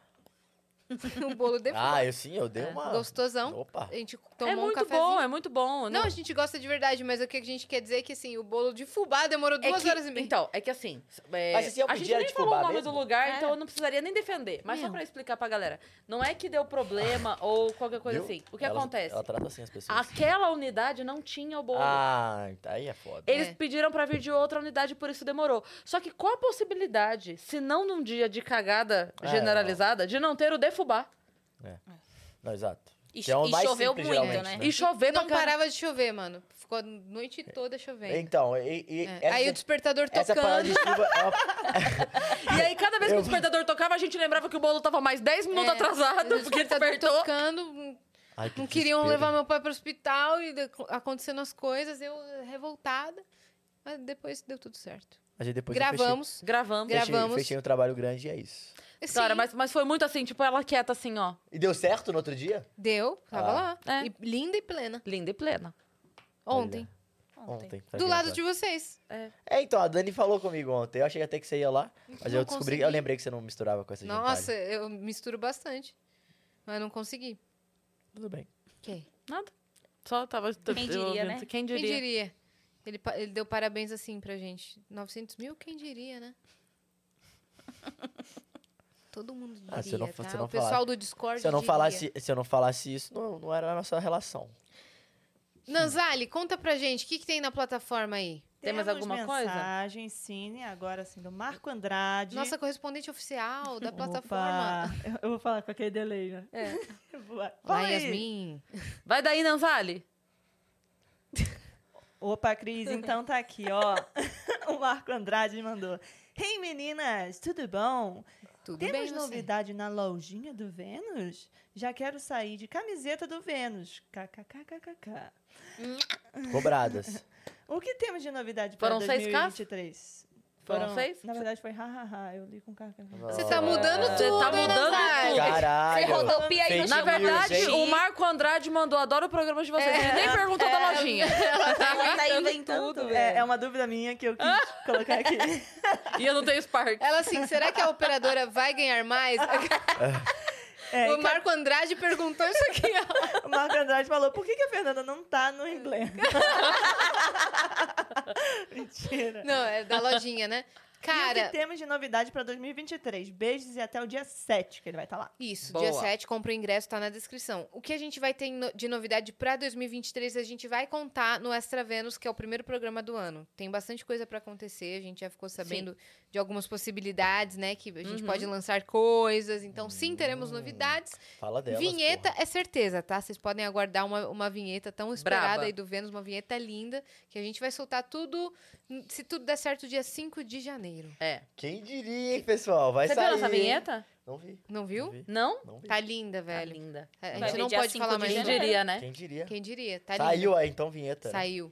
o bolo de fubá.
Ah, eu sim, eu dei uma...
É, Gostosão.
Opa.
A gente
É
tomou um
muito
cafezinho.
bom, é muito bom.
Não, a gente gosta de verdade, mas o que a gente quer dizer é que, assim, o bolo de fubá demorou duas
que,
horas e meia.
Então, é que assim. é,
Mas esse eu
a
pedi
gente
era
nem
de
falou o
fubá
nome
mesmo?
do lugar, então
É.
eu não precisaria nem defender. Mas só
Não.
pra explicar pra galera. Não é que deu problema ou qualquer coisa
Ah. Viu?
assim. O que
Ela-
acontece?
Ela trata assim as pessoas.
Aquela unidade não tinha o bolo.
Ah, aí é foda.
Eles
É.
pediram pra vir de outra unidade, por isso demorou. Só que qual a possibilidade, se não num dia de cagada
É,
generalizada, de não ter o defubá?
Não, exato.
E,
Que é o
e
mais
choveu
simples,
muito, né?
geralmente,
E chover
Não
pra caralho.
parava de chover, mano. Ficou a noite
É.
toda chovendo.
Então, e, e
É.
essa,
Aí o despertador
essa parada
tocando.
de chuva é uma-
E aí, cada vez que
Eu-
o despertador tocava, a gente lembrava que o bolo tava mais 10 minutos
É,
atrasado,
o
porque
despertador
despertou.
tocando,
Ai, que
Não queriam
desespero.
levar meu pai pro hospital e de- acontecendo as coisas, eu eh, revoltada. Mas depois deu tudo certo.
Mas aí depois
Gravamos.
Gravamos.
eu fechei.
Gravamos.
Fechei, fechei um trabalho grande e é isso.
Cara,
Sim,
mas, mas foi muito assim, tipo, ela quieta assim, ó.
E deu certo no outro dia?
Deu, tava
Ah.
lá.
É.
E linda e plena.
Linda e plena.
Ontem.
Ontem. tá
Do
vendo
lado
agora?
de vocês.
É, então, a Dani falou comigo ontem. Eu achei até que você ia lá. Mas
Não
eu descobri,
consegui.
eu lembrei que você não misturava com essa gente.
Nossa, eu misturo bastante. Mas não consegui.
Tudo bem.
Ok.
Só tava.
Quem diria,
ouvindo-
né?
Quem
Quem
diria?
diria? Ele, pa- ele deu parabéns assim pra gente. 900 mil, quem diria, né? Todo mundo diria,
Ah, se eu não fa-
tá?
se eu não
o pessoal
falar-
do Discord
Se eu não
diria.
falasse, se eu não falasse isso, não, não era a nossa relação.
Nanzali, conta pra gente, o que, que tem na plataforma aí?
Tem mais
Temos
alguma coisa?
mensagem, sim, agora assim, do Marco Andrade.
Nossa correspondente oficial da
Opa,
plataforma.
eu- Eu vou falar com aquele delay, né?
É.
Vai,
Olá,
aí.
Yasmin.
Vai daí, Nanzali.
Opa, Cris, então tá aqui, ó. o Marco Andrade mandou. Hey, meninas, tudo bom?
Tudo
Temos
bem, você?
novidade na lojinha do Vênus? Já quero sair de camiseta do Vênus. KKKKKK.
Cobradas.
O que temos de novidade
Foram
para
seis
2023?
Foram seis?
Na verdade foi hahaha, eu li com kkk.
Você tá mudando
Você
tudo,
tá mudando
Nanzali.
tudo.
Você
Caralho.
rodopia aí
Na
no
Fake
chão.
news,
verdade,
hein?
o Marco Andrade mandou, adoro o programa de vocês. Ele nem perguntou da lojinha.
Ela tá indo em
Tanto-
tudo,
é,
velho.
é uma dúvida minha que eu quis colocar aqui.
E eu não tenho Spark.
Ela assim, será que a operadora vai ganhar mais?
É,
o Marco Andrade perguntou isso aqui, ó.
O Marco Andrade falou, por que, que a Fernanda não tá no emblema? Mentira.
Não, é da lojinha, né?
e o que
Cara,
temos de novidade pra 2023? Beijos e até o dia 7 que ele vai estar lá.
isso,
Boa.
dia 7, compra o ingresso, tá na descrição. O que a gente vai ter no- de novidade pra 2023, a gente vai contar no Extra Vênus, que é o primeiro programa do ano. Tem bastante coisa pra acontecer, a gente já ficou sabendo de algumas possibilidades, né? Que a gente
Uhum. Hum.
pode lançar coisas, então sim, teremos novidades.
Fala dela.
vinheta é certeza, tá? Vocês podem aguardar uma, uma vinheta tão esperada
Braba.
aí do Vênus, uma vinheta linda, que a gente vai soltar tudo, se tudo der certo, dia 5 de janeiro.
É.
Quem diria, hein, pessoal? Vai
Você
sair.
viu nossa
hein?
vinheta?
Não vi.
Não
Não
viu?
vi.
Não?
Não vi.
Tá linda,
Tá
velho.
linda.
A
Vai
gente
ver
não
dia
pode
5
falar
de
mais
Quem
janeiro.
nada.
diria, né?
Quem diria?
É? Quem diria? Tá
Saiu
linda.
aí, então, vinheta.
Saiu.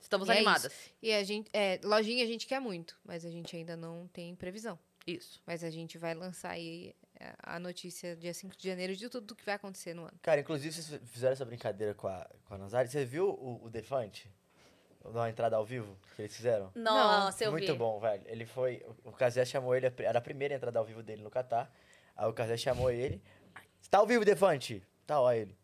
Estamos
E é
animadas.
E a gente, é, lojinha a gente quer muito, mas a gente ainda não tem previsão.
Isso.
Mas a gente vai lançar aí é, a notícia dia 5 de janeiro de tudo que vai acontecer no ano.
Cara, inclusive, vocês fizeram essa brincadeira com a, com a Nazari. Você viu o, o Defante? Na entrada ao vivo que eles fizeram?
Nossa, eu vi.
Muito bom, velho. Ele foi. O o Cazé chamou ele, a pri- era a primeira entrada ao vivo dele no Catar. Aí o Cazé chamou ele. Você tá ao vivo, Defante? Tá, ó, ele.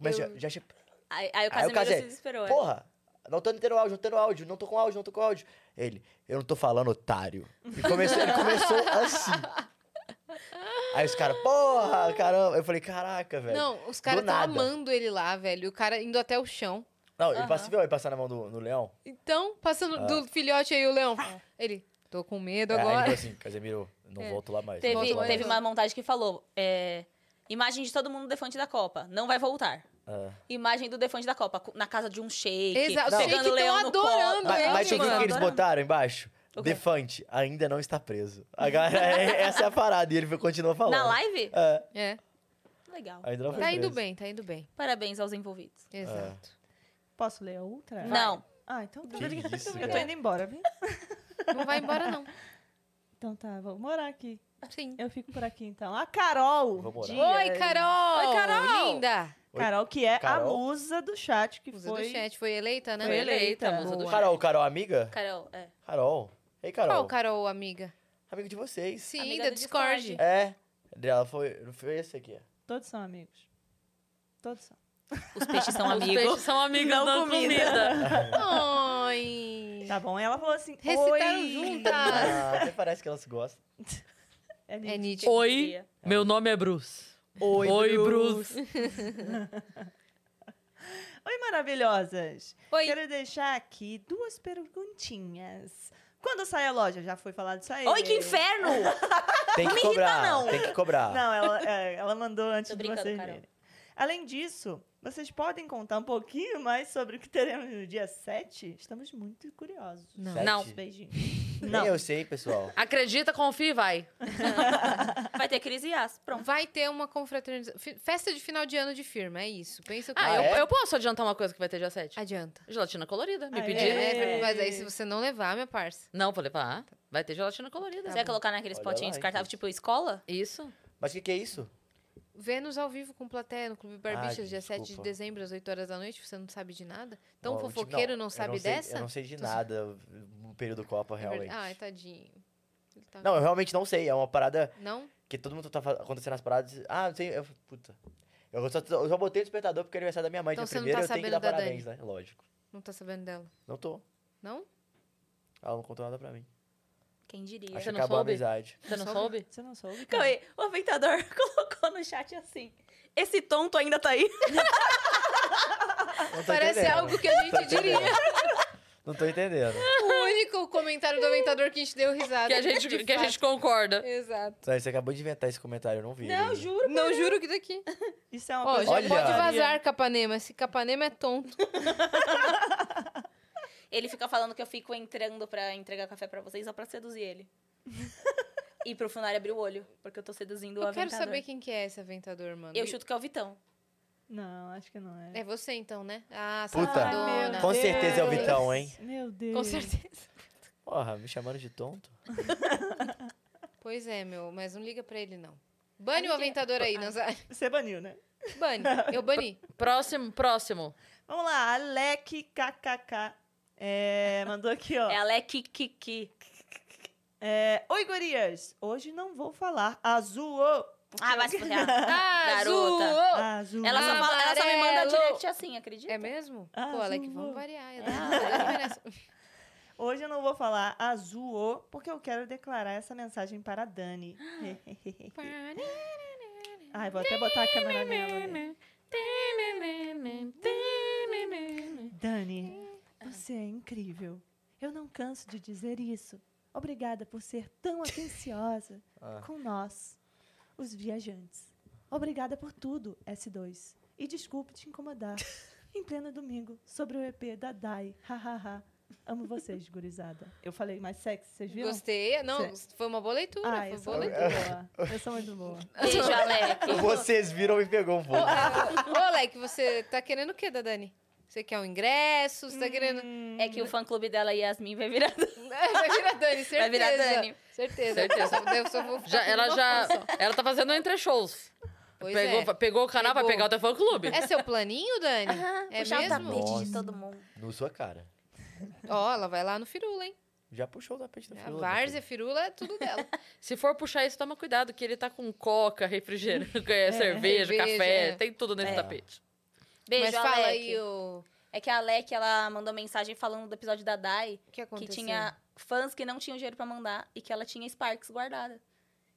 Mas
Eu-
já, já che-
Aí, aí o
Aí o
Casemiro
Cazé,
se desesperou. é.
Porra! Não tô tendo áudio, não tendo áudio, não tô com áudio, não tô com áudio. Ele, eu não tô falando, otário. E comece- ele começou assim. Aí os caras, porra, caramba. Eu falei, caraca, velho. Não,
Não, os caras estão
nada.
amando ele lá, velho. O cara indo até o chão.
ele passa, viu ele passar na mão do, no leão?
Então, passando
Ah.
do filhote aí, o leão. Ele, tô com medo
É, Aí ele
agora.
falou assim, Casemiro, não volto lá mais. não
Teve,
volto lá então.
teve
mais.
uma montagem que falou: é, imagem de todo mundo defante da Copa, não vai voltar.
É.
Imagem do defante da Copa, cu- na casa de um shake.
Exato,
Não.
shake
pegando
tão
leão no
adorando
colo.
Ma- Mas,
ele,
sabe o que,
mano.
que eles botaram embaixo?
O quê?
Defante ainda não está preso. A galera- é- essa é a parada. E ele continua falando.
Na live?
É,
É,
Legal.
ainda não foi
tá indo
preso. Ah.
bem, tá indo bem.
Parabéns aos envolvidos.
Exato.
Posso ler a outra?
Não.
Ah, então tá.
Que isso,
eu tô
cara.
indo embora, viu?
Não vai embora, não.
Então tá, vou morar aqui.
Sim.
Eu fico por aqui então. A Carol.
Vou morar.
Dias.
Oi, Carol!
Oi, Carol!
Linda!
Oi,
Carol, que é
Carol.
a musa do chat, que
Musa
foi.
do chat, foi eleita, né?
Foi eleita,
Boa.
musa do
Carol, Carol, amiga?
Carol, é.
Carol. Ei, Carol.
Qual Carol, amiga?
Amigo de vocês.
Sim,
Amiga
da
do
Discord.
Discord.
É. Ela foi. Não foi esse aqui.
Todos são amigos. Todos são.
Os peixes são
Os peixes
amigos.
são amigos,
Não
não, comida.
Oi!
Tá bom, ela falou assim.
Recitaram
"Oi."
juntas!
Ah, até parece que ela se gosta.
É
É
lindo.
nítido.
Oi, meu nome é Bruce.
Oi,
Bruce.
Oi, maravilhosas.
Oi.
Quero deixar aqui duas perguntinhas. Quando sai a loja? Já foi falado isso aí.
Oi, que inferno!
Tem que cobrar. Tem que cobrar.
Não, ela, é, ela mandou antes
Tô
de
brincando,
vocês
Carol.
verem. Além disso, Vocês podem contar um pouquinho mais sobre o que teremos no dia 7? Estamos muito curiosos.
Não.
Sete?
Não.
Beijinhos.
Nem
Não.
eu sei, pessoal.
Acredita, confia e vai.
Vai ter crise e as. Pronto.
Vai ter uma confraternização. fi- Festa de final de ano de firma, é isso. Pensa o que.
Ah,
Ah,
eu,
é?
eu posso adiantar uma coisa que vai ter dia 7?
Adianta.
Gelatina colorida. Me
Ah,
pediram.
É,
É.
mas aí se você não levar, minha parça.
Não, vou levar. Vai ter gelatina colorida.
Tá
Você vai colocar naqueles
Olha
potinhos
lá, então.
descartáveis,
hein,
tipo escola?
Isso.
Mas o que, que é isso?
Vênus ao vivo com plateia no Clube Barbixas, dia 7 de
desculpa.
dezembro, às 8 horas da noite. Você não sabe de nada? Tão
Bom, eu te-
fofoqueiro, não,
eu
sabe
sei-
dessa?
Eu não sei de
Tô sa-
nada no período Copa,
É verdade.
realmente.
Ai, tadinho. Ele tá-
Não, eu realmente não sei. É uma parada
Não?
que todo mundo tá fa- acontecendo nas paradas. Ah, não sei. Eu, puta. Eu só, eu só botei o despertador porque é aniversário da minha mãe.
Então
dia
você não tá
primeiro eu tenho que dar
sabendo da
parabéns, né? Lógico.
Não tá sabendo dela.
Não tô.
Não?
Ela não contou nada pra mim.
Quem diria?
você
Acho que
não
acabou a
soube?
amizade.
Você não
Soube?
soube?
Você não soube? cara?
Calma aí, o aventador colocou no chat assim. Esse tonto ainda tá aí.
Não tô
Ah, Parece
entendendo.
algo que a
Não tô
gente diria.
entendendo. Não tô entendendo.
O único comentário do aventador que a gente deu risada.
Que a gente,
De
que a
fato.
gente concorda.
Exato.
Sabe, Você acabou de inventar esse comentário, eu não vi. ele.
juro.
Não juro que daqui.
Isso é uma
Ó,
coisa.
já
Olha.
pode vazar Capanema. Esse Capanema é tonto.
Ele fica falando que eu fico entrando pra entregar café pra vocês só pra seduzir ele. e pro Funari abrir o olho, porque eu tô seduzindo o
Eu quero
aventador.
saber quem que é esse aventador, mano.
Eu chuto que é o Vitão.
Não, acho que não é.
É você então, né? Ah,
Puta.
Ai,
safadona.
meu
Com certeza é o
Deus.
Vitão, hein?
Meu Deus.
Com certeza.
Porra, me chamaram de tonto?
Pois é, meu. Mas não liga pra ele, não. Bane o
Ai, que-
aventador
ah.
aí, Nanzai.
Você baniu, né?
Bane. Eu bani.
Próximo, próximo.
Vamos lá, Alec KKK. É, mandou aqui,
Ah.
ó.
É Alec Kiki.
É, Oi, gurias. Hoje não vou falar azul. ô.
Ah, vai se ferrar. Garota.
Garota.
Azul.
Ela só, fala, ela só me manda
Ah, Amarelo.
direct assim, acredita?
É mesmo?
Ah,
Pô, Alec,
zoou. Ah,
vamos variar. Eu tô-
É.
eu tô nessa.
Hoje eu não vou falar azul, ô, porque eu quero declarar essa mensagem para a Dani. Ai, vou até botar a câmera nela. né? Dani, você é incrível. Eu não canso de dizer isso. Obrigada por ser tão atenciosa
Ah.
com nós, os viajantes. Obrigada por tudo, S2. E desculpe te incomodar. em pleno domingo, sobre o EP da Dai. Hahaha. Amo vocês, gurizada. Eu falei mais sexy, vocês viram?
Gostei. Não, foi uma boa leitura.
Ah,
foi
eu
uma
sou
boa
muito
leitura.
boa. Eu sou muito boa.
Beijo, Alec.
Vocês viram e pegou um
Ô,
pouco.
Ô, Alec, você tá querendo o quê da Dani? Você quer um ingresso? Você tá querendo.
Hum.
É que o fã-clube dela, Yasmin, vai virar,
Vai virar Dani, certeza.
vai virar Dani.
Certeza.
Certeza.
Eu só- eu só vou ficar
Já,
com
ela
uma
já.
força.
Ela tá fazendo entre shows.
Pois
pegou,
é.
pegou o canal
Pegou.
pra pegar o teu fã clube.
É seu planinho, Dani?
Aham,
É
puxar
mesmo?
o tapete
Nossa.
de todo mundo.
No sua cara.
Ó, ela vai lá no Firula, hein?
Já puxou o tapete da
A
fila.
Ah,
né?
Várzea, Firula, é tudo dela.
Se for puxar isso, toma cuidado, que ele tá com coca, refrigerante, é, cerveja,
É, Cerveja,
café.
é.
Tem tudo nesse
É.
tapete.
Beijo,
Mas fala
Alec.
aí o
É que a Alec, ela mandou mensagem falando do episódio da Dai,
o que aconteceu.
que tinha fãs que não tinham dinheiro pra mandar e que ela tinha Sparks guardada.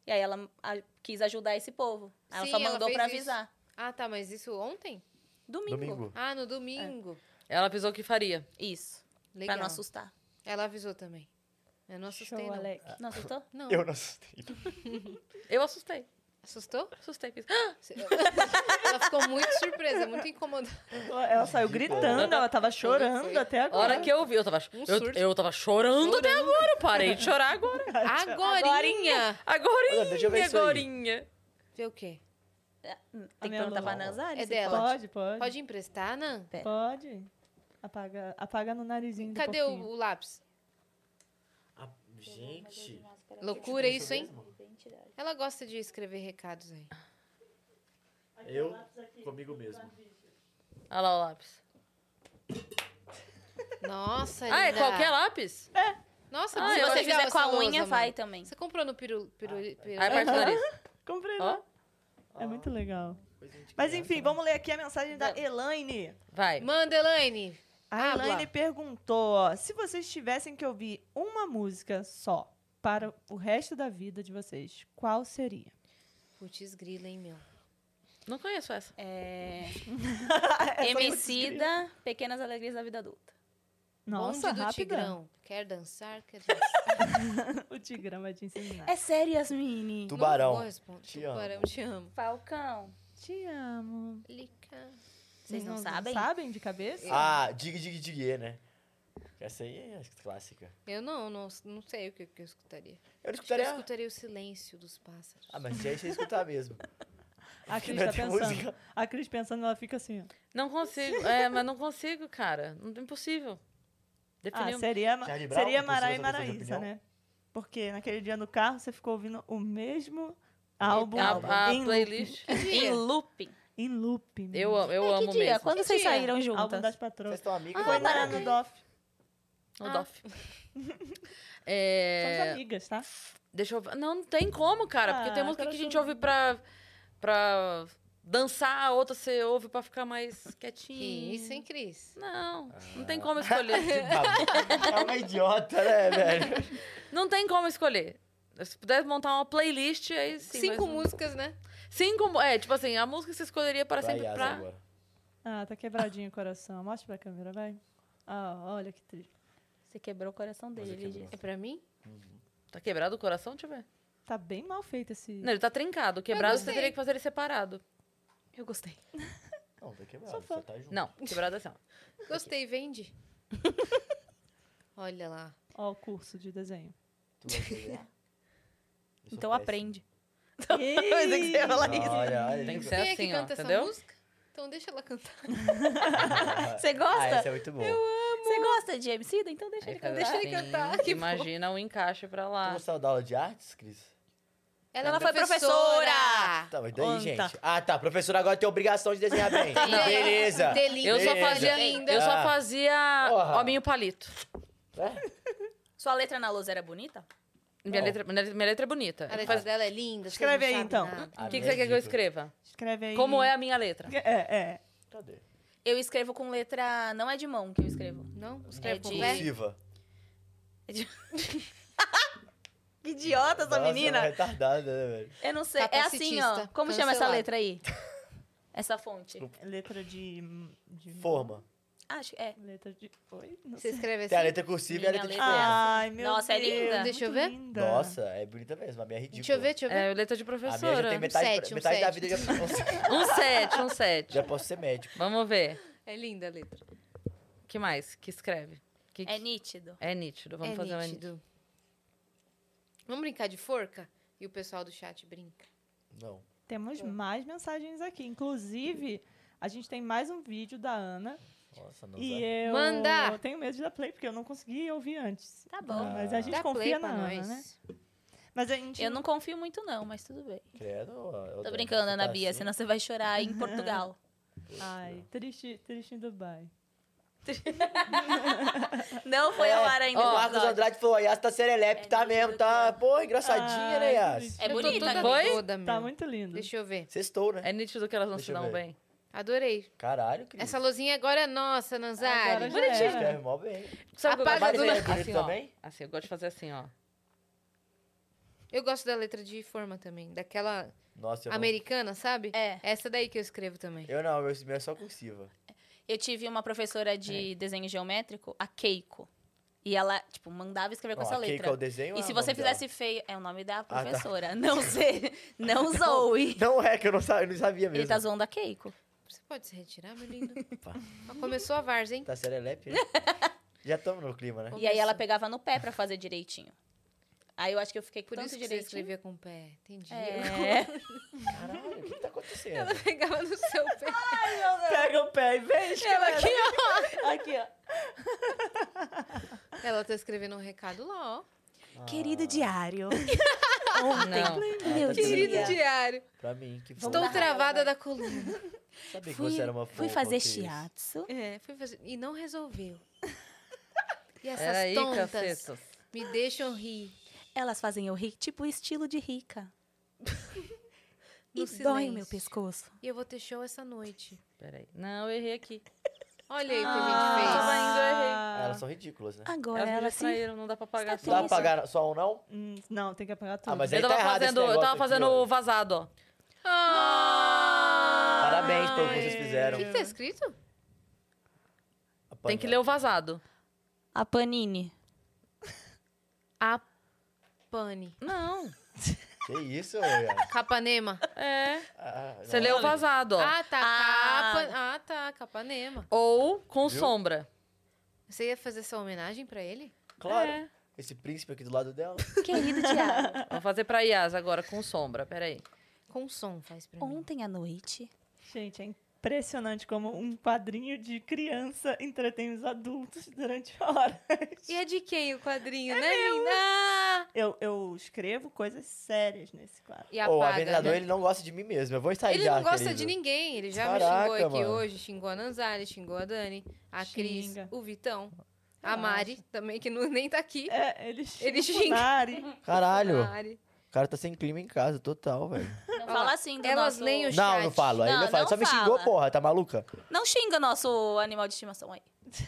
E aí ela a- quis ajudar esse povo. Ela
Sim,
só
ela
mandou
fez
pra
isso.
avisar.
Ah, tá, mas isso ontem?
Domingo.
Domingo.
Ah, no domingo.
Ela avisou que faria.
Isso.
Legal.
É. Pra não assustar.
Ela avisou também. Eu não assustei,
Show,
não.
Alec.
Não assustou?
Não.
Eu não Então, assustei.
Eu assustei.
Assustou?
Assustei. Fiz...
Você- ela ficou muito surpresa, muito incomodada.
Ela saiu gritando, ela tava chorando até
A
agora.
hora que eu vi, eu tava,
Um
eu,
surto.
eu tava chorando até agora. eu Parei de chorar agora.
Agorinha!
Agorinha,
Olha, deixa eu ver isso aí.
agorinha.
Vê o quê?
Tem que
minha
perguntar
aluna.
pra Nanzari.
É
se
dela.
pode.
Pode, pode. Pode.
Pode emprestar, Nan?
Apaga, apaga no
Um
narizinho do
Cadê o,
porquinho.
o lápis?
gente.
é
Loucura isso, hein? Ela gosta de escrever recados aí.
Eu comigo mesmo.
Olha lá o lápis.
Nossa,
Ah, é
linda.
qualquer lápis?
Nossa,
Ah, se
muito
você
legal
fizer com a
essa lousa,
unha,
mano.
vai também.
né, Você comprou no piru... piru, piru-
Aí parte do nariz.
Comprei,
Ó,
É muito legal. Mas enfim, vamos ler aqui a mensagem da Elaine.
vai.
Manda, Elaine.
A
Habla.
Elaine perguntou, ó, se vocês tivessem que ouvir uma música só para o resto da vida de vocês, qual seria?
Putz grila, hein, meu.
Não conheço essa.
É,
É,
Emicida, Pequenas Alegrias da Vida Adulta.
Nossa,
Bonde do
rápida.
Tigrão. Quer dançar, quer dançar.
o Tigrão vai te ensinar.
É sério, Yasmine?
Não
Tubarão.
vou responder.
Te amo.
Tubarão, te amo.
Falcão.
Te amo.
Lica.
Vocês não, sabem?
Sabem de cabeça?
Ah, dig dig dig né? Essa aí é a clássica.
Eu não, não, não sei o que, que eu escutaria.
Eu
Acho que
não
eu
escutaria.
escutaria o silêncio dos pássaros.
Ah, mas aí você ia escutar mesmo.
A Cris
Não
tá
tem
pensando.
música.
A Cris pensando, ela fica assim. ó.
Não consigo. É, mas não consigo, cara. Não, impossível.
Ah,
Definir um-
seria,
Charlie Brown,
seria
não precisa
Mará e
da pessoa de
Maraísa,
opinião?
né? Porque naquele dia no carro você ficou ouvindo o mesmo álbum
a, a
em,
playlist.
Em looping.
loop, em loop. meu.
Eu, eu
É,
amo
que dia?
mesmo.
Quando
Que
vocês
dia?
saíram
Álbum
juntas?
das
Vocês
patroas.
estão amigos?
Foi
né?
na no DOF.
No
Ah.
DOF.
Somos
É,
amigas, tá?
deixa eu ver. Não, não tem como, cara. Porque
Ah,
tem música que
agora
a
eu
gente
tô
ouve pra, pra dançar, a outra você ouve pra ficar mais
Que
quietinho.
isso, hein, Cris?
Não,
Ah.
não tem como escolher.
é uma idiota, né, velho?
não tem como escolher. Se puder montar uma playlist, aí sim.
Cinco
um.
mas-
músicas, né?
Cinco. É, tipo assim, a música que você escolheria para
Vai,
sempre
Yas,
pra.
agora.
Ah, tá quebradinho o coração. Mostra pra câmera, vai. Ah, olha que triste.
Você quebrou o coração dele,
Você
ele
quebrou.
disse.
É pra mim?
Tá quebrado o coração, deixa eu ver.
Tá bem mal feito esse.
Não, ele tá trincado. Quebrado, você
Hum. gostei.
teria que fazer ele separado.
Eu gostei.
Não, tá
Sou
quebrado,
fã.
só tá junto.
Não, quebrado é assim. ó.
Gostei, vende. Olha lá.
Ó, o curso de desenho.
Tu vai quebrar? Eu sou
Então
péssimo.
aprende.
Ei!
pensei que você ia falar
Olha, olha.
Tem que
isso.
ser
Quem é
assim,
que
ó,
canta
entendeu?
essa música? Então deixa ela cantar.
Você
Ah,
gosta?
essa é muito boa.
Você gosta de MC? Então deixa
Aí
ele
faz
cantar.
Deixa ele
assim,
cantar, que
Imagina um encaixe pra
Tu
lá.
gostava da aula de artes, Cris?
é
Ela foi professora!
Tá, mas daí,
Onde
gente.
tá?
Ah, tá. Professora agora tem obrigação de desenhar bem.
Não.
Beleza.
Delícia.
Eu só
Beleza.
fazia,
ainda.
eu só
Ah.
fazia
Porra.
hominho palito.
É?
Sua letra na lousa era bonita?
Minha
Ó.
letra, minha letra- minha letra é bonita.
A
O
letra dela é linda. vocês não
Escreve aí,
sabem
então.
nada.
Ah,
que, que
não
você quer que eu
acredito.
escreva?
Escreve aí.
Como é a minha letra?
É, é.
Cadê?
Eu escrevo com letra. Não é de mão que eu escrevo.
Não? Escreve
É
tipo
com
de-
pé?
Cursiva.
Que idiota essa
Nossa,
menina!
ela é retardada, né, velho?
Eu não sei. É assim, ó.
Capacitista.
Como chama essa
Cancelado.
letra aí? Essa fonte.
Letra de. de-
Forma.
Acho que é.
Letra de. Oi? Não
Você
sei.
escreve assim?
Tem a letra cursiva e a
Minha
letra de
letra
forma.
Ai, meu
Nossa, é
Deus.
linda.
Deixa eu
muito
ver.
linda.
Nossa, é bonita mesmo. A minha é ridícula.
Deixa eu ver, deixa eu ver.
É letra de
A minha já
professora.
tem metade,
sete, um
metade da
sete.
vida. Já posso,
Um sete, um sete.
já posso ser médico.
Vamos ver.
É, linda a letra.
que mais? Que escreve? Que-
É nítido.
é nítido. Vamos
é
fazer um nítido.
nítido. Vamos brincar de forca? E o pessoal do chat brinca.
Não.
Temos mais mensagens aqui. Inclusive, a gente tem mais um vídeo da Ana.
Nossa, não
E é.
usar.
eu
Manda!
tenho medo de dar play, porque eu não consegui ouvir antes. Ah.
Tá bom.
Mas a gente
Dá play
confia
pra
na Ana,
nós.
né? Mas a gente.
Eu não confio muito, não, mas tudo bem.
Credo, ó, eu
Tô
dou-
brincando,
você
Ana
tá
Bia,
assim?
senão você vai chorar em Portugal.
Ai, triste, triste em Dubai.
Não foi ao ar ainda.
O
esse
Marcos
episódio.
Andrade falou, a Yas tá serelepe,
É
tá
nítido
mesmo, tá? Pô, engraçadinha,
Ai,
né, Yas?
que
É
Eu tô
bonita,
toda
Foi?
doida, meu.
Tá muito lindo.
Hum. Deixa eu ver.
Sextou, né?
É nítido que elas não
Deixa
se
eu
dão
ver.
bem.
Adorei.
Caralho, Cris.
Essa luzinha agora é nossa,
Agora
Nanzari.
já era.
Escreve mó bem.
Sabe o que eu
Apaga
gosto de fazer?
do nada.
Assim,
Bonito
ó.
também?
Assim, eu gosto de fazer assim, ó.
Eu gosto da letra de forma também. Daquela
Nossa, eu não...
americana, sabe?
É.
Essa daí que eu escrevo também.
Eu não, meu, meu é só cursiva.
Eu tive uma professora
É.
de desenho geométrico, a Keiko. E ela, tipo, mandava escrever com
Ó,
essa
aqui
letra.
que é o desenho, é
E se
o
você
nome dela.
fizesse feio, é o nome da
tá.
professora. Não sei. Não zoe.
Não é, que eu não sabia, eu não sabia mesmo.
Ele tá zoando a Keiko.
Você pode se retirar, meu lindo? Ó, Começou a Varsa, hein?
Tá serelepe? né? Já estamos no clima, né?
Vamos
E aí ela
ver se-
pegava no pé pra fazer direitinho. Aí eu acho que eu fiquei com
Por
tanto
isso que você
direitinho.
escrevia com o pé. Entendi.
É.
Caralho, o que que tá acontecendo?
Ela pegava no seu pé.
Pega o pé e vem. escreve.
Aqui, ó.
Ela tá escrevendo um recado lá, ó.
Querido
Ah.
diário.
Não.
Tá
meu
Querido diário.
Pra mim, que
Estou
fofa.
travada da coluna.
Sabia que
Fui-
você era uma
Fui
fofa,
fazer
Cris.
shiatsu.
É, fui fazer. E não resolveu. E essas
Era aí,
tontas
cacetos.
me deixam rir.
Elas fazem eu rir, tipo estilo de rica.
No
e dói
silêncio.
meu pescoço.
E eu vou ter show essa noite.
Peraí. Não, eu errei aqui.
Olha aí o que a gente fez.
Ah,
Ah, Elas são ridículas, né?
Agora
Elas me
elas se
distraíram, não dá pra pagar.
assim? Você
Tu
só.
tá
vai
isso.
apagar só um não?
Hum, Não, tem que apagar tudo.
Ah, mas aí
Eu
tá
tava
errado esse
fazendo, eu
negócio
tava
aqui,
fazendo
ó.
vazado, ó.
Ah. Parabéns pelo que vocês
O
fizeram.
que, que tá escrito?
Tem que ler o vazado.
A Panini.
A pane.
Não.
Que isso, Yara?
Capanema.
É.
Ah,
Você
não,
leu
olha.
vazado, ó.
Ah, tá.
Ah.
Capa... Ah, tá. Capanema.
Ou com
Viu?
sombra.
Você ia fazer essa homenagem pra ele?
Claro.
É.
Esse príncipe aqui do lado dela.
Querido Tiago,
Vamos fazer pra Yas agora, com sombra. Peraí.
Com som, faz pra mim.
ontem à noite.
Gente, é impressionante como um quadrinho de criança entretém os adultos durante horas.
E é de quem o quadrinho, né, linda? Ah!
Eu, eu escrevo coisas sérias nesse quadro.
E
Ô, é o
apaga. né?
Avenidador, ele não gosta de mim mesmo. Eu vou ensaiar,
Ele não gosta de
querido.
ninguém. Ele já me
Caraca,
xingou aqui
mano.
hoje. Xingou a Nanzari, xingou a Dani, a Cris,
Xinga.
o Vitão, a
Relaxa.
Mari também, que não, nem tá aqui.
É, ele xinga.
Ele
o
xinga.
Funari.
Caralho.
A Mari.
O cara tá sem clima em casa, total, velho.
Não fala assim do
Elas
nosso...
leem o
Não,
chat.
não falo. Aí
Não,
não, falo.
não
Só me
fala.
xingou, porra. Tá maluca?
Não xinga nosso animal de estimação aí.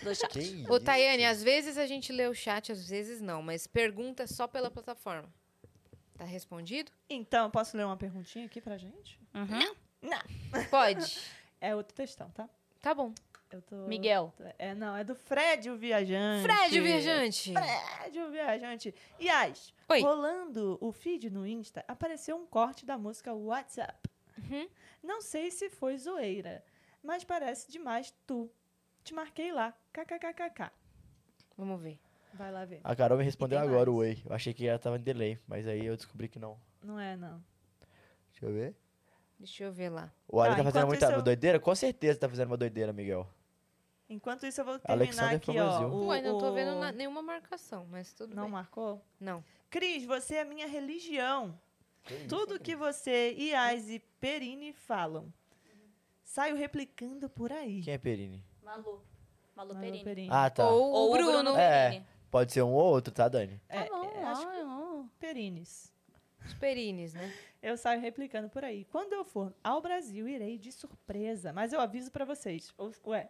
Do chat.
Que isso?
Ô, Tayane, às vezes a gente lê o chat, às vezes não, mas pergunta só pela plataforma. Tá respondido?
Então, posso ler uma perguntinha aqui pra gente?
Uhum.
Pode.
É outro textão, tá?
Tá bom.
Eu tô...
Miguel.
É, não, é do Fred, o viajante.
Fred, o viajante.
Fred, o viajante. Yas,
Oi.
rolando o feed no Insta, apareceu um corte da música WhatsApp.
Uhum.
Não sei se foi zoeira, mas parece demais tu. Te marquei lá. KKKKK.
Vamos ver.
Vai lá ver.
A Carol me respondeu
E tem
agora,
mais.
Way. Eu achei que ela tava em delay, mas aí eu descobri que não.
Não é, não.
Deixa eu ver.
Deixa eu ver lá.
O Ali
Tá,
tá fazendo
enquanto
muita
isso eu-
doideira? Com certeza tá fazendo uma doideira, Miguel.
Enquanto isso, eu vou terminar
Alexander
aqui, ó.
Fromazil.
o-
Ué, não tô
o-
vendo na- nenhuma marcação, mas tudo
Não
bem.
marcou?
Não.
Cris, você é minha religião. Tudo que você, Iaz e Perini falam. Saio replicando por aí.
Quem é Perini?
Malu. Malu
Malu
Perini.
Perini.
Ah, tá.
Ou,
Ou
o Bruno.
É.
Perini.
Pode ser um ou outro, tá, Dani?
É,
Tá bom,
é, acho
ah, não.
que Perines.
Os perines, né?
Eu saio replicando por aí. Quando eu for ao Brasil, irei de surpresa. Mas eu aviso pra vocês. Ou- Ué,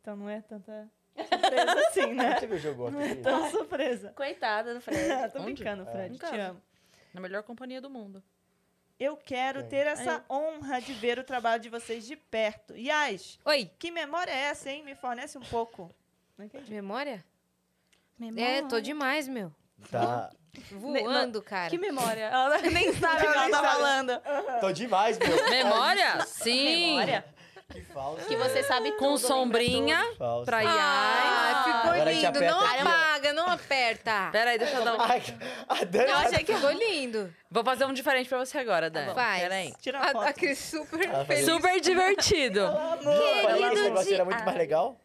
então não é tanta surpresa assim, né?
Você viu o jogo
Não é tão surpresa.
Coitada do Fred. É.
Tô
Onde?
brincando, Fred.
Em
Te
casa.
amo.
Na melhor companhia do mundo.
Eu quero
Tem.
ter essa honra de ver o trabalho de vocês de perto. Yas,
Oi.
que memória é essa, hein? Me fornece um pouco. Não entendi.
Memória?
Memória.
É, tô demais, meu.
Tá.
Voando, cara.
Que memória? Ela nem sabe o que ela tá falando.
Tô demais, meu.
Memória? Sim.
Memória?
Que falso.
Que você sabe
Com
tudo,
sombrinha
lembra
Falso.
pra
Ai,
Yas.
ficou
Agora a gente
lindo. Não
aperta aqui, ó.
apaga, não aperta.
Peraí, deixa eu dar um...
Ai, a Dani...
Eu achei que ficou lindo.
Vou fazer um diferente pra você agora, Dani.
Faz.
Peraí.
Tira a
A,
foto.
a Cris super
Ela faz-
feliz.
Super divertido.
Eu falei que esse
Querido
negócio era muito mais legal.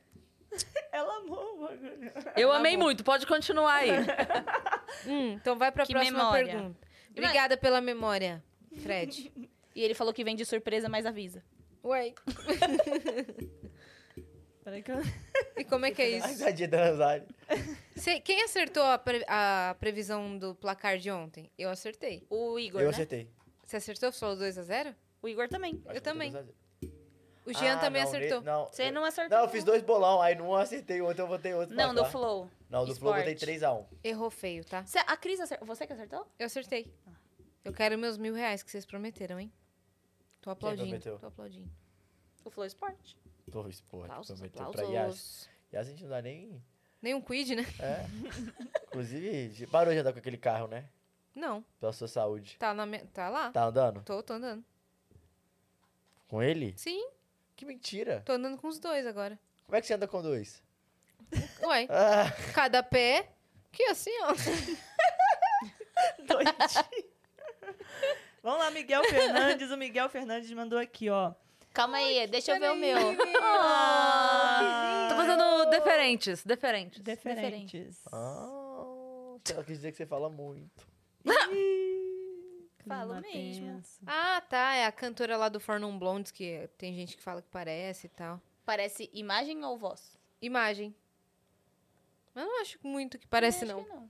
Ela amou o bagulho.
Eu amei muito, pode continuar aí.
Hum, então vai pra
Que
próxima
memória.
pergunta. Obrigada pela memória, Fred.
E ele falou que vem de surpresa, mas avisa.
Ué,
Peraí que eu...
e como é que é
Ai,
isso?
tadinha da Nazari.
Cê- quem acertou a, pre- a previsão do placar de ontem? Eu acertei.
O Igor,
Eu
né?
acertei.
Você acertou? Falou 2x0?
O Igor também.
Acho que
também.
todos acertaram.
O Jean
Ah,
também
não,
acertou.
ne- Não,
Você
eu-
não acertou.
Não, eu fiz dois bolão, aí não acertei o outro, eu botei outro.
Não, do
placar.
Flow.
Não, do Flow eu botei
Esporte.
3x1.
Errou feio, tá?
Cê- a Cris acertou? Você que acertou?
Eu acertei. Eu quero meus mil reais que vocês prometeram, hein? Tô aplaudindo.
prometeu?
Tô aplaudindo.
O Flow Esporte.
Tô esporte,
Aplausos,
prometeu pra Yas.
aplausos.
Yas a gente não dá nem...
Nenhum quid, né?
É. Inclusive, já parou de andar com aquele carro, né?
Não.
Pela sua saúde.
Tá, na minha- tá lá.
Tá andando?
Tô, tô andando.
Com ele?
Sim,
Que mentira.
tô andando com os dois agora.
Como é que você anda com dois?
Ué,
Ah,
cada pé. Que assim, ó.
Doidinho. Vamos lá, Miguel Fernandes. O Miguel Fernandes mandou aqui, ó.
Calma aí, deixa eu ver É o meu. Ah,
Tô fazendo deferentes, deferentes.
Deferentes.
ah ela quis dizer que você fala muito.
Falo mesmo.
Ah, tá. É a cantora lá do Fornum Blondes, que tem gente que fala que parece e tal.
Parece imagem ou voz?
Imagem. Mas não acho muito que parece,
Eu
não.
acho que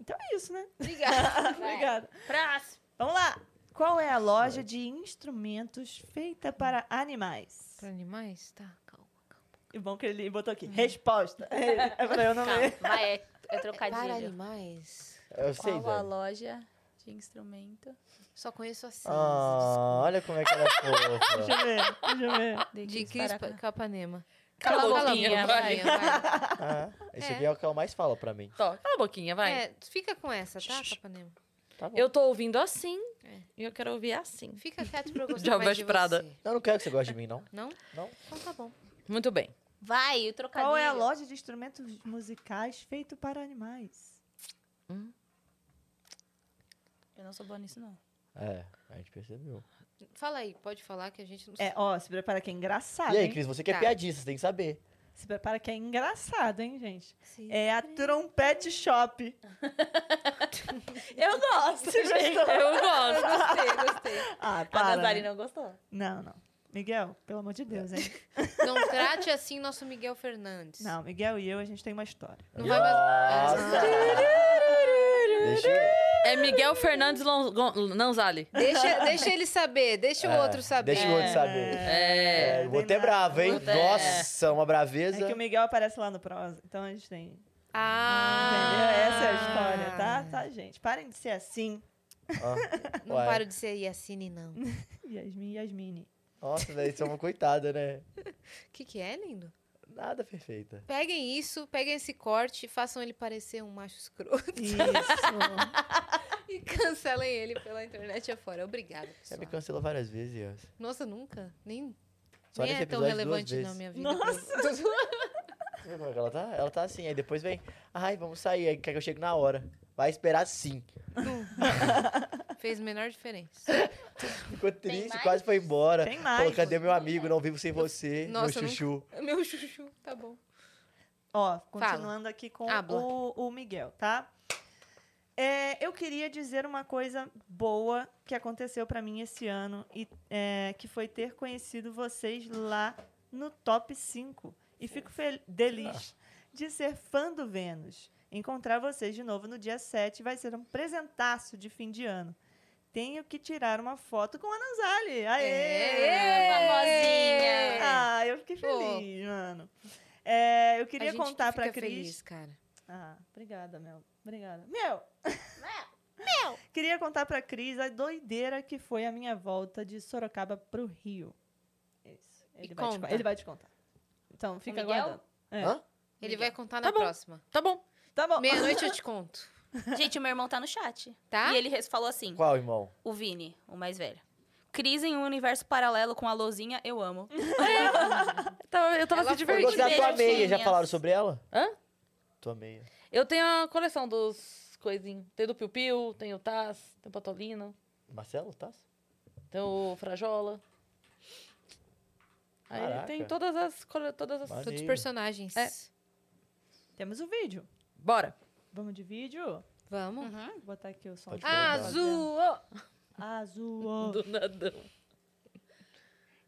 Então é isso, né?
Ah, Obrigada.
Obrigada.
Próximo.
Vamos lá. Qual é a loja de instrumentos feita para animais?
Pra animais? Tá, calma.
E bom que ele botou
Hum.
aqui. Resposta. É pra eu não
Calma,
ler.
vai, é, é
Para
trocadilho.
animais?
Eu sei,
Qual a
velho.
loja de instrumento?
Só conheço assim.
Ah, olha como é que ela é fofa.
Deixa eu ver. Deixa eu ver.
De Cris
Paraca-
Pa- Capanema.
Cala a boquinha,
cala a
vai.
vai.
Ah, esse
É.
aqui é o que ela mais fala pra mim.
Tó, Cala a boquinha, vai.
É, fica com essa, tá, Capanema?
Tá bom.
Eu tô ouvindo assim e eu quero ouvir assim.
Fica quieto pra eu gostar
Já
mais
vai
de
esperada.
você.
Eu não quero que você goste de mim, não.
Não?
Não.
Então tá bom.
Muito bem.
Vai, o trocadilho.
Qual é a loja de instrumentos musicais feito para animais?
Eu não sou boa nisso, não.
É, a gente percebeu.
Fala aí, pode falar que a gente não
É, ó, se prepara que é engraçado,
e aí,
hein?
Cris, você que é
Tá.
piadista, você tem que saber.
Se prepara que é engraçado, hein, gente?
sabe.
É a Trompete Shop.
Eu gosto, gente.
Eu gosto.
Gostei, gostei.
Ah,
A
para.
Nazari
né?
não gostou.
Não, não. Miguel, pelo amor de Deus, hein?
Não trate assim nosso Miguel Fernandes.
Não, Ah. Miguel e eu, a gente tem uma história.
Não vai mais. É.
Nossa!
Tá
Deixa eu-
É Miguel Fernandes Lon- Gon- Nanzali.
Deixa, deixa ele saber, deixa o
É,
outro saber.
Deixa o outro saber.
É.
É, o outro é bravo, hein?
Outro é-
Nossa, uma
É
braveza.
que o Miguel aparece lá no Prosa, então a gente tem. Entendeu?
Ah,
Essa é a história, tá? Tá, gente? Parem de ser assim.
Ah,
Não
uai.
paro de ser Yasine, não. O
Yasmin, Yasmine.
Nossa, velho, isso é uma coitada, né?
que, que é, lindo?
Nada perfeita.
Peguem isso, peguem esse corte, façam ele parecer um macho escroto
Isso.
e cancelem ele pela internet afora.
É
Obrigada,
Você
pessoal.
me cancelou várias vezes, Yas.
Nossa, nunca? Nem,
Só
nem
nesse
é tão
episódio duas
relevante na
vezes.
minha vida. Nossa!
Ela tá, ela tá assim, aí depois vem. Ai, vamos sair, aí quer que eu chegue na hora. Vai esperar sim.
Fez menor diferença.
Ficou
Tem
triste,
mais?
quase foi embora.
Tem mais.
Pô, cadê meu amigo? Não vivo sem você,
Nossa, eu
meu
não-
chuchu.
Meu chuchu, tá bom.
Ó, continuando aqui com
Habla.
o, o Miguel, tá? É, eu queria dizer uma coisa boa que aconteceu pra mim esse ano, e, é, que foi ter conhecido vocês lá no top 5. E fico fel- feliz de ser fã do Vênus. Encontrar vocês de novo no dia 7 vai ser um presentaço de fim de ano. Tenho que tirar uma foto com a Nanzali. Aê!
É, famosinha.
Ah, eu fiquei
Pô.
feliz, mano. É, eu
A
queria
gente
contar
fica
pra Cris.
Feliz, cara.
Ah, obrigada, Mel. Obrigada. Mel! Mel! Queria contar pra Cris a doideira que foi a minha volta de Sorocaba pro Rio. Isso. Ele,
E
vai, Te,
conta.
con- ele vai te contar. Então, fica
Miguel?
aguardando. É.
Hã?
Ele vai contar
Tá
na
bom.
próxima.
Tá bom.
Tá bom.
Meia-noite eu te conto,
Gente, o meu irmão tá no chat.
tá?
E ele res- falou assim:
Qual, irmão?
o Vini, o mais velho. Cris em um universo paralelo com a Lozinha, eu amo.
Eu tava, eu tava
Ela
se
foi
divertindo.
Gostei da é tua
beijinhos.
meia, já falaram sobre ela?
Hã?
Tua meia.
Eu tenho a coleção dos coisinhos. Tem do Piu Piu, tem o Taz, tem o Patolino,
Marcelo, tá?
tem o Frajola. Aí
Caraca.
tem todas as. cole- Todas as...
Maneiro.
Todos os personagens.
É.
Temos o vídeo.
Bora!
Vamos de vídeo?
Vamos?
Vou botar aqui o som.
Pode
Ah,
colocar.
Azul!
Azul.
Do nada.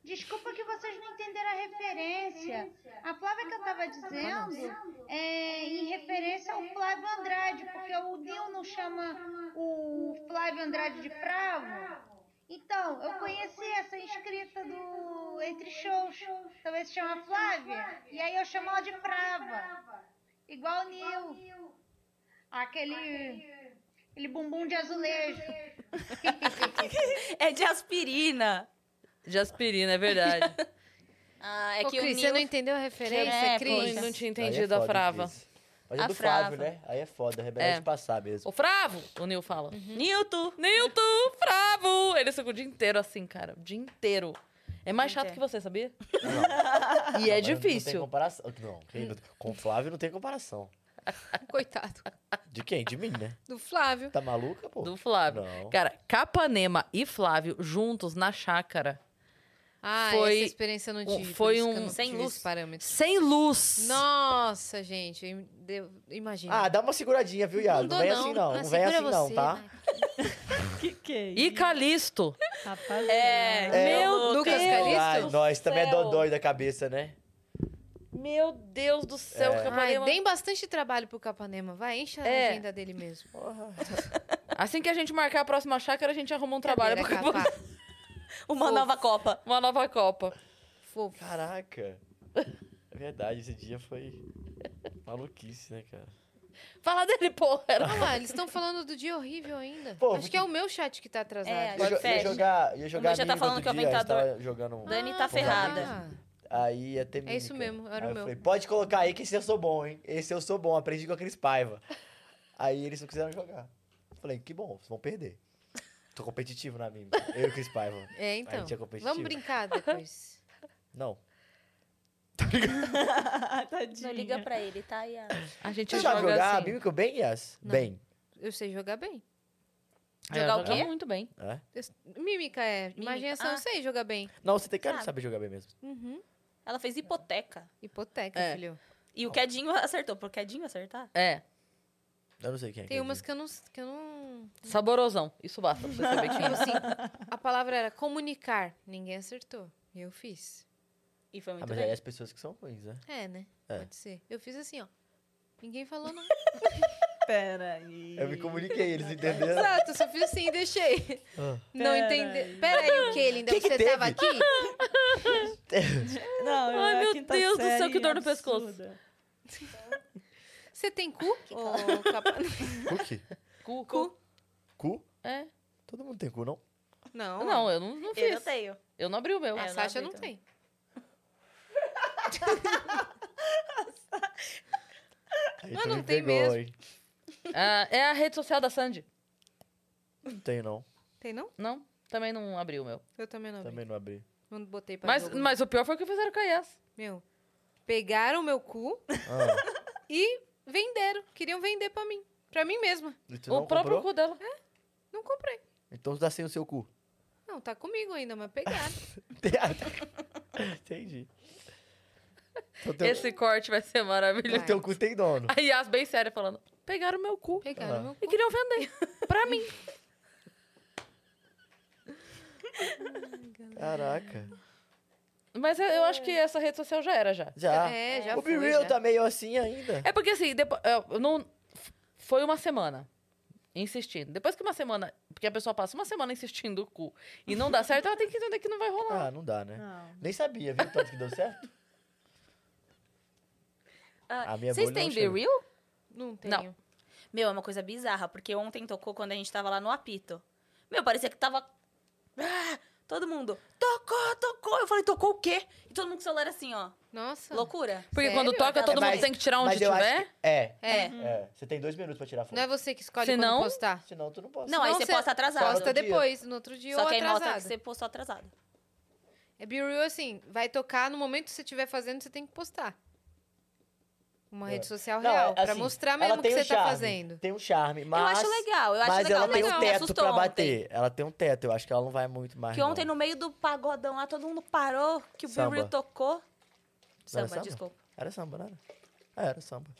Desculpa que vocês não entenderam a referência. A Flávia que eu estava dizendo é em referência ao Flávio Andrade, porque o Nil não chama o Flávio Andrade de Pravo. Então, eu conheci essa inscrita do Entre Shows. Talvez se chama Flávia. E aí eu chamo ela de Prava. Igual o Nil. Aquele, aquele bumbum de azulejo.
É de aspirina.
De aspirina, é verdade.
Ah,
É
é
que Ô,
que
Cris,
o
você
Nil...
não entendeu a referência,
É,
Cris?
Eu não tinha
Aí é
entendido
foda,
a
hein,
Frava.
Cris? Mas é
A
do
Frava.
Flávio, né? Aí é foda,
É.
rebelde de passar mesmo.
Ô, Fravo! O Nil fala. Nilton! Nilton! Fravo! Ele ficou o dia inteiro assim, cara. O dia inteiro. É mais chato que você, sabia? E é
Mas Não tem
difícil.
comparação. Não, quem não- com o Flávio não tem comparação.
Coitado.
De quem? De mim, né?
Do Flávio.
Tá maluca, pô?
Do Flávio.
Não.
Cara, Capanema e Flávio juntos na chácara.
Ah,
Foi
essa experiência eu não
um-
tive. por
foi
isso que eu
um-
não
sem
tive
luz.
Esse parâmetro.
Sem luz!
Nossa, gente. eu im- deu- Imagina.
Ah, dá uma seguradinha, viu, Yas? Não,
dou,
vem assim, não.
Ah,
Não vem
segura
assim, não,
você, né?
tá?
vai.
Que que é
E Calisto.
Rapaz,
É,
Meu
o
Lucas
Deus.
Calista?
Ai,
do
nós também é
céu.
dodói da cabeça, né?
Meu Deus do céu,
É.
Capanema.
Ai, deem bastante trabalho pro Capanema. Vai, encha
É.
a agenda dele mesmo.
Assim que a gente marcar a próxima chácara, a gente arruma um trabalho pra
Cadeira,
Capanema.
capa.
Uma nova Copa.
Uma nova Copa.
Fofo.
Caraca. É verdade, esse dia foi maluquice, né, cara?
Fala dele, porra. Era-
Olha lá, eles estão falando do dia horrível ainda.
Pô,
Acho que é o meu chat que tá atrasado.
É,
Eu
Pode
jo- ia
fecha.
jogar, ia jogar
já tá
mímica
falando
outro
que o
dia, a gente
aumentador-
tava jogando... um
Dani tá
Ah,
ferrada.
Aí ia ter
É isso
mímica.
mesmo, era
Aí
o
eu
meu.
falei, pode colocar aí que esse eu sou bom, hein? Esse eu sou bom, aprendi com a Cris Paiva. Aí eles não quiseram jogar. Falei, que bom, vocês vão perder. Tô competitivo na mim. Eu e o Cris Paiva.
É,
A
então.
gente é competitivo.
Vamos brincar depois.
Não.
Não
Tadinha.
liga pra ele, tá, Yas?
A gente
Você
joga
sabe jogar
assim.
bíblico bem, Yas?
Não.
Bem.
Eu sei jogar bem.
É,
Jogar o
joga
quê?
muito bem.
É?
Eu- Mímica é. Imaginação,
Ah.
eu sei jogar bem.
Não, você tem cara de
Sabe.
saber jogar bem mesmo.
Uhum.
Ela fez hipoteca.
Hipoteca,
É.
filho.
E o Quedinho acertou. Por Quedinho acertar?
É,
Eu não sei quem é.
Tem
que
umas
eu
que eu não. Que eu não...
saborosão. Isso basta pra você saber quem
Tipo
é.
assim, a palavra era comunicar. Ninguém acertou. Eu fiz.
E foi
digo. Ah,
muito
mas aí
bem.
as pessoas que são ruins, né?
É, né?
É.
Pode ser. Eu fiz assim, ó. Ninguém falou não.
Peraí.
Eu me comuniquei, eles entenderam.
Exato, eu só fiz assim e deixei.
Ah.
Não
Pera
entendi.
aí.
Pera aí, o que, Linda?
Que que
Você
teve?
tava aqui?
Não, eu-
Ai,
é a
meu
quinta
Deus do céu,
série
que dor no pescoço.
absurda.
Você tem cu? Ô, capa...
Cookie?
Cu,
cu.
Cu?
É.
Todo mundo tem cu, não?
Não.
Não, eu não, não fiz.
Eu não tenho.
Eu não abri o meu.
A
É, eu não
Sasha
abri
não
também.
tem.
Aí
Mas Ah,
tu
não
me
tem
pegou,
mesmo.
hein?
Ah, é a rede social da Sandy.
Não tenho, não.
Tem não?
Não, também não abri o meu.
Eu também não.
Também
Também.
não abri.
Não botei pra
Mas,
jogo, não.
mas o pior foi o que fizeram com a Yas.
Meu, pegaram meu cu
Ah,
e venderam. Queriam vender pra mim. Pra mim mesma.
e tu
O
não
próprio
comprou?
cu dela.
Não comprei.
Então tu tá sem o seu cu.
Não, tá comigo ainda, mas pegaram.
Entendi. Então teu,
Esse corte vai ser maravilhoso.
o teu cu tem dono.
A Yas bem séria falando, pegaram meu cu
Pegaram
Ah.
meu
e
cu.
queriam vender pra mim.
Caraca.
Mas eu- eu acho que essa rede social já era já.
Já.
É, já
o
foi,
Be Real
já.
tá meio assim ainda.
É porque assim, depo- eu não... f- foi uma semana insistindo. Depois que uma semana, porque a pessoa passa uma semana insistindo o cu e não dá certo, ela tem que entender que não vai rolar.
Ah, não dá, né?
Não.
Nem sabia, viu? Tanto que deu certo.
Ah,
A minha
Vocês
bolha não
têm Be
chega.
Real?
Não tenho.
Meu, é uma coisa bizarra, porque ontem tocou quando a gente tava lá no apito. Meu, parecia que tava. Ah, todo mundo. Tocou, tocou. Eu falei, tocou o quê? E todo mundo com o celular assim, ó.
Nossa.
Loucura.
Porque
Sério?
quando toca,
Aquela-
todo
Mas-
mundo tem que tirar onde
Mas eu
tiver.
acho que... É.
É.
É. Você tem dois minutos pra tirar foto.
Não é você que escolhe
Se
quando
não-
postar.
Senão tu não pode.
Não, aí
Não,
você
cê-
posta atrasado.
Posta
Outro dia.
depois, no outro dia
Só
ou
que aí mostra que
atrasado.
você postou atrasado.
É Be Real assim, vai tocar no momento que você estiver fazendo, você tem que postar. Uma
É.
rede social
Não,
real,
é
pra
assim,
mostrar
ela
mesmo o que
tem
você
um
tá
charme,
fazendo.
Tem um charme, mas...
eu acho legal, eu acho
mas
legal,
ela tem
mas
um
me
teto
assustou
pra
ontem.
bater. Ela tem um teto, eu acho que ela não vai muito mais.
Que ontem,
não.
no meio do pagodão lá, todo mundo parou, que o
Samba.
Bill Real tocou. Samba,
samba?
desculpa.
Era samba, não era? Ah, era samba.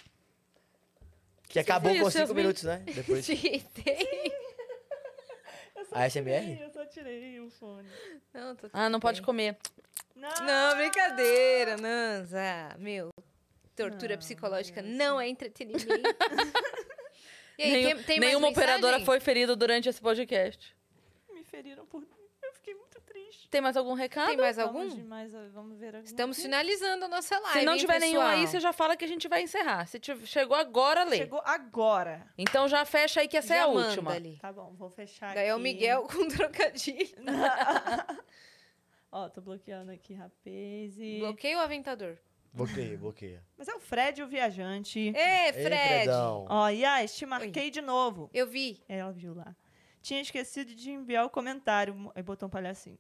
Que acabou
isso,
com cinco
Yasmin?
minutos, né? Depois.
Tem.
Eu só
A SMR?
tirei, Eu só tirei o fone.
Não, tô-
Ah, não pode comer.
Não,
Não, brincadeira, Nanza. Meu, tortura
Ah,
psicológica não é entretenimento. e aí,
Nenhum-
tem, tem mais
nenhuma operadora
mensagem?
foi ferida durante esse podcast.
me feriram por... Eu fiquei muito triste.
Tem mais algum recado?
Tem mais
Vamos, de
algum?
mais, vamos ver algum
Estamos
aqui.
finalizando a nossa live.
Se não
hein,
tiver nenhum
pessoal?
aí, você já fala que a gente vai encerrar. Se tiv- chegou agora, lê.
Chegou agora.
Então já fecha aí que essa é
Já
a
manda
última.
ali.
Tá bom, vou fechar
Daí é o
aqui.
Miguel com trocadilho.
Ó, tô bloqueando aqui, rapaz. e-
Bloqueia o aventador.
Bloqueia, bloqueia.
Mas é o Fred, o viajante.
Ê,
Ei,
É Fred!
Fredão.
Ó, Yas, te marquei de novo.
Eu vi.
É, Ela viu lá. Tinha esquecido de enviar o comentário. Mo- Aí botou um palhacinho.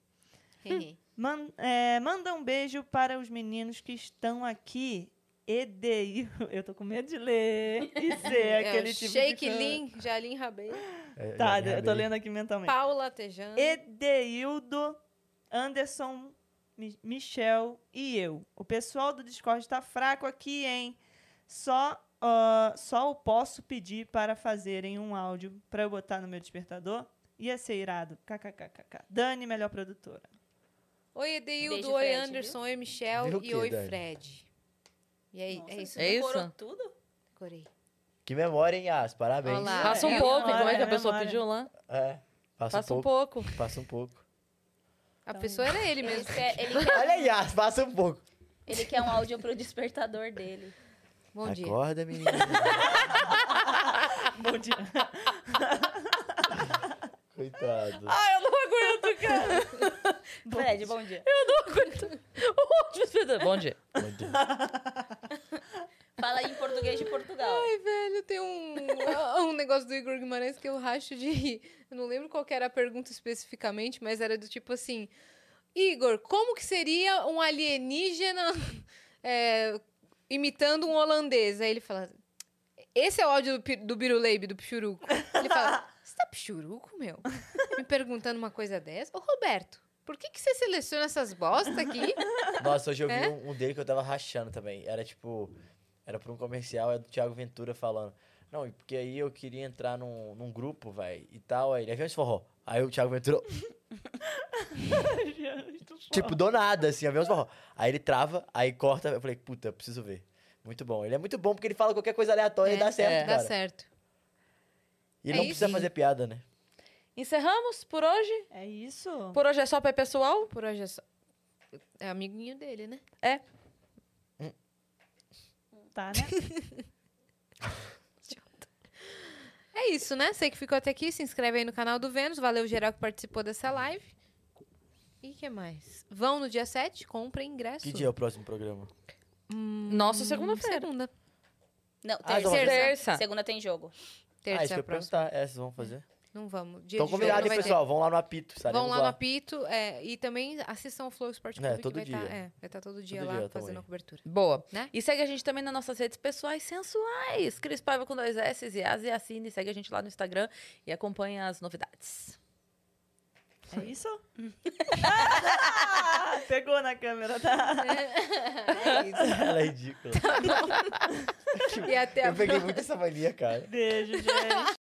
Hum, Man- é, manda um beijo para os meninos que estão aqui. Edeil. Eu tô com medo de ler. E ser aquele
é,
tipo
Shake
de... fã.
Lin, Jalim Rabei,
É,
Tá,
já
eu tô
acabei.
lendo aqui mentalmente.
Paula Tejano.
Edeildo, Anderson, Mi- Michel e eu. O pessoal do Discord tá fraco aqui, hein? Só, ah, só eu posso pedir para fazerem um áudio para eu botar no meu despertador. Ia ser irado. KKKKK. Dani, melhor produtora.
Oi, Edeildo.
Beijo,
oi,
Fred,
Anderson. Oi, Michel.
Viu o
E
quê,
oi,
Dani?
Fred. E aí,
Nossa,
é isso.
É isso?
decorou tudo?
Decorei.
Que memória, hein, As? Parabéns.
Olá.
Passa um
É,
pouco,
memória,
como é que a
é
pessoa
memória.
pediu lá?
É, passa,
Passa
um
um
pouco.
pouco.
Passa um pouco.
A pessoa era ele
Ele
mesmo.
quer, ele,
Olha aí, As, passa um pouco.
ele quer um áudio pro despertador dele.
Bom dia.
Acorda, menina.
Bom dia.
Coitado.
Fred, bom dia.
Bom dia.
Meu Deus.
Fala em português de Portugal.
Ai, velho, tem um, ah, um negócio do Igor Guimarães que eu racho de rir. Eu não lembro qual que era a pergunta especificamente, mas era do tipo assim: Igor, como que seria um alienígena é, imitando um holandês? Aí ele fala: Esse é o áudio do, pi- do Biruleibe, do Pichuruco. Ele fala: Você tá Pichuruco, meu? Me perguntando uma coisa dessa? Ô, Roberto, por que, que você seleciona essas bostas aqui?
Nossa, hoje eu vi
É?
um, um dele que eu tava rachando também. Era tipo. Era pra um comercial, é do Thiago Ventura falando. Não, e porque aí eu queria entrar num, num grupo, vai, e tal. Aí ele aviões forró. Aí o Thiago Ventura, tipo, do nada, assim, aviões forró. Aí ele trava, aí corta. Eu falei, puta, eu preciso ver. Muito bom. Ele é muito bom porque ele fala qualquer coisa aleatória e dá certo,
É,
cara.
Dá certo.
E ele
É
não
isso.
precisa fazer piada, né?
Encerramos por hoje.
É isso?
Por hoje é só pra pessoal.
Por hoje é só. É amiguinho dele, né?
Tá, né?
É isso, né? Sei que ficou até aqui. Se inscreve aí no canal do Vênus. Valeu, geral, que participou dessa live. E que mais? Vão no dia 7, comprem ingresso.
Que dia é o próximo programa?
Nossa,
Hum,
segunda-feira.
Segunda.
Não,
Ah,
terça.
só terça.
Terça.
Segunda tem jogo.
ah,
Terça
isso
é
que
a
eu ia
próxima.
perguntar. É, vocês vão fazer?
Não vamos. Dia
Então
de jogo
combinado,
não
hein,
vai ter.
pessoal? Vão lá no apito.
Vão
estaremos
lá no apito. é, e também assistam ao Flow Sport
É,
Club,
todo
que vai estar
dia.
é, vai tá todo dia
Todo
lá
dia eu tamo
fazendo a
aí.
cobertura.
Boa.
Né?
E segue a gente também nas nossas redes pessoais sensuais. Cris Paiva com dois S e As e Assine. Segue a gente lá no Instagram e acompanha as novidades.
É isso? Ah, Pegou na câmera, tá?
É isso.
Ela é
Tá
ridícula.
E até a
um Eu peguei muito essa mania, cara.
Beijo, gente.